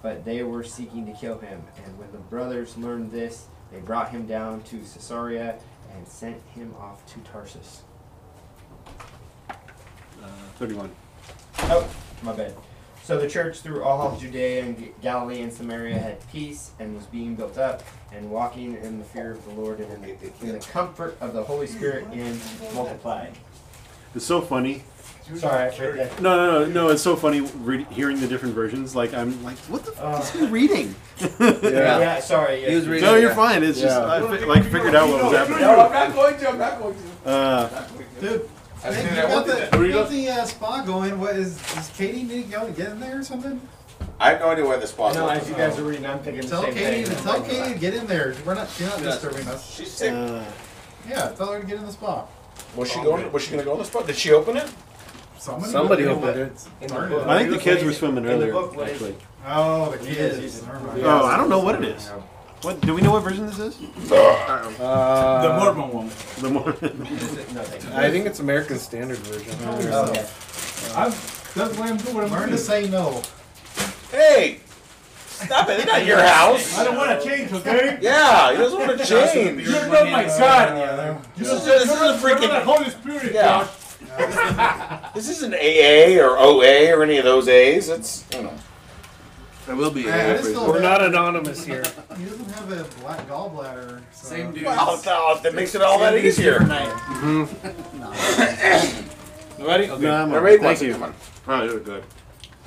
[SPEAKER 9] but they were seeking to kill him. And when the brothers learned this, they brought him down to Caesarea and sent him off to Tarsus.
[SPEAKER 4] Uh, 31.
[SPEAKER 9] Oh, my bad. So the church through all of Judea and G- Galilee and Samaria had peace and was being built up and walking in the fear of the Lord and in the, in the comfort of the Holy Spirit and multiplied.
[SPEAKER 4] It's so funny.
[SPEAKER 9] Sorry, I read that.
[SPEAKER 4] No, no, no, no. It's so funny re- hearing the different versions. Like I'm like, what the fuck is
[SPEAKER 6] [laughs]
[SPEAKER 4] he reading?
[SPEAKER 9] Yeah, sorry. Yeah.
[SPEAKER 4] No, you're fine. It's just I fi- like figured out what was happening.
[SPEAKER 2] No, I'm not going to. I'm not going to.
[SPEAKER 4] Uh,
[SPEAKER 2] Dude.
[SPEAKER 11] I
[SPEAKER 2] man,
[SPEAKER 11] said
[SPEAKER 2] you
[SPEAKER 11] I
[SPEAKER 2] got
[SPEAKER 11] wanted
[SPEAKER 2] the,
[SPEAKER 11] that.
[SPEAKER 2] you got the uh, spa going. What is, is Katie need to go to get in there or something?
[SPEAKER 11] I have no idea why this spot
[SPEAKER 9] No, as
[SPEAKER 11] was.
[SPEAKER 9] you guys are reading, I'm thinking the
[SPEAKER 2] Tell
[SPEAKER 9] same
[SPEAKER 2] Katie,
[SPEAKER 9] thing.
[SPEAKER 2] tell Katie to get in there. We're not, you're not disturbing us.
[SPEAKER 11] She's sick.
[SPEAKER 4] uh,
[SPEAKER 2] Yeah, tell her to get in the spa.
[SPEAKER 11] was she going? Was she going to go on the spot? Did she open it?
[SPEAKER 2] Somebody,
[SPEAKER 3] Somebody
[SPEAKER 2] opened
[SPEAKER 3] opened it.
[SPEAKER 9] In the
[SPEAKER 2] Darn
[SPEAKER 9] book,
[SPEAKER 2] it.
[SPEAKER 4] I think the kids were
[SPEAKER 9] what is-
[SPEAKER 4] swimming
[SPEAKER 9] in the
[SPEAKER 4] earlier.
[SPEAKER 9] book, what is-
[SPEAKER 4] Actually,
[SPEAKER 2] Oh, the
[SPEAKER 9] Yes,
[SPEAKER 2] kids.
[SPEAKER 9] yes.
[SPEAKER 2] Never mind.
[SPEAKER 9] Yeah.
[SPEAKER 4] oh, I don't know what it is. What do we know? What version this is?
[SPEAKER 7] the
[SPEAKER 3] Uh,
[SPEAKER 7] Mormon one.
[SPEAKER 4] The more.
[SPEAKER 9] [laughs] No, thank you.
[SPEAKER 3] I think it's American Standard version.
[SPEAKER 9] Oh, Okay.
[SPEAKER 7] I'm, that's why I'm doing what I'm
[SPEAKER 2] Learn
[SPEAKER 7] doing.
[SPEAKER 2] to say no.
[SPEAKER 11] Hey, stop it! It's not your house.
[SPEAKER 7] I don't want to change, okay?
[SPEAKER 11] Yeah, he doesn't
[SPEAKER 3] [laughs]
[SPEAKER 11] want to change.
[SPEAKER 7] You're not my God.
[SPEAKER 11] This is, this is a
[SPEAKER 7] You're not the
[SPEAKER 11] freaking.
[SPEAKER 7] Holy Spirit,
[SPEAKER 11] Yeah.
[SPEAKER 7] Josh.
[SPEAKER 11] [laughs] This isn't AA or OA or any of those A's. It's you know.
[SPEAKER 1] I will be.
[SPEAKER 2] Yeah, I just
[SPEAKER 1] April.
[SPEAKER 2] feel
[SPEAKER 3] We're
[SPEAKER 2] bad.
[SPEAKER 3] not anonymous here.
[SPEAKER 2] He doesn't have a black gallbladder. So.
[SPEAKER 12] Same dude.
[SPEAKER 11] Wow, that- that makes it all that easier.
[SPEAKER 1] Mm-hmm.
[SPEAKER 7] Ready? Okay.
[SPEAKER 4] No, I'm all
[SPEAKER 11] Everybody
[SPEAKER 4] right.
[SPEAKER 11] wants
[SPEAKER 4] Thank
[SPEAKER 11] it.
[SPEAKER 4] you. Um,
[SPEAKER 11] Come on.
[SPEAKER 4] Oh, you're good.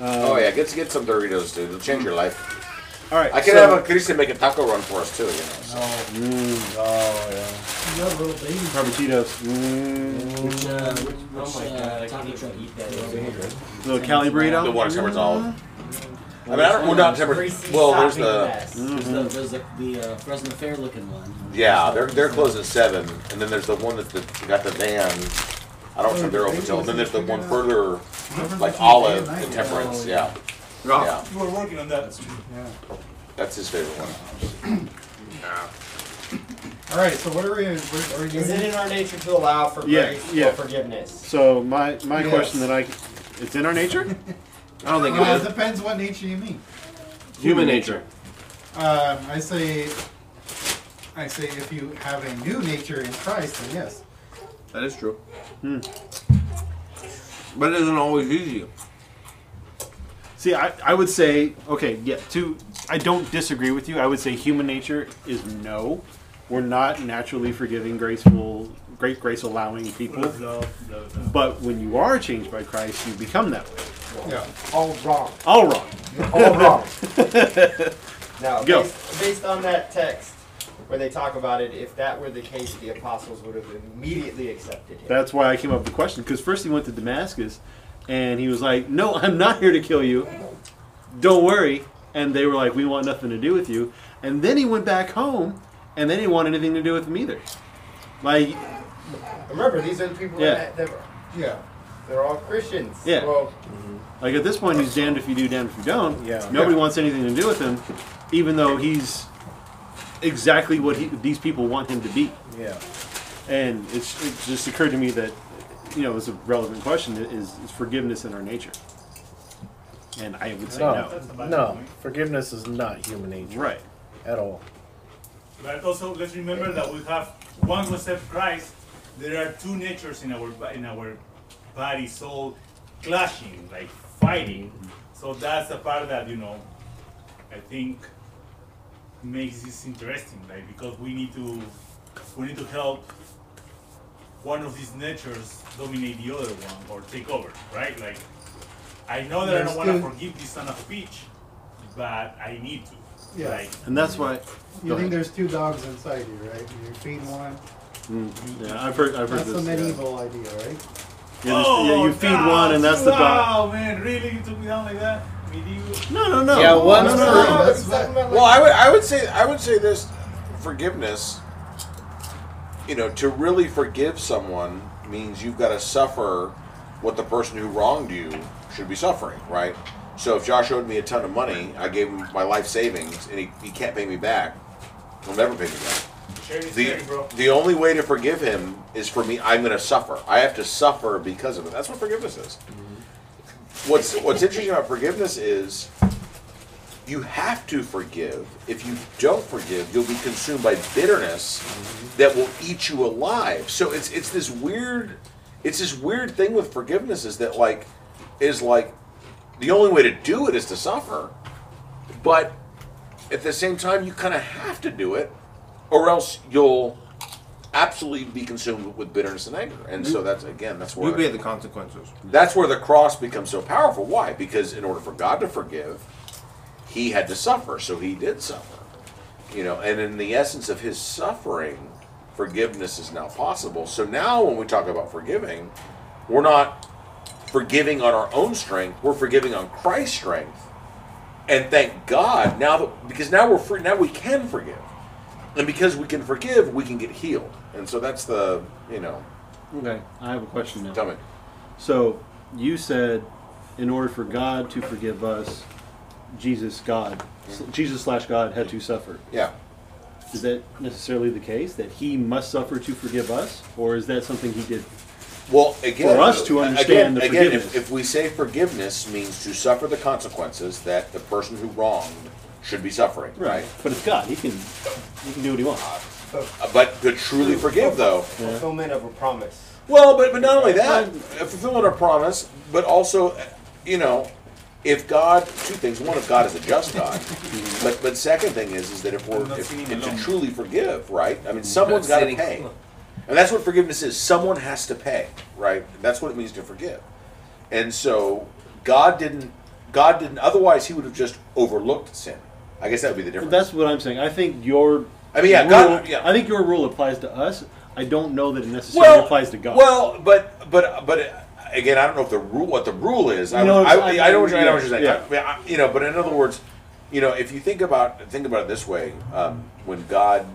[SPEAKER 11] oh yeah, get get some Doritos, dude. It'll change your life.
[SPEAKER 4] All right.
[SPEAKER 11] I can
[SPEAKER 4] so-
[SPEAKER 11] have a Christian make a taco run for us too. You know. so.
[SPEAKER 4] Mm, oh yeah.
[SPEAKER 2] You got a little baby.
[SPEAKER 4] Carbotitos. Mm,
[SPEAKER 6] Which, uh, which, which,
[SPEAKER 9] Oh my
[SPEAKER 6] uh,
[SPEAKER 9] God, I
[SPEAKER 6] taco
[SPEAKER 9] can't
[SPEAKER 6] truck
[SPEAKER 9] even
[SPEAKER 6] eat
[SPEAKER 9] eat
[SPEAKER 6] that
[SPEAKER 9] that.
[SPEAKER 6] is?
[SPEAKER 4] little Cali burrito.
[SPEAKER 11] The one that covers all. of them. I mean, I don't. Well, not tempered.
[SPEAKER 6] Greasy
[SPEAKER 11] Well, there's the.
[SPEAKER 9] Yes.
[SPEAKER 6] There's the, there's the, the uh, Fresno Fair looking one.
[SPEAKER 11] Yeah, they're they're closed at seven, and then there's the one that the, got the van. I don't know if they're open till. And then there's the one further, like Olive, the Temperance. Yeah, yeah,
[SPEAKER 7] You were working on that.
[SPEAKER 11] that's his favorite one.
[SPEAKER 2] All right, so what are we? What are we
[SPEAKER 9] Is
[SPEAKER 2] doing?
[SPEAKER 9] it in our nature to allow for
[SPEAKER 4] Yeah,
[SPEAKER 9] grace
[SPEAKER 4] yeah.
[SPEAKER 9] or forgiveness?
[SPEAKER 4] So my my
[SPEAKER 2] Yes.
[SPEAKER 4] question that I it's in our nature.
[SPEAKER 1] [laughs] I don't think it
[SPEAKER 2] Uh,
[SPEAKER 1] is.
[SPEAKER 2] it depends what nature you mean.
[SPEAKER 4] Human nature.
[SPEAKER 2] Um, I say, I say, if you have a new nature in Christ, then yes.
[SPEAKER 1] That is true.
[SPEAKER 3] Hmm.
[SPEAKER 1] But it isn't always easy.
[SPEAKER 4] See, I, I would say okay, yeah. To I don't disagree with you. I would say human nature is no. We're not naturally forgiving, graceful, great grace allowing people. But when you are changed by Christ, you become that way.
[SPEAKER 2] Yeah.
[SPEAKER 9] All
[SPEAKER 4] [laughs]
[SPEAKER 9] wrong.
[SPEAKER 4] All wrong.
[SPEAKER 9] All wrong.
[SPEAKER 4] [laughs]
[SPEAKER 9] Now,
[SPEAKER 4] Go.
[SPEAKER 9] Based, based on that text where they talk about it, if that were the case, the apostles would have immediately accepted him.
[SPEAKER 4] That's why I came up with the question. Because first he went to Damascus, and he was like, "No, I'm not here to kill you. Don't worry." And they were like, "We want nothing to do with you." And then he went back home, and they didn't want anything to do with him either. Like,
[SPEAKER 9] Remember, these are the people
[SPEAKER 4] Yeah.
[SPEAKER 9] that, that
[SPEAKER 2] Yeah.
[SPEAKER 9] they're all Christians.
[SPEAKER 4] Yeah.
[SPEAKER 9] Well,
[SPEAKER 4] like at this point, he's damned if you do, damned if you don't.
[SPEAKER 3] Yeah.
[SPEAKER 4] Nobody wants anything to do with him, even though he's exactly what he, these people want him to be.
[SPEAKER 3] Yeah.
[SPEAKER 4] And it's, it just occurred to me that, you know, it's a relevant question: is, is forgiveness in our nature? And I would say
[SPEAKER 3] No,
[SPEAKER 4] no.
[SPEAKER 3] no. Forgiveness is not human nature
[SPEAKER 4] Right.
[SPEAKER 3] at all.
[SPEAKER 7] But also, let's remember that we have once we accept Christ, there are two natures in our bo- in our body, soul, clashing, like fighting. So that's the part that you know, I think makes this interesting, like because we need to we need to help one of these natures dominate the other one or take over, right? Like I know that I don't want to
[SPEAKER 2] Understood.
[SPEAKER 7] forgive this son of a bitch, but I need to.
[SPEAKER 2] Yeah.
[SPEAKER 7] Like
[SPEAKER 4] And that's why
[SPEAKER 2] You think there's two dogs inside you, right? You're feeding one,
[SPEAKER 4] Mm, yeah, I've heard. I've heard
[SPEAKER 2] That's
[SPEAKER 4] this.
[SPEAKER 2] the
[SPEAKER 4] yeah.
[SPEAKER 2] medieval idea, right?
[SPEAKER 4] Yeah, there's- yeah, you feed one, and that's the bot.
[SPEAKER 7] Oh, Wow, man, really? You took me down like that? Medieval?
[SPEAKER 4] No, no, no.
[SPEAKER 3] Yeah, one
[SPEAKER 4] no, no,
[SPEAKER 3] per-
[SPEAKER 4] no, no.
[SPEAKER 2] That's what-
[SPEAKER 11] Well, I would I would say I would say this forgiveness. You know, to really forgive someone means you've got to suffer what the person who wronged you should be suffering, right? So if Josh owed me a ton of money, I gave him my life savings, and he, he can't pay me back. He'll never pay me back.
[SPEAKER 7] Sharing is
[SPEAKER 11] The,
[SPEAKER 7] caring, bro.
[SPEAKER 11] the only way to forgive him is for me. I'm going to suffer. I have to suffer because of it. That's what forgiveness is. What's What's interesting about forgiveness is you have to forgive. If you don't forgive, you'll be consumed by bitterness that will eat you alive. So it's it's this weird it's this weird thing with forgiveness is that like is like the only way to do it is to suffer. But at the same time you kind of have to do it or else you'll absolutely be consumed with bitterness and anger. And so that's again that's where
[SPEAKER 1] You pay the consequences.
[SPEAKER 11] that's where the cross becomes so powerful. Why? Because in order for God to forgive, he had to suffer, so he did suffer. You know, and in the essence of his suffering, forgiveness is now possible. So now when we talk about forgiving, we're not forgiving on our own strength, we're forgiving on Christ's strength. And thank God now that because now we're free now we can forgive. And because we can forgive, we can get healed. And so that's the, you know,
[SPEAKER 4] Okay, I have a question now.
[SPEAKER 11] tell me.
[SPEAKER 4] So you said, in order for God to forgive us, Jesus God, Jesus slash God had to suffer.
[SPEAKER 11] Yeah.
[SPEAKER 4] Is that necessarily the case that He must suffer to forgive us, or is that something He did?
[SPEAKER 11] Well, again,
[SPEAKER 4] For us to
[SPEAKER 11] again,
[SPEAKER 4] understand the
[SPEAKER 11] again,
[SPEAKER 4] forgiveness.
[SPEAKER 11] if, if we say forgiveness means to suffer the consequences that the person who wronged should be suffering, right?
[SPEAKER 4] But it's God. He can, He can do what He wants.
[SPEAKER 11] Uh, But to truly forgive, though,
[SPEAKER 9] Fulfillment of a promise.
[SPEAKER 11] well, but, but not only that, uh, fulfilling a promise, but also, uh, you know, if God, two things: one, if God is a just
[SPEAKER 4] [laughs]
[SPEAKER 11] God, but but second thing is, is that if we're
[SPEAKER 7] I'm not
[SPEAKER 11] if,
[SPEAKER 7] singing
[SPEAKER 11] if to
[SPEAKER 7] alone.
[SPEAKER 11] truly forgive, right? I mean, someone's got to
[SPEAKER 12] sitting.
[SPEAKER 11] pay, and that's what forgiveness is. Someone has to pay, right? That's what it means to forgive, and so God didn't. God didn't. Otherwise, He would have just overlooked sin. I guess that would be the difference.
[SPEAKER 4] That's what I'm saying. I think your.
[SPEAKER 11] I mean, yeah,
[SPEAKER 4] rule,
[SPEAKER 11] God- yeah.
[SPEAKER 4] I think your rule applies to us. I don't know that it necessarily applies to God.
[SPEAKER 11] Well, but but but uh, again, I don't know if the rule what the rule is. I,
[SPEAKER 4] No,
[SPEAKER 11] I, I,
[SPEAKER 4] I-
[SPEAKER 11] I know what you're, I know what you're saying.
[SPEAKER 4] yeah.
[SPEAKER 11] I- I- you know, but in other words, you know, if you think about think about it this way, um, when God,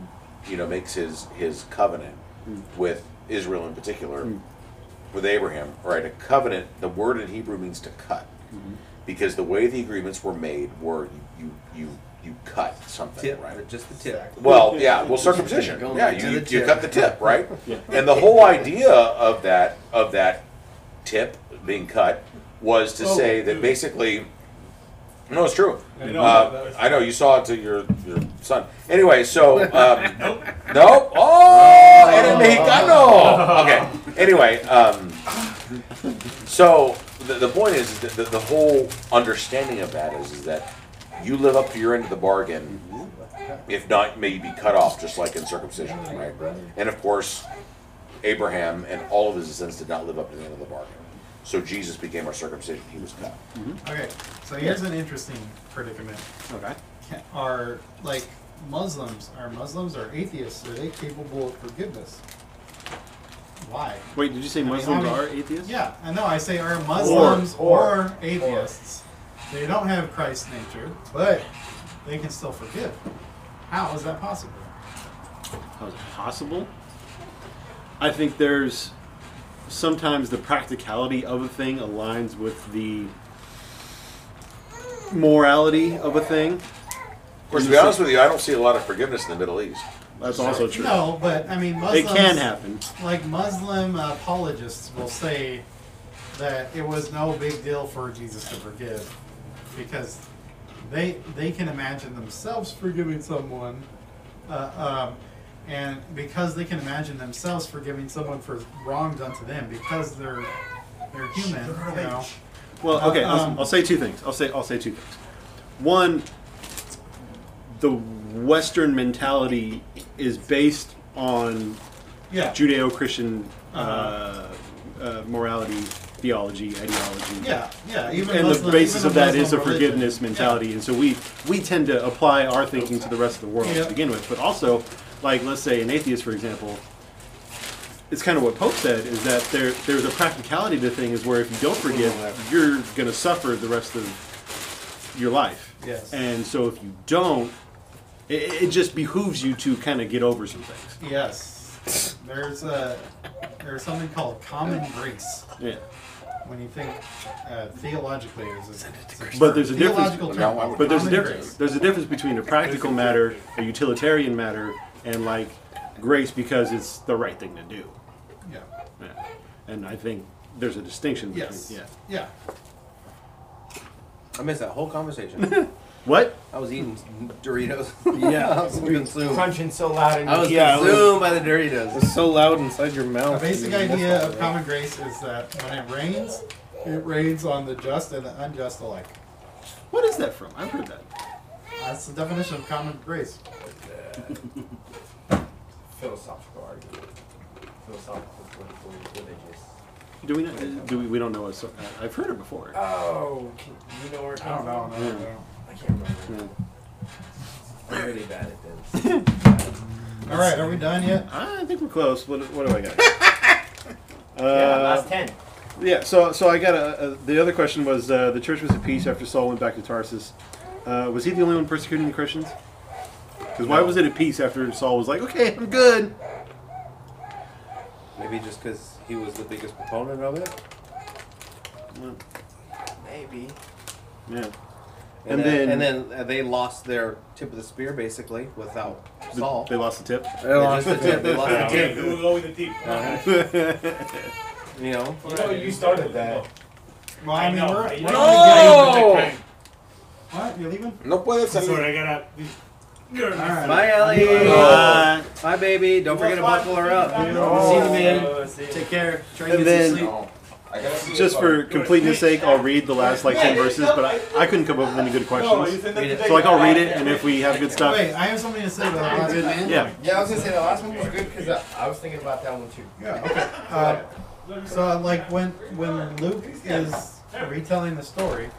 [SPEAKER 11] you know, makes his his covenant with Israel in particular, with Abraham, right? A covenant. The word in Hebrew means to cut, because the way the agreements were made were you you you cut something,
[SPEAKER 12] Tip,
[SPEAKER 11] right?
[SPEAKER 12] or just the tip.
[SPEAKER 11] Well, yeah, well, circumcision.
[SPEAKER 12] Going
[SPEAKER 11] Yeah,
[SPEAKER 12] to the
[SPEAKER 11] you, you
[SPEAKER 12] tip.
[SPEAKER 11] cut the tip, right?
[SPEAKER 4] Yeah.
[SPEAKER 11] And the whole idea of that of that tip being cut was to
[SPEAKER 7] Oh,
[SPEAKER 11] say that
[SPEAKER 7] dude.
[SPEAKER 11] basically, no, it's true.
[SPEAKER 7] I know about
[SPEAKER 11] Uh,
[SPEAKER 7] that.
[SPEAKER 11] I know you saw it to your your son.
[SPEAKER 7] [laughs]
[SPEAKER 11] Anyway, so um,
[SPEAKER 7] Nope.
[SPEAKER 11] nope. Oh, era mexicano. Okay. Anyway, um, so the, the point is that the, the whole understanding of that is, is that you live up to your end of the bargain. If not, may you be cut off, just like in circumcision, right? And of course, Abraham and all of his descendants did not live up to the end of the bargain. So Jesus became our circumcision. He was cut.
[SPEAKER 2] Okay, so here's an interesting predicament.
[SPEAKER 11] Okay.
[SPEAKER 2] Can- [laughs] Are like Muslims? Are Muslims or atheists? Are they capable of forgiveness? Why?
[SPEAKER 4] Wait, did you say
[SPEAKER 2] mean,
[SPEAKER 4] Muslims
[SPEAKER 2] I mean-
[SPEAKER 4] are atheists?
[SPEAKER 2] Yeah, I know. I say are Muslims or,
[SPEAKER 9] or-
[SPEAKER 2] atheists. They don't have Christ's nature, but they can still forgive. How is that possible?
[SPEAKER 4] How is it possible? I think there's sometimes the practicality of a thing aligns with the morality of a thing.
[SPEAKER 11] Of course, to be honest with you, I don't see a lot of forgiveness in the Middle East.
[SPEAKER 4] That's also true.
[SPEAKER 2] No, but I mean Muslims.
[SPEAKER 4] It can happen.
[SPEAKER 2] Like Muslim apologists will say that it was no big deal for Jesus to forgive because they they can imagine themselves forgiving someone, uh, um, and because they can imagine themselves forgiving someone for wrong done to them because they're they're human, you know.
[SPEAKER 4] Well, okay,
[SPEAKER 2] Um,
[SPEAKER 4] I'll, I'll say two things. I'll say I'll say two things. One, the Western mentality is based on
[SPEAKER 2] Yeah. Uh-huh.
[SPEAKER 4] Judeo-Christian uh, uh, morality, theology, ideology.
[SPEAKER 2] Yeah, yeah. Even
[SPEAKER 4] and
[SPEAKER 2] Muslim,
[SPEAKER 4] the basis
[SPEAKER 2] even
[SPEAKER 4] of that is a
[SPEAKER 2] Muslim religion.
[SPEAKER 4] forgiveness
[SPEAKER 2] Yeah.
[SPEAKER 4] mentality, and so we we tend to apply our thinking to the rest of the world
[SPEAKER 2] Yeah.
[SPEAKER 4] to begin with. But also, like let's say an atheist, for example, it's kind of what Pope said is that there there's a practicality to the thing is where if you don't forgive,
[SPEAKER 2] Mm-hmm.
[SPEAKER 4] you're going to suffer the rest of your life.
[SPEAKER 2] Yes.
[SPEAKER 4] And so if you don't, it, it just behooves you to kind of get over some things.
[SPEAKER 2] Yes. There's a there's something called common grace.
[SPEAKER 4] Yeah.
[SPEAKER 2] When you think uh, theologically, it's a, it's a
[SPEAKER 4] But there's a difference.
[SPEAKER 2] theological term. called
[SPEAKER 4] But there's a
[SPEAKER 2] common
[SPEAKER 4] difference. There's a difference between a practical matter, a utilitarian matter, and like grace because it's the right thing to do.
[SPEAKER 2] grace. Yeah.
[SPEAKER 4] Yeah. And I think there's a distinction. Between,
[SPEAKER 2] Yes.
[SPEAKER 4] Yeah.
[SPEAKER 2] Yeah.
[SPEAKER 1] I missed that whole conversation.
[SPEAKER 4] What?
[SPEAKER 1] I was eating Doritos.
[SPEAKER 3] [laughs] Yeah.
[SPEAKER 1] I was
[SPEAKER 3] [laughs]
[SPEAKER 1] consumed.
[SPEAKER 9] crunching so loud and
[SPEAKER 1] I was
[SPEAKER 3] Yeah, I was-
[SPEAKER 1] consumed by the Doritos.
[SPEAKER 3] It's so loud inside your mouth.
[SPEAKER 2] The basic
[SPEAKER 3] you missed
[SPEAKER 2] idea
[SPEAKER 3] all
[SPEAKER 2] of
[SPEAKER 3] that.
[SPEAKER 2] common grace is that when it rains, it rains on the just and the unjust alike.
[SPEAKER 4] What is that from? I've heard that.
[SPEAKER 2] That's the definition of common
[SPEAKER 4] [laughs]
[SPEAKER 2] grace.
[SPEAKER 9] philosophical argument, philosophical, political, religious.
[SPEAKER 4] Do we not? Do we? We don't know. What, so, I've heard it before.
[SPEAKER 9] Oh, can, you know where it
[SPEAKER 2] I don't
[SPEAKER 9] comes
[SPEAKER 2] know.
[SPEAKER 9] from?
[SPEAKER 2] No, no.
[SPEAKER 9] I can't remember.
[SPEAKER 4] Yeah.
[SPEAKER 3] Hmm.
[SPEAKER 9] I'm really bad at this.
[SPEAKER 2] All right, are we done yet?
[SPEAKER 4] I think we're close. What, what do I
[SPEAKER 9] [laughs]
[SPEAKER 4] got? Uh,
[SPEAKER 9] yeah, last ten.
[SPEAKER 4] Yeah, so so I got a, a the other question was uh, the church was at peace after Saul went back to Tarsus. Uh, was he the only one persecuting the Christians? Because why was it at peace after Saul was like, okay, I'm good?
[SPEAKER 1] Maybe just because he was the biggest proponent of it.
[SPEAKER 9] Maybe.
[SPEAKER 4] Yeah,
[SPEAKER 1] And, then,
[SPEAKER 4] And then-
[SPEAKER 1] and then uh, they lost their tip of the spear basically without
[SPEAKER 4] Th-
[SPEAKER 1] Saul.
[SPEAKER 4] they lost the tip.
[SPEAKER 3] They lost
[SPEAKER 1] just the tip. They lost the
[SPEAKER 11] Okay,
[SPEAKER 1] tip. Uh-huh.
[SPEAKER 11] we'll go with the deep.
[SPEAKER 4] [laughs]
[SPEAKER 1] You know.
[SPEAKER 9] You know, you started that.
[SPEAKER 2] Well, I mean,
[SPEAKER 11] know.
[SPEAKER 2] we're, we're
[SPEAKER 3] No!
[SPEAKER 2] What? You're leaving?
[SPEAKER 14] No puedes
[SPEAKER 11] Sorry,
[SPEAKER 14] salir.
[SPEAKER 11] I gotta.
[SPEAKER 2] All right.
[SPEAKER 1] Bye, Ellie.
[SPEAKER 4] Uh,
[SPEAKER 1] Bye, baby. Don't forget to buckle her up.
[SPEAKER 9] See you, man.
[SPEAKER 10] Take care. Try
[SPEAKER 4] and then,
[SPEAKER 14] No. I gotta see
[SPEAKER 4] just
[SPEAKER 14] if
[SPEAKER 4] for
[SPEAKER 14] I'm-
[SPEAKER 4] completeness sake, I'll read the last like ten verses, but I, I couldn't come up with any good
[SPEAKER 2] Oh,
[SPEAKER 4] questions. So like I'll read it, and if we have good stuff,
[SPEAKER 2] Wait, I have something to say about that.
[SPEAKER 4] yeah.
[SPEAKER 9] Yeah, I was gonna say the last one was good because I, I was thinking about that one too.
[SPEAKER 2] Yeah, okay. Uh, so, like, when when Luke is retelling the story,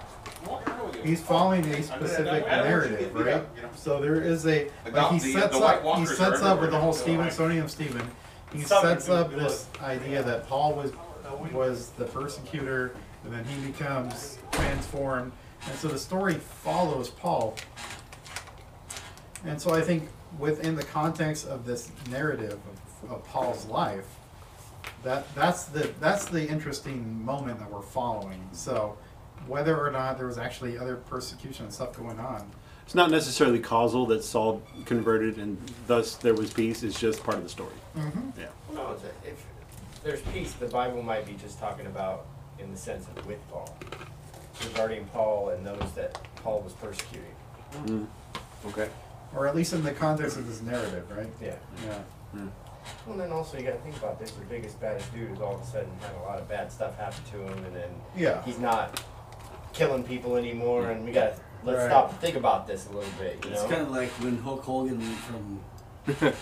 [SPEAKER 2] he's following a specific narrative, right? So there is a like he
[SPEAKER 14] The-
[SPEAKER 2] sets
[SPEAKER 14] the White
[SPEAKER 2] up he
[SPEAKER 14] Walkers
[SPEAKER 2] sets
[SPEAKER 14] are
[SPEAKER 2] up with the whole
[SPEAKER 14] everywhere.
[SPEAKER 2] Stephen Sodium Stephen. He
[SPEAKER 11] Southern
[SPEAKER 2] sets up
[SPEAKER 11] people.
[SPEAKER 2] this idea that Paul was was the persecutor, and then he becomes transformed, and so the story follows Paul. And so I think within the context of this narrative of, of Paul's life, that that's the that's the interesting moment that we're following. So whether or not there was actually other persecution and stuff going on,
[SPEAKER 4] It's not necessarily causal that Saul converted and thus there was peace. It's just part of the story.
[SPEAKER 2] Mm-hmm.
[SPEAKER 4] Yeah.
[SPEAKER 9] No, it's a- if there's peace, the Bible might be just talking about in the sense of with Paul, regarding Paul and those that Paul was persecuting.
[SPEAKER 1] Okay.
[SPEAKER 2] or at least in the context of this narrative, right?
[SPEAKER 9] Yeah.
[SPEAKER 2] Yeah.
[SPEAKER 9] Well, then also you got to think about this: the biggest, baddest dude is all of a sudden had a lot of bad stuff happen to him, and then
[SPEAKER 2] Yeah.
[SPEAKER 9] he's not killing people anymore. And we got to let's
[SPEAKER 2] Right.
[SPEAKER 9] stop and think about this a little bit. You
[SPEAKER 10] It's
[SPEAKER 9] know,
[SPEAKER 10] kind of like when Hulk Hogan went from E,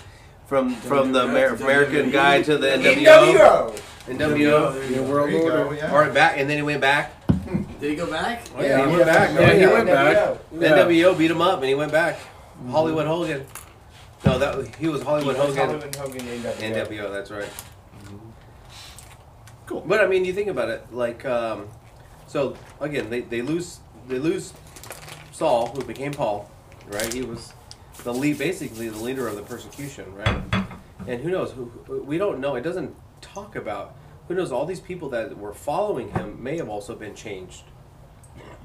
[SPEAKER 1] From from the Amer-
[SPEAKER 10] Amer-
[SPEAKER 1] American guy to the
[SPEAKER 10] E.
[SPEAKER 1] NWO.
[SPEAKER 9] NWO.
[SPEAKER 1] NWO.
[SPEAKER 3] Your
[SPEAKER 2] There
[SPEAKER 3] world
[SPEAKER 2] you
[SPEAKER 3] order.
[SPEAKER 2] go. Yeah.
[SPEAKER 1] All right, back, and then he went back.
[SPEAKER 10] Did he go back?
[SPEAKER 3] Yeah,
[SPEAKER 1] he
[SPEAKER 3] he
[SPEAKER 1] went
[SPEAKER 3] went back.
[SPEAKER 9] Yeah,
[SPEAKER 3] Yeah, he
[SPEAKER 9] yeah,
[SPEAKER 3] went
[SPEAKER 9] NWO.
[SPEAKER 3] back.
[SPEAKER 1] The NWO beat him up, and he went back. Hollywood Hogan. No, that he was Hollywood
[SPEAKER 9] He was
[SPEAKER 1] Hogan.
[SPEAKER 9] Hollywood Hogan NWO.
[SPEAKER 1] NWO, that's right.
[SPEAKER 4] Cool.
[SPEAKER 1] But I mean, you think about it, like, um, so again, they, they lose they lose Saul, who became Paul, right? He was the lead, basically the leader of the persecution, right? And who knows? Who, who- we don't know. It doesn't talk about. Who knows? All these people that were following him may have also been changed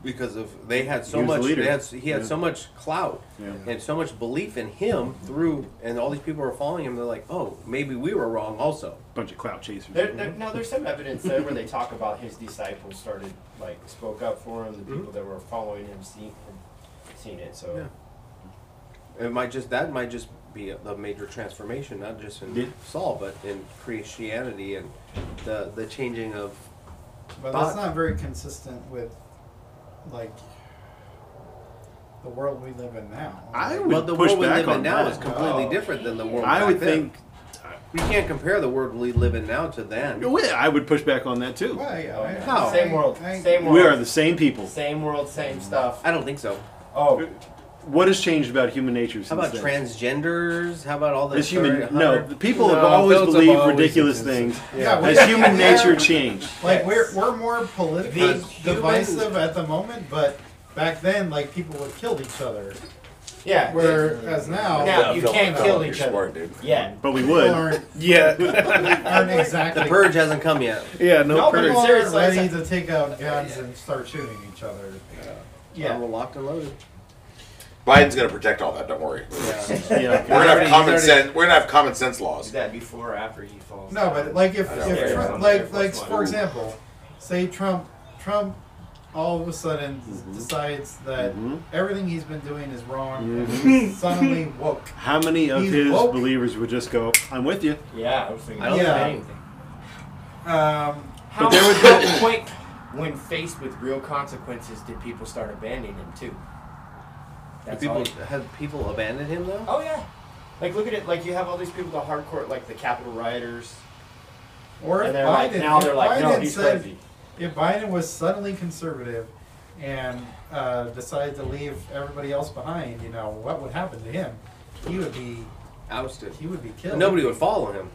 [SPEAKER 1] because of they had so
[SPEAKER 4] He was the
[SPEAKER 1] much.
[SPEAKER 4] leader.
[SPEAKER 1] They had he had
[SPEAKER 4] Yeah.
[SPEAKER 1] so much clout
[SPEAKER 4] Yeah.
[SPEAKER 1] and so much belief in him through, and all these people were following him. They're like, oh, maybe we were wrong also.
[SPEAKER 4] Bunch of clout chasers.
[SPEAKER 9] There, there,
[SPEAKER 1] Mhm.
[SPEAKER 9] no, there's some evidence there where they talk about his disciples started like spoke up for him. The people that were following him seen seen it. So
[SPEAKER 1] It might just that might just be a, the major transformation, not just in
[SPEAKER 4] Yeah.
[SPEAKER 1] Saul, but in Christianity and the the changing of.
[SPEAKER 2] But
[SPEAKER 1] But-
[SPEAKER 2] that's not very consistent with, like, the world we live in now.
[SPEAKER 4] I would
[SPEAKER 1] Well, the
[SPEAKER 4] push
[SPEAKER 1] world we
[SPEAKER 4] back
[SPEAKER 1] live
[SPEAKER 4] on
[SPEAKER 1] in now
[SPEAKER 4] that.
[SPEAKER 1] is completely
[SPEAKER 2] Oh.
[SPEAKER 1] different than the world.
[SPEAKER 4] I
[SPEAKER 1] back
[SPEAKER 4] would
[SPEAKER 1] then.
[SPEAKER 4] think.
[SPEAKER 1] we can't compare the world we live in now to then.
[SPEAKER 4] No, wait, I would push back on that too.
[SPEAKER 2] Well, yeah, I-
[SPEAKER 1] How?
[SPEAKER 9] same world,
[SPEAKER 2] I-
[SPEAKER 9] same world,
[SPEAKER 4] We are the same people.
[SPEAKER 9] same world, same stuff.
[SPEAKER 1] I don't think so.
[SPEAKER 9] Oh,
[SPEAKER 4] what has changed about human nature since
[SPEAKER 12] How about
[SPEAKER 4] then?
[SPEAKER 12] transgenders? How about all the
[SPEAKER 4] As human,
[SPEAKER 12] third-
[SPEAKER 4] no,
[SPEAKER 12] hundred-
[SPEAKER 4] the people have
[SPEAKER 12] No,
[SPEAKER 4] always
[SPEAKER 12] those have
[SPEAKER 4] believed
[SPEAKER 12] always
[SPEAKER 4] ridiculous
[SPEAKER 12] existed.
[SPEAKER 4] things.
[SPEAKER 2] Yeah, we-
[SPEAKER 4] Has human nature changed?
[SPEAKER 2] Like we're we're more political
[SPEAKER 12] human-
[SPEAKER 2] divisive at the moment, but back then, like people would kill each other.
[SPEAKER 9] Yeah.
[SPEAKER 2] Whereas now,
[SPEAKER 9] Now
[SPEAKER 11] Yeah,
[SPEAKER 9] you
[SPEAKER 11] Phil,
[SPEAKER 9] can't
[SPEAKER 11] Phil,
[SPEAKER 9] kill
[SPEAKER 11] you're
[SPEAKER 9] each other.
[SPEAKER 11] smart, dude.
[SPEAKER 9] Yeah.
[SPEAKER 4] But we
[SPEAKER 2] people
[SPEAKER 4] would. [laughs]
[SPEAKER 2] aren't,
[SPEAKER 3] Yeah.
[SPEAKER 2] [laughs] aren't
[SPEAKER 12] The
[SPEAKER 2] exactly.
[SPEAKER 12] purge hasn't come yet.
[SPEAKER 3] yeah, no,
[SPEAKER 9] No, but
[SPEAKER 3] purge.
[SPEAKER 2] People aren't
[SPEAKER 9] Seriously,
[SPEAKER 2] ready
[SPEAKER 9] it's
[SPEAKER 2] to take out guns and start shooting each other.
[SPEAKER 12] Yeah, we're locked and loaded.
[SPEAKER 11] Biden's going to protect all that. Don't worry.
[SPEAKER 12] Yeah.
[SPEAKER 4] Yeah.
[SPEAKER 11] We're going to have
[SPEAKER 12] already-
[SPEAKER 11] common
[SPEAKER 12] he's already-
[SPEAKER 11] sense. We're going to have common sense
[SPEAKER 9] Is
[SPEAKER 11] laws.
[SPEAKER 9] that before or after he falls?
[SPEAKER 2] No, but like if,
[SPEAKER 9] I don't
[SPEAKER 2] if
[SPEAKER 9] care. I
[SPEAKER 2] Trump,
[SPEAKER 9] don't care
[SPEAKER 2] like
[SPEAKER 9] if
[SPEAKER 2] like
[SPEAKER 9] it's
[SPEAKER 2] for
[SPEAKER 9] one.
[SPEAKER 2] example, say Trump Trump all of a sudden
[SPEAKER 9] Mm-hmm.
[SPEAKER 2] decides that everything he's been doing is wrong and
[SPEAKER 9] Mm-hmm.
[SPEAKER 2] he's suddenly woke.
[SPEAKER 4] [laughs] How many of
[SPEAKER 2] He's
[SPEAKER 4] his
[SPEAKER 2] woke.
[SPEAKER 4] believers would just go, "I'm with you"?
[SPEAKER 9] Yeah, I was thinking.
[SPEAKER 12] I don't
[SPEAKER 2] Yeah.
[SPEAKER 12] think anything.
[SPEAKER 2] Um,
[SPEAKER 9] How
[SPEAKER 4] there
[SPEAKER 9] there
[SPEAKER 4] was-
[SPEAKER 9] was that point when faced with real consequences did people start abandoning him too?
[SPEAKER 12] Have
[SPEAKER 9] That's all
[SPEAKER 12] people
[SPEAKER 9] you-
[SPEAKER 12] have people abandoned him though?
[SPEAKER 9] Oh yeah. Like look at it. Like you have all these people, the hardcore, like the Capitol rioters,
[SPEAKER 2] or if
[SPEAKER 9] and they're
[SPEAKER 2] Biden,
[SPEAKER 9] like now they're
[SPEAKER 2] if
[SPEAKER 9] like, no,
[SPEAKER 2] Biden
[SPEAKER 9] he's
[SPEAKER 2] said,
[SPEAKER 9] crazy.
[SPEAKER 2] If Biden was suddenly conservative and uh, decided to leave everybody else behind, you know what would happen to him? He would be
[SPEAKER 12] Ousted.
[SPEAKER 2] he would be killed.
[SPEAKER 12] Nobody would follow him.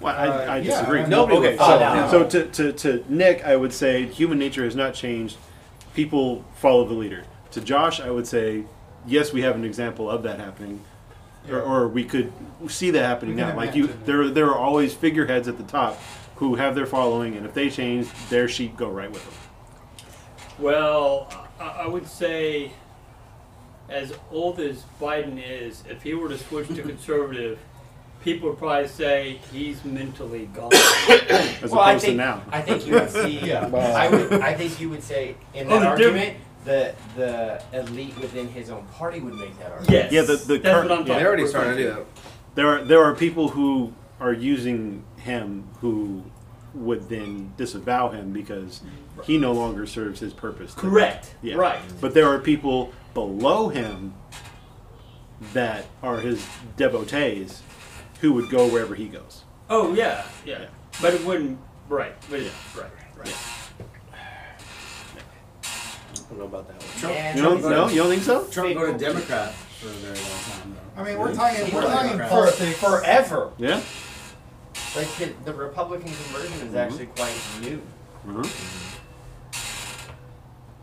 [SPEAKER 4] Well, I, I
[SPEAKER 2] Uh, yeah,
[SPEAKER 4] disagree.
[SPEAKER 2] I mean-
[SPEAKER 12] Nobody
[SPEAKER 4] okay,
[SPEAKER 12] would
[SPEAKER 4] so,
[SPEAKER 12] follow him.
[SPEAKER 4] so to, to, to Nick, I would say human nature has not changed. People follow the leader. To Josh, I would say, yes, we have an example of that happening, or, or we could see that happening
[SPEAKER 2] We can
[SPEAKER 4] now. Like you,
[SPEAKER 2] imagine it.
[SPEAKER 4] there there are always figureheads at the top who have their following, and if they change, their sheep go right with them.
[SPEAKER 5] Well, I, I would say, as old as Biden is, if he were to switch
[SPEAKER 9] [laughs]
[SPEAKER 5] to conservative, people would probably say he's mentally gone.
[SPEAKER 4] [coughs] As
[SPEAKER 9] well, I
[SPEAKER 4] opposed to
[SPEAKER 9] think,
[SPEAKER 4] now.
[SPEAKER 9] I think you
[SPEAKER 4] [laughs]
[SPEAKER 9] would see.
[SPEAKER 2] Yeah.
[SPEAKER 9] I would. I think you would say in
[SPEAKER 5] Oh, the
[SPEAKER 9] that
[SPEAKER 5] diff-
[SPEAKER 9] argument, the the elite within his own party would make that argument.
[SPEAKER 5] yes.
[SPEAKER 4] Yeah, the- the
[SPEAKER 5] that's
[SPEAKER 4] current-
[SPEAKER 5] what I'm
[SPEAKER 4] yeah,
[SPEAKER 5] talking
[SPEAKER 12] They already started to do that.
[SPEAKER 4] There are there are people who are using him who would then disavow him because he no longer serves his purpose. to-
[SPEAKER 5] Correct.
[SPEAKER 4] Yeah.
[SPEAKER 5] Right.
[SPEAKER 4] But there are people below him that are his devotees who would go wherever he goes.
[SPEAKER 5] Oh yeah, yeah. But it wouldn't. Right. But yeah. Right. Right.
[SPEAKER 12] I don't know about that one.
[SPEAKER 9] And
[SPEAKER 4] You don't, no, you don't think so?
[SPEAKER 6] Trump voted Democrat for a very long time, though.
[SPEAKER 2] I mean, we're talking we're
[SPEAKER 6] Really?
[SPEAKER 4] Mm.
[SPEAKER 2] talking
[SPEAKER 6] For-
[SPEAKER 9] for,
[SPEAKER 2] politics
[SPEAKER 9] forever.
[SPEAKER 4] Yeah.
[SPEAKER 9] Like the, the Republican conversion
[SPEAKER 11] Mm-hmm.
[SPEAKER 9] is actually quite new.
[SPEAKER 12] Mm-hmm.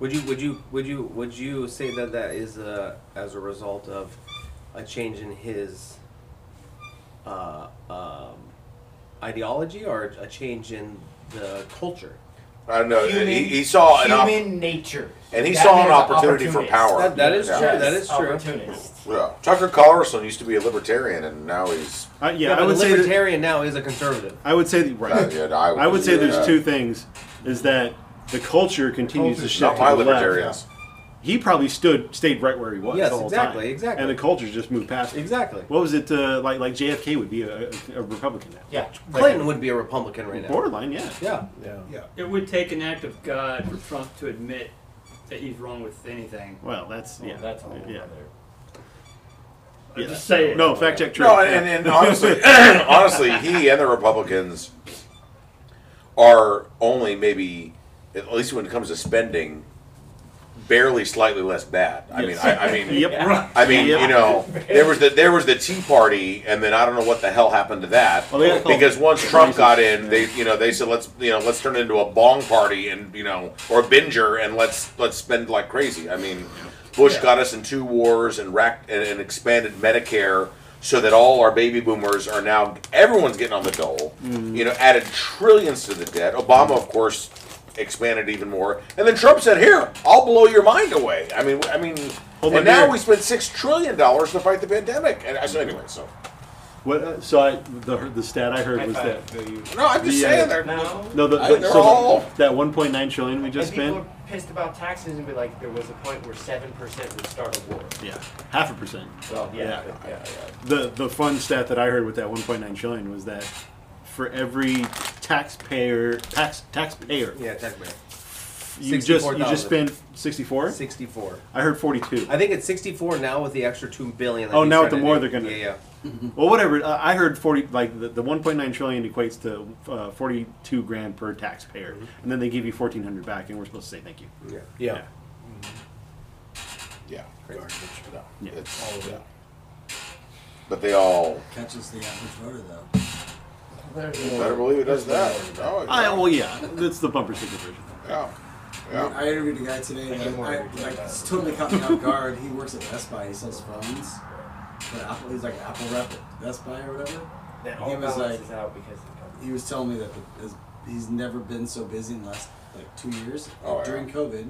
[SPEAKER 12] Would you would you would you would you say that that is a, as a result of a change in his uh, um, ideology or a change in the culture?
[SPEAKER 11] I don't know.
[SPEAKER 9] Human-
[SPEAKER 11] he, he saw an op-
[SPEAKER 9] human nature.
[SPEAKER 11] and he
[SPEAKER 9] That
[SPEAKER 11] saw an
[SPEAKER 9] man's
[SPEAKER 11] opportunity for
[SPEAKER 9] opportunist.
[SPEAKER 11] power.
[SPEAKER 12] That, that is
[SPEAKER 11] Yeah.
[SPEAKER 12] true. That is true.
[SPEAKER 9] Opportunist.
[SPEAKER 11] Yeah. Tucker Carlson used to be a libertarian, and now he's.
[SPEAKER 4] I, yeah,
[SPEAKER 12] Uh, Yeah,
[SPEAKER 4] I
[SPEAKER 12] but
[SPEAKER 4] would
[SPEAKER 12] a
[SPEAKER 4] say that,
[SPEAKER 12] libertarian now is a conservative.
[SPEAKER 4] I would say that,
[SPEAKER 11] Uh,
[SPEAKER 4] right.
[SPEAKER 11] yeah,
[SPEAKER 4] I would say
[SPEAKER 11] yeah.
[SPEAKER 4] there's two things: is that the culture continues to
[SPEAKER 2] Culture's
[SPEAKER 4] shift
[SPEAKER 11] Not
[SPEAKER 4] to
[SPEAKER 11] my
[SPEAKER 4] the left.
[SPEAKER 11] libertarians.
[SPEAKER 4] He probably stood stayed right where he was.
[SPEAKER 12] Yes,
[SPEAKER 4] the whole
[SPEAKER 12] exactly,
[SPEAKER 4] time.
[SPEAKER 12] exactly.
[SPEAKER 4] And the culture just moved past. him.
[SPEAKER 12] Exactly.
[SPEAKER 4] What was it uh, like? Like JFK would be a, a Republican now.
[SPEAKER 9] Yeah.
[SPEAKER 12] Clinton would be a Republican right now.
[SPEAKER 4] Borderline, yeah.
[SPEAKER 12] Yeah.
[SPEAKER 3] Yeah.
[SPEAKER 2] Yeah.
[SPEAKER 5] It would take an act of God for Trump to admit that he's wrong with anything.
[SPEAKER 4] Well, that's yeah.
[SPEAKER 9] Yeah, that's all.
[SPEAKER 4] Yeah.
[SPEAKER 5] I'm
[SPEAKER 4] Yeah.
[SPEAKER 5] just saying.
[SPEAKER 4] No, fact check. True.
[SPEAKER 11] No, and, and, and honestly, [coughs] honestly, he and the Republicans are only maybe, at least when it comes to spending, barely slightly less bad. I mean, I, I mean,
[SPEAKER 4] [laughs] Yep.
[SPEAKER 5] Right.
[SPEAKER 11] I mean,
[SPEAKER 4] Yep.
[SPEAKER 11] you know, there was the there was the Tea Party, and then I don't know what the hell happened to that.
[SPEAKER 4] Well, they got called-
[SPEAKER 11] because once Trump got in, they you know they said let's you know let's turn it into a bong party and you know or a binger and let's let's spend like crazy. I mean, Bush got us in two wars and racked and, and expanded Medicare so that all our baby boomers are now everyone's getting on the dole.
[SPEAKER 4] Mm.
[SPEAKER 11] You know, added trillions to the debt. Obama, of course. Expanded even more, and then Trump said, "Here, I'll blow your mind away." I mean, I mean,
[SPEAKER 4] Hold my
[SPEAKER 11] and now
[SPEAKER 4] beer.
[SPEAKER 11] we spent six trillion dollars to fight the pandemic. And I- so anyway, so
[SPEAKER 4] What, uh, so I, the the stat I heard was that
[SPEAKER 11] no, I'm just
[SPEAKER 4] Yeah.
[SPEAKER 11] saying they're
[SPEAKER 9] No.
[SPEAKER 4] no, the,
[SPEAKER 11] I-
[SPEAKER 4] the,
[SPEAKER 11] they're
[SPEAKER 4] so
[SPEAKER 11] all-
[SPEAKER 4] that 1.9 trillion we just
[SPEAKER 9] and people
[SPEAKER 4] spent,
[SPEAKER 9] are pissed about taxes and be like, there was a point where seven percent would start a war.
[SPEAKER 4] yeah, half a percent.
[SPEAKER 9] Well, yeah,
[SPEAKER 4] Yeah.
[SPEAKER 9] but- yeah, yeah.
[SPEAKER 4] The the fun stat that I heard with that 1.9 trillion was that for every taxpayer tax taxpayer
[SPEAKER 12] Yeah, technically.
[SPEAKER 4] you just you
[SPEAKER 12] 64,000.
[SPEAKER 4] just spend 64.
[SPEAKER 12] 64.
[SPEAKER 4] I heard 42.
[SPEAKER 12] I think it's 64 now with the extra 2 billion. that
[SPEAKER 4] Oh,
[SPEAKER 12] he's
[SPEAKER 4] now
[SPEAKER 12] trying
[SPEAKER 4] with the
[SPEAKER 12] to
[SPEAKER 4] more
[SPEAKER 12] do.
[SPEAKER 4] they're gonna-
[SPEAKER 12] Yeah, yeah.
[SPEAKER 4] [laughs] Well, whatever. Uh, I heard forty, like the, the one point nine trillion equates to uh, forty-two grand per taxpayer, and then they give you fourteen hundred back, and we're supposed to say thank you.
[SPEAKER 3] Yeah.
[SPEAKER 11] Yeah. Garbage. No.
[SPEAKER 4] Yeah.
[SPEAKER 11] It's,
[SPEAKER 10] Oh,
[SPEAKER 4] All of
[SPEAKER 11] yeah. But they all.
[SPEAKER 10] Catches the average voter though.
[SPEAKER 11] You better believe it does that. Oh, yeah.
[SPEAKER 4] I, well, yeah, that's the bumper sticker version.
[SPEAKER 11] Yeah.
[SPEAKER 10] I interviewed a guy today that I, like it's totally caught me off guard. He works at Best Buy. He sells phones. But Apple, he's like an Apple rep at Best Buy or whatever.
[SPEAKER 9] That
[SPEAKER 10] And
[SPEAKER 9] all
[SPEAKER 10] he was like,
[SPEAKER 9] balances out because of COVID.
[SPEAKER 10] he was telling me that the, his, he's never been so busy in the last like two years.
[SPEAKER 11] Oh, yeah.
[SPEAKER 10] During COVID,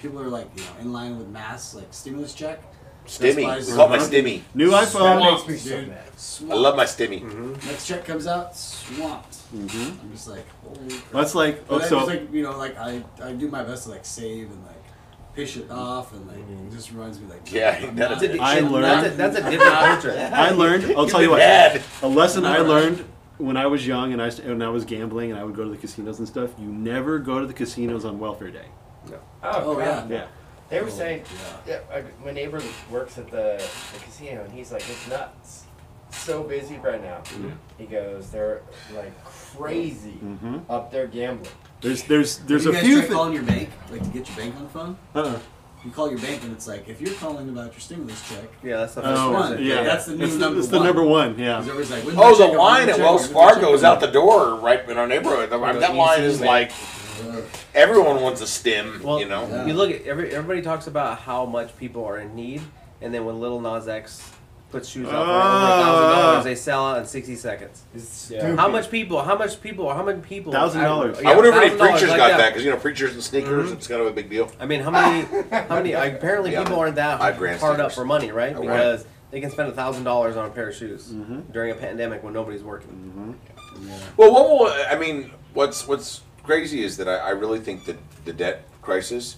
[SPEAKER 10] people are like you know in line with masks, like stimulus check. Best
[SPEAKER 11] Stimmy.
[SPEAKER 10] Buy's-
[SPEAKER 11] We call it my Stimmy.
[SPEAKER 4] New iPhone.
[SPEAKER 10] Swamped, dude.
[SPEAKER 11] I love my Stimmy.
[SPEAKER 10] Next check comes out, swamped.
[SPEAKER 4] Mhm.
[SPEAKER 10] I'm just like, holy crap.
[SPEAKER 4] That's like-
[SPEAKER 10] But
[SPEAKER 4] oh,
[SPEAKER 10] I
[SPEAKER 4] so-
[SPEAKER 10] just like, you know, like I, I do my best to like save and like push it off and like
[SPEAKER 12] Mm-hmm.
[SPEAKER 10] it just reminds me like
[SPEAKER 11] Yeah,
[SPEAKER 10] [laughs] I'm
[SPEAKER 11] that's
[SPEAKER 10] not-
[SPEAKER 11] a-
[SPEAKER 4] I learned.
[SPEAKER 12] That's a, that's a
[SPEAKER 4] [laughs]
[SPEAKER 12] different culture.
[SPEAKER 4] I learned. I'll tell you what.
[SPEAKER 11] Dad.
[SPEAKER 4] A lesson I learned when I was young and I st- when I was gambling and I would go to the casinos and stuff. You never go to the casinos on welfare day.
[SPEAKER 10] Oh, yeah.
[SPEAKER 4] Yeah.
[SPEAKER 9] They were
[SPEAKER 10] Oh,
[SPEAKER 9] saying,
[SPEAKER 10] yeah.
[SPEAKER 9] yeah. uh, my neighbor works at the, the casino, and he's like, it's nuts. So busy right now. He goes, they're like crazy
[SPEAKER 4] Mhm.
[SPEAKER 9] up there gambling.
[SPEAKER 4] There's there's there's
[SPEAKER 10] Have
[SPEAKER 4] a
[SPEAKER 10] you guys
[SPEAKER 4] few
[SPEAKER 10] tried
[SPEAKER 4] things.
[SPEAKER 10] calling your bank, like to get your bank on the phone.
[SPEAKER 4] Uh-uh.
[SPEAKER 10] You call your bank and it's like if you're calling about your stimulus check,
[SPEAKER 12] Yeah, that's the first
[SPEAKER 4] Oh,
[SPEAKER 12] one.
[SPEAKER 10] yeah. That's the new
[SPEAKER 4] it's,
[SPEAKER 10] number
[SPEAKER 4] it's
[SPEAKER 10] one.
[SPEAKER 4] the number one.
[SPEAKER 10] He's
[SPEAKER 4] Yeah.
[SPEAKER 10] always like, "When's my
[SPEAKER 11] Oh,
[SPEAKER 10] check?
[SPEAKER 11] the
[SPEAKER 10] When's my
[SPEAKER 11] line at
[SPEAKER 10] check?
[SPEAKER 11] Wells
[SPEAKER 10] When's my check?"
[SPEAKER 11] Fargo is out the door right in our neighborhood. I mean, that line is like everyone wants a stem,
[SPEAKER 12] Well,
[SPEAKER 11] you know.
[SPEAKER 12] You look at every everybody talks about how much people are in need, and then when Little Nas X puts shoes out for over a thousand
[SPEAKER 4] Ah.
[SPEAKER 12] dollars, they sell out in sixty seconds.
[SPEAKER 9] It's
[SPEAKER 3] Yeah.
[SPEAKER 12] How much people? How much people? How many people?
[SPEAKER 4] $1,000.
[SPEAKER 12] yeah,
[SPEAKER 11] I wonder if any
[SPEAKER 12] $1,000
[SPEAKER 11] preachers
[SPEAKER 12] like Mm-hmm.
[SPEAKER 11] got that because you know preachers and sneakers. It's kind of a big deal.
[SPEAKER 12] I mean, how many? How many? like, apparently,
[SPEAKER 11] Yeah.
[SPEAKER 12] people aren't that
[SPEAKER 11] Five grand
[SPEAKER 12] hard up
[SPEAKER 11] stickers.
[SPEAKER 12] for money, right?
[SPEAKER 11] Right.
[SPEAKER 12] Because they can spend a thousand dollars on a pair of shoes during a pandemic when nobody's working.
[SPEAKER 11] [laughs] Well, what will I mean? What's what's crazy is that I, I really think that the debt crisis,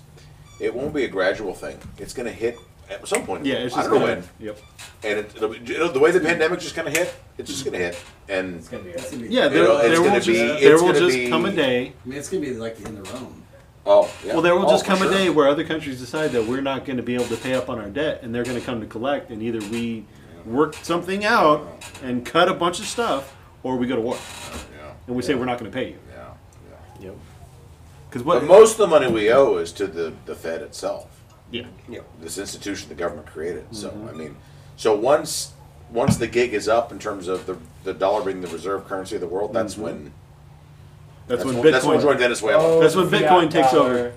[SPEAKER 11] it won't be a gradual thing. It's going to hit at some point.
[SPEAKER 4] Yeah. It's
[SPEAKER 11] I
[SPEAKER 4] just
[SPEAKER 11] don't know
[SPEAKER 4] gonna-
[SPEAKER 11] when.
[SPEAKER 4] Yep.
[SPEAKER 11] And it, it'll, be- it'll, the way the pandemic just kind of hit, it's just going to hit. And
[SPEAKER 9] It's gonna be.
[SPEAKER 10] It's gonna be-
[SPEAKER 4] Yeah.
[SPEAKER 11] You
[SPEAKER 4] There,
[SPEAKER 11] know, it's
[SPEAKER 4] there will
[SPEAKER 11] gonna
[SPEAKER 4] just
[SPEAKER 11] be-
[SPEAKER 4] there
[SPEAKER 11] it's
[SPEAKER 4] will
[SPEAKER 11] gonna
[SPEAKER 4] just
[SPEAKER 11] be-
[SPEAKER 4] come a day.
[SPEAKER 10] I mean, it's gonna be like in the realm.
[SPEAKER 11] oh, yeah.
[SPEAKER 4] Well, there will
[SPEAKER 11] Oh,
[SPEAKER 4] just
[SPEAKER 11] for
[SPEAKER 4] come a
[SPEAKER 11] sure.
[SPEAKER 4] day where other countries decide that we're not going to be able to pay up on our debt, and they're going to come to collect, and either we work something out and cut a bunch of stuff, or we go to war
[SPEAKER 11] Yeah,
[SPEAKER 4] and we say we're not going to pay you.
[SPEAKER 11] yeah, yeah.
[SPEAKER 3] Yep.
[SPEAKER 4] Because
[SPEAKER 11] But
[SPEAKER 4] what?
[SPEAKER 11] most of the money we owe is to the, the Fed itself,
[SPEAKER 4] yeah. Mm-hmm.
[SPEAKER 11] this institution the government created. So I mean, so once once the gig is up in terms of the the dollar being the reserve currency of the world, that's when
[SPEAKER 4] Mm-hmm. That's, when
[SPEAKER 11] that's when
[SPEAKER 4] Bitcoin.
[SPEAKER 11] we joined Venezuela.
[SPEAKER 4] That's when Bitcoin takes over.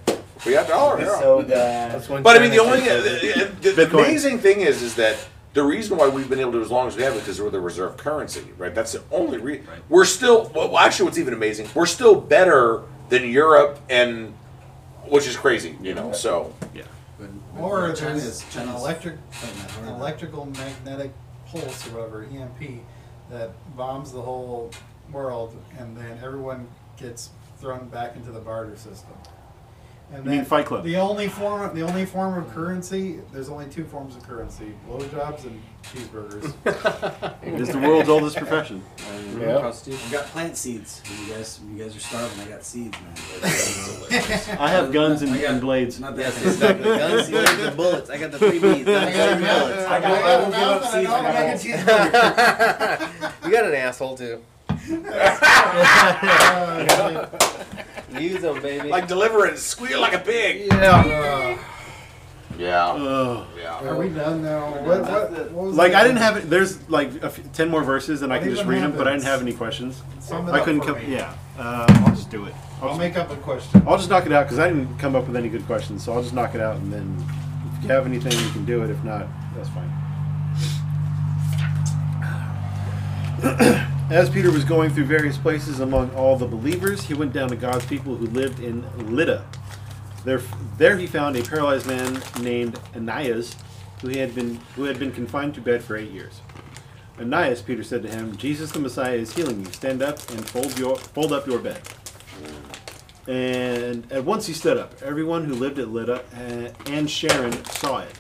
[SPEAKER 11] We got dollar. yeah.
[SPEAKER 9] So that.
[SPEAKER 12] That's when
[SPEAKER 11] But I mean, the
[SPEAKER 12] China
[SPEAKER 11] only
[SPEAKER 12] takes
[SPEAKER 11] the,
[SPEAKER 12] over.
[SPEAKER 11] the- the
[SPEAKER 4] Bitcoin.
[SPEAKER 11] amazing thing is, is that the reason why we've been able to as long as we have it because we're the reserve currency, right? That's the only reason. We're still well, actually, what's even amazing, we're still better than Europe, and which is crazy, you know. So
[SPEAKER 4] Yeah.
[SPEAKER 10] But- but
[SPEAKER 2] Or
[SPEAKER 10] China
[SPEAKER 2] there's
[SPEAKER 10] is
[SPEAKER 2] an
[SPEAKER 10] China's
[SPEAKER 2] electric,
[SPEAKER 10] fighting that
[SPEAKER 2] an
[SPEAKER 10] hard.
[SPEAKER 2] electrical magnetic pulse or whatever EMP that bombs the whole world, and then everyone gets thrown back into the barter system. And
[SPEAKER 4] You mean
[SPEAKER 2] that-
[SPEAKER 4] Fight Club?
[SPEAKER 2] The only form, of, the only form of currency. There's only two forms of currency: blowjobs and cheeseburgers.
[SPEAKER 4] [laughs] It's the
[SPEAKER 11] [laughs]
[SPEAKER 4] world's oldest profession.
[SPEAKER 3] Yeah.
[SPEAKER 10] I've got plant seeds. When you guys, when you guys are starving. I got seeds,
[SPEAKER 11] [laughs]
[SPEAKER 10] man. [laughs]
[SPEAKER 4] I have guns and,
[SPEAKER 10] I got-
[SPEAKER 4] and blades.
[SPEAKER 10] Not that.
[SPEAKER 12] Yes, exactly. Guns,
[SPEAKER 11] [laughs]
[SPEAKER 12] blades, and bullets. I got the three B's. not the three bullets.
[SPEAKER 10] I got- I will give up seeds for apples.
[SPEAKER 12] [laughs] You got an asshole too.
[SPEAKER 1] [laughs]
[SPEAKER 2] [laughs]
[SPEAKER 12] Use them, baby.
[SPEAKER 11] like deliverance, squeal like a pig.
[SPEAKER 2] [laughs] yeah.
[SPEAKER 11] Yeah,
[SPEAKER 4] Ugh.
[SPEAKER 11] yeah.
[SPEAKER 2] Are we done now? What, what, what was
[SPEAKER 4] Like
[SPEAKER 2] the-
[SPEAKER 4] I didn't have it. There's like a f- ten more verses, and I
[SPEAKER 2] What
[SPEAKER 4] can just
[SPEAKER 2] even
[SPEAKER 4] read them. But I didn't
[SPEAKER 2] happens?
[SPEAKER 4] have any questions.
[SPEAKER 2] Sum it
[SPEAKER 4] I
[SPEAKER 2] up
[SPEAKER 4] couldn't
[SPEAKER 2] for
[SPEAKER 4] come.
[SPEAKER 2] me.
[SPEAKER 4] Yeah. Uh, I'll just do it.
[SPEAKER 2] I'll make up a question.
[SPEAKER 4] I'll just knock it out because I didn't come up with any good questions, so I'll just knock it out and then if you have anything, you can do it. If not, that's fine. [clears throat] As Peter was going through various places among all the believers, he went down to God's people who lived in Lydda. There, there he found a paralyzed man named Ananias, who he had been who had been confined to bed for eight years. Ananias, Peter said to him, "Jesus the Messiah is healing you. Stand up and fold your fold up your bed." And at once he stood up. Everyone who lived at Lydda uh, and Sharon saw it,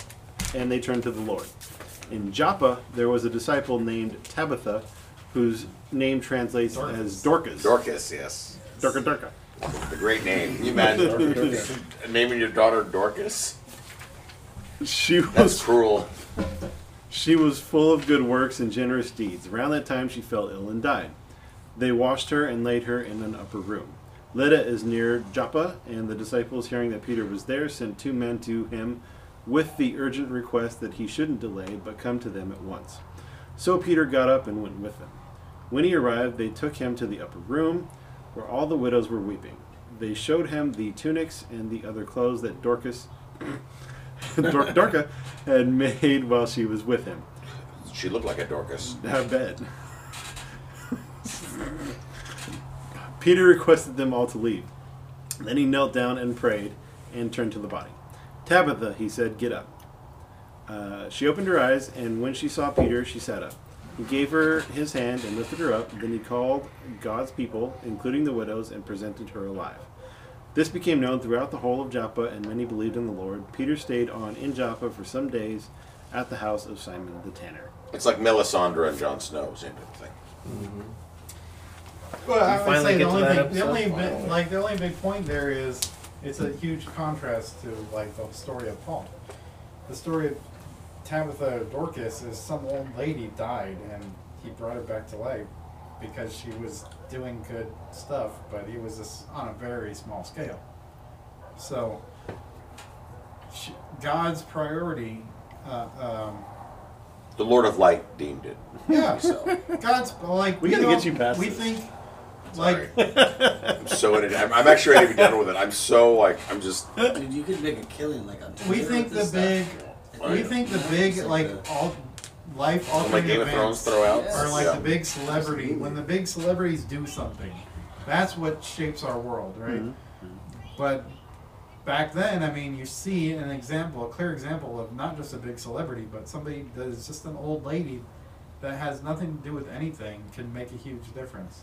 [SPEAKER 4] and they turned to the Lord. In Joppa, there was a disciple named Tabitha, whose name translates as Dorcas.
[SPEAKER 11] Dorcas, yes,
[SPEAKER 4] Dorca Dorca.
[SPEAKER 11] the great name. Can you imagine naming your daughter Dorcas?
[SPEAKER 4] She was
[SPEAKER 11] That's cruel.
[SPEAKER 4] She was full of good works and generous deeds. Around that time, she fell ill and died. They washed her and laid her in an upper room. Lydda is near Joppa, and the disciples, hearing that Peter was there, sent two men to him with the urgent request that he shouldn't delay, but come to them at once. So Peter got up and went with them. When he arrived, they took him to the upper room, where all the widows were weeping. They showed him the tunics and the other clothes that Dorcas, [coughs] Dor- Dorca, had made while she was with him.
[SPEAKER 11] She looked like a Dorcas.
[SPEAKER 4] I bet. Peter requested them all to leave. Then he knelt down and prayed and turned to the body. Tabitha, he said, get up. Uh, she opened her eyes, and when she saw Peter, she sat up. He gave her his hand and lifted her up. Then he called God's people, including the widows, and presented her alive. This became known throughout the whole of Joppa, and many believed in the Lord. Peter stayed on in Joppa for some days at the house of Simon the tanner.
[SPEAKER 11] It's like Melisandre and Jon Snow, same type of thing.
[SPEAKER 2] Well,
[SPEAKER 11] Mm-hmm. You
[SPEAKER 2] I would
[SPEAKER 11] finally
[SPEAKER 2] say
[SPEAKER 11] get to
[SPEAKER 2] the only
[SPEAKER 11] that
[SPEAKER 2] thing, the
[SPEAKER 11] episode?
[SPEAKER 2] only
[SPEAKER 11] Finally. [laughs]
[SPEAKER 2] big, like the only big point there is it's a huge contrast to like the story of Paul. The story of Tabitha Dorcas is some old lady died and he brought her back to life because she was doing good stuff, but he was just on a very small scale. So she, God's priority. Uh, um,
[SPEAKER 11] The Lord of Light deemed it.
[SPEAKER 2] yeah, God's like
[SPEAKER 11] We gotta
[SPEAKER 2] know,
[SPEAKER 11] get you past
[SPEAKER 2] We
[SPEAKER 11] this.
[SPEAKER 2] think like
[SPEAKER 11] [laughs] I'm so in it. I'm, I'm actually not even done with it. I'm so like I'm just.
[SPEAKER 10] Dude, you could make a killing like on Twitter
[SPEAKER 2] we
[SPEAKER 10] with
[SPEAKER 2] think the
[SPEAKER 10] this
[SPEAKER 2] big,
[SPEAKER 11] Oh,
[SPEAKER 2] we
[SPEAKER 11] yeah.
[SPEAKER 2] think the big like all life
[SPEAKER 11] Like
[SPEAKER 2] altering
[SPEAKER 11] Game of
[SPEAKER 2] events
[SPEAKER 11] Thrones throwouts?
[SPEAKER 2] are like
[SPEAKER 11] Yeah.
[SPEAKER 2] the big celebrity. When the big celebrities do something, that's what shapes our world, right?
[SPEAKER 4] Mhm.
[SPEAKER 2] But back then, I mean, you see an example, a clear example of not just a big celebrity, but somebody that is just an old lady that has nothing to do with anything can make a huge difference.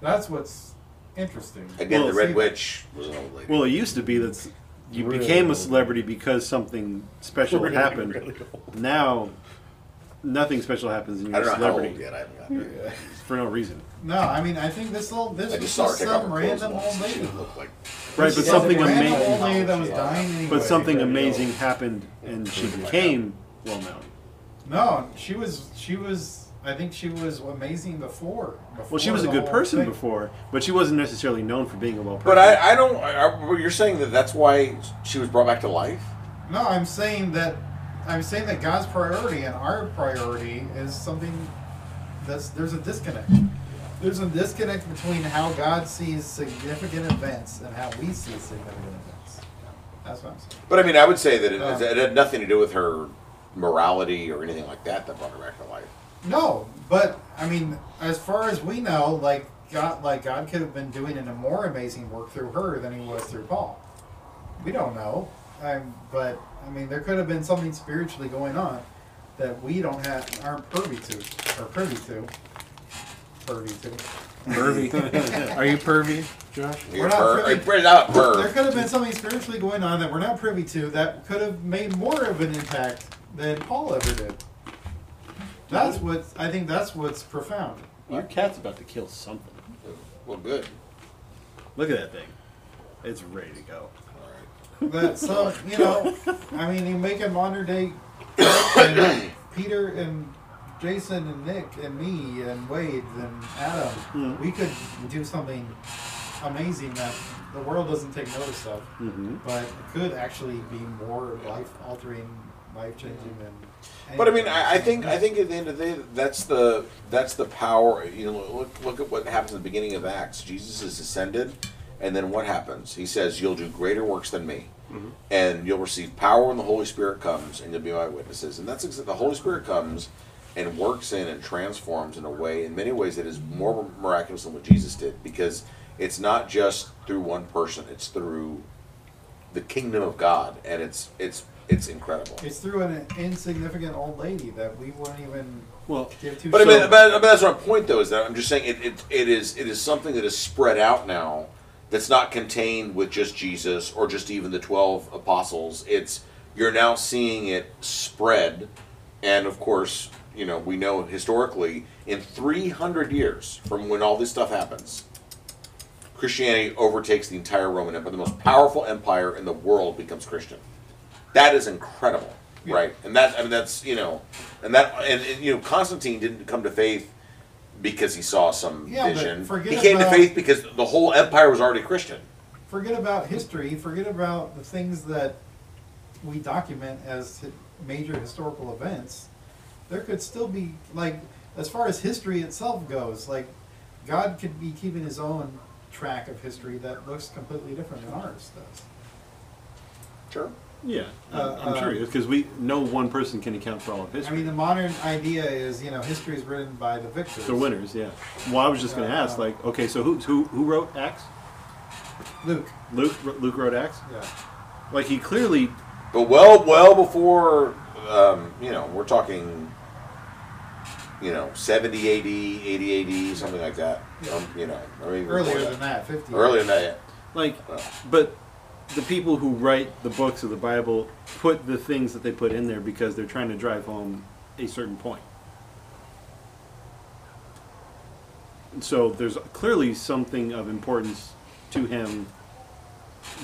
[SPEAKER 2] That's what's interesting.
[SPEAKER 11] Again,
[SPEAKER 4] Well,
[SPEAKER 11] the Red
[SPEAKER 4] see- [laughs]
[SPEAKER 11] Witch was an old lady.
[SPEAKER 4] Well, it used to be that you
[SPEAKER 11] Really
[SPEAKER 4] became a
[SPEAKER 11] old.
[SPEAKER 4] celebrity because something special
[SPEAKER 11] Really,
[SPEAKER 4] happened.
[SPEAKER 11] really
[SPEAKER 4] now, nothing special happens and
[SPEAKER 11] I
[SPEAKER 4] you're a
[SPEAKER 11] don't know how
[SPEAKER 4] celebrity.
[SPEAKER 11] old yet. I haven't gotten there.
[SPEAKER 4] For no reason.
[SPEAKER 2] No, I mean, I think this little this
[SPEAKER 11] I
[SPEAKER 2] was
[SPEAKER 11] just saw her
[SPEAKER 2] just
[SPEAKER 11] take off
[SPEAKER 2] some
[SPEAKER 11] her clothes
[SPEAKER 2] random old
[SPEAKER 11] once. and She
[SPEAKER 2] lady.
[SPEAKER 11] didn't look like.
[SPEAKER 4] Right, but something
[SPEAKER 2] random
[SPEAKER 4] amazing.
[SPEAKER 2] old lady that was dying anyway.
[SPEAKER 4] But something amazing happened and she became well known.
[SPEAKER 2] No, she was she was. I think she was amazing before. before
[SPEAKER 4] Well, she was a
[SPEAKER 2] the
[SPEAKER 4] good
[SPEAKER 2] whole
[SPEAKER 4] person
[SPEAKER 2] thing.
[SPEAKER 4] before, but she wasn't necessarily known for being a well person.
[SPEAKER 11] But I, I don't. I, I- well, you're saying that that's why she was brought back to life.
[SPEAKER 2] No, I'm saying that I'm saying that God's priority and our priority is something that's there's a disconnect. There's a disconnect between how God sees significant events and how we see significant events. That's what I'm saying.
[SPEAKER 11] But I mean, I would say that it,
[SPEAKER 10] Oh.
[SPEAKER 2] Um,
[SPEAKER 11] it had nothing to do with her morality or anything like that that brought her back to life.
[SPEAKER 2] No, but I mean, as far as we know, like God, like God could have been doing an a more amazing work through her than he was through Paul. We don't know, um, but I mean, there could have been something spiritually going on that we don't have aren't privy to or privy to. Privy to. [laughs]
[SPEAKER 3] Pervy. Are you pervy, Josh?
[SPEAKER 2] We're not privy.
[SPEAKER 11] We're not
[SPEAKER 2] There
[SPEAKER 11] perv.
[SPEAKER 2] could have been something spiritually going on that we're not privy to that could have made more of an impact than Paul ever did. That's
[SPEAKER 11] Mm-hmm.
[SPEAKER 2] what I think. That's what's profound.
[SPEAKER 4] Your cat's about to kill something.
[SPEAKER 11] Well, good.
[SPEAKER 4] Look at that thing. It's ready to go.
[SPEAKER 2] But so you know, I mean, you make a modern day and Peter and Jason and Nick and me and Wade and Adam. We could do something amazing that the world doesn't take notice of,
[SPEAKER 11] Mm-hmm.
[SPEAKER 4] Mhm.
[SPEAKER 2] but it could actually be more life altering, life changing than.
[SPEAKER 11] But I mean, I, I think I think at the end of the day, that's the that's the power. You know, look look at what happens at the beginning of Acts. Jesus is ascended, and then what happens? He says, "You'll do greater works than me,
[SPEAKER 2] Mm-hmm.
[SPEAKER 11] and you'll receive power when the Holy Spirit comes, and you'll be my witnesses." And that's exactly the Holy Spirit comes and works in and transforms in a way, in many ways, that is more miraculous than what Jesus did, because it's not just through one person; it's through the kingdom of God, and it's it's it's incredible.
[SPEAKER 2] It's through an insignificant old lady that we wouldn't even
[SPEAKER 4] well
[SPEAKER 2] give two.
[SPEAKER 11] But I
[SPEAKER 2] shits.
[SPEAKER 11] mean, but, but that's my point, though, is that I'm just saying it, it, it is it is something that is spread out now, that's not contained with just Jesus or just even the twelve apostles. It's you're now seeing it spread, and of course, you know we know historically in 300 years from when all this stuff happens, Christianity overtakes the entire Roman Empire. The most powerful empire in the world becomes Christian. That is incredible, right? And that I mean, that's you know, and that and, and, you know, Constantine didn't come to faith because he saw some
[SPEAKER 2] Yeah, but
[SPEAKER 11] vision. He
[SPEAKER 2] forget
[SPEAKER 11] came
[SPEAKER 2] about-
[SPEAKER 11] to faith because the whole empire was already Christian.
[SPEAKER 2] forget about history, forget about the things that we document as hi- major historical events, there could still be like as far as history itself goes, like God could be keeping his own track of history that looks completely different than ours does.
[SPEAKER 11] Sure.
[SPEAKER 4] Yeah, I'm,
[SPEAKER 2] Uh,
[SPEAKER 4] I'm sure
[SPEAKER 2] uh,
[SPEAKER 4] it is because we no one person can account for all of
[SPEAKER 2] I
[SPEAKER 4] history.
[SPEAKER 2] mean, the modern idea is you know history is written by the victors.
[SPEAKER 4] the winners, yeah. Well, I was just going to
[SPEAKER 2] Uh,
[SPEAKER 4] ask, like, okay, so who who who wrote Acts?
[SPEAKER 2] Luke.
[SPEAKER 4] Luke Luke wrote Acts.
[SPEAKER 2] Yeah.
[SPEAKER 4] Like he clearly
[SPEAKER 11] But well, well before, um, you know, we're talking, you know, 70 AD, 80 AD, something like that. Um, you know, or even
[SPEAKER 2] Earlier
[SPEAKER 11] before
[SPEAKER 2] than that, 50.
[SPEAKER 11] Earlier than that,
[SPEAKER 4] Like, but the people who write the books of the Bible put the things that they put in there because they're trying to drive home a certain point. And So there's clearly something of importance to him.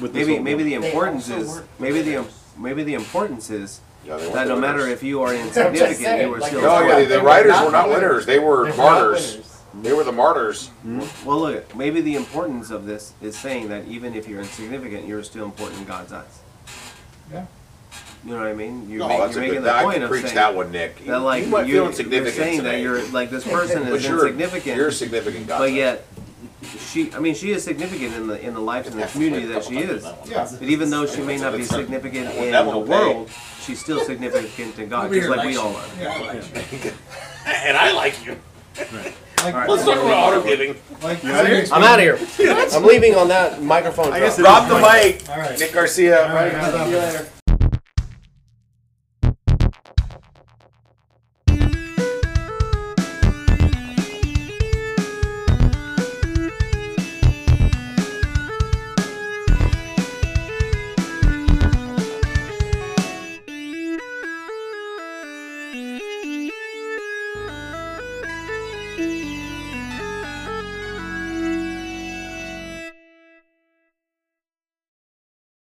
[SPEAKER 4] With this
[SPEAKER 1] maybe
[SPEAKER 4] whole
[SPEAKER 1] maybe the
[SPEAKER 4] book.
[SPEAKER 1] importance is maybe the im- maybe the importance is
[SPEAKER 11] they
[SPEAKER 1] that
[SPEAKER 11] weren't
[SPEAKER 1] no matter
[SPEAKER 11] winners. [laughs]
[SPEAKER 1] if you are
[SPEAKER 11] I'm just
[SPEAKER 1] insignificant,
[SPEAKER 11] saying,
[SPEAKER 1] you are
[SPEAKER 11] like,
[SPEAKER 1] still.
[SPEAKER 11] no, yeah, the They were writers not were not winners. winners. They were They were not martyrs. winners. They were the martyrs.
[SPEAKER 1] Hmm? Well, look, maybe the importance of this is saying that even if you're insignificant, you're still important in God's eyes.
[SPEAKER 2] Yeah.
[SPEAKER 1] You know what I mean? You're,
[SPEAKER 11] No,
[SPEAKER 1] ma-
[SPEAKER 11] that's
[SPEAKER 1] you're
[SPEAKER 11] a
[SPEAKER 1] making
[SPEAKER 11] good-
[SPEAKER 1] the
[SPEAKER 11] I can
[SPEAKER 1] point of
[SPEAKER 11] preach
[SPEAKER 1] saying
[SPEAKER 11] that one, Nick. You-
[SPEAKER 1] That like
[SPEAKER 11] you might feel
[SPEAKER 1] you're-
[SPEAKER 11] insignificant
[SPEAKER 1] You're saying that
[SPEAKER 11] today.
[SPEAKER 1] you're like this person
[SPEAKER 11] But
[SPEAKER 1] is
[SPEAKER 11] you're-
[SPEAKER 1] insignificant.
[SPEAKER 11] you're significant, God
[SPEAKER 1] But
[SPEAKER 11] says.
[SPEAKER 1] yet, she. I mean, she is significant in the in the lives and the community that she is.
[SPEAKER 2] Yeah.
[SPEAKER 1] But even though she may not be significant
[SPEAKER 11] That one-
[SPEAKER 1] in
[SPEAKER 11] that
[SPEAKER 1] the
[SPEAKER 11] one will
[SPEAKER 1] world, she's still significant to God,
[SPEAKER 11] Over
[SPEAKER 1] just
[SPEAKER 11] here,
[SPEAKER 1] like we
[SPEAKER 11] Lex.
[SPEAKER 1] all are.
[SPEAKER 11] Yeah, I like you. [laughs] And I like you.
[SPEAKER 2] Like,
[SPEAKER 1] All right.
[SPEAKER 11] Let's talk about auto giving.
[SPEAKER 2] Like,
[SPEAKER 12] I'm out of here.
[SPEAKER 2] [laughs]
[SPEAKER 12] I'm leaving on that microphone.
[SPEAKER 11] I guess
[SPEAKER 12] drop.
[SPEAKER 11] drop the mic. Nick Garcia.
[SPEAKER 12] See you later.
[SPEAKER 15] Thank you.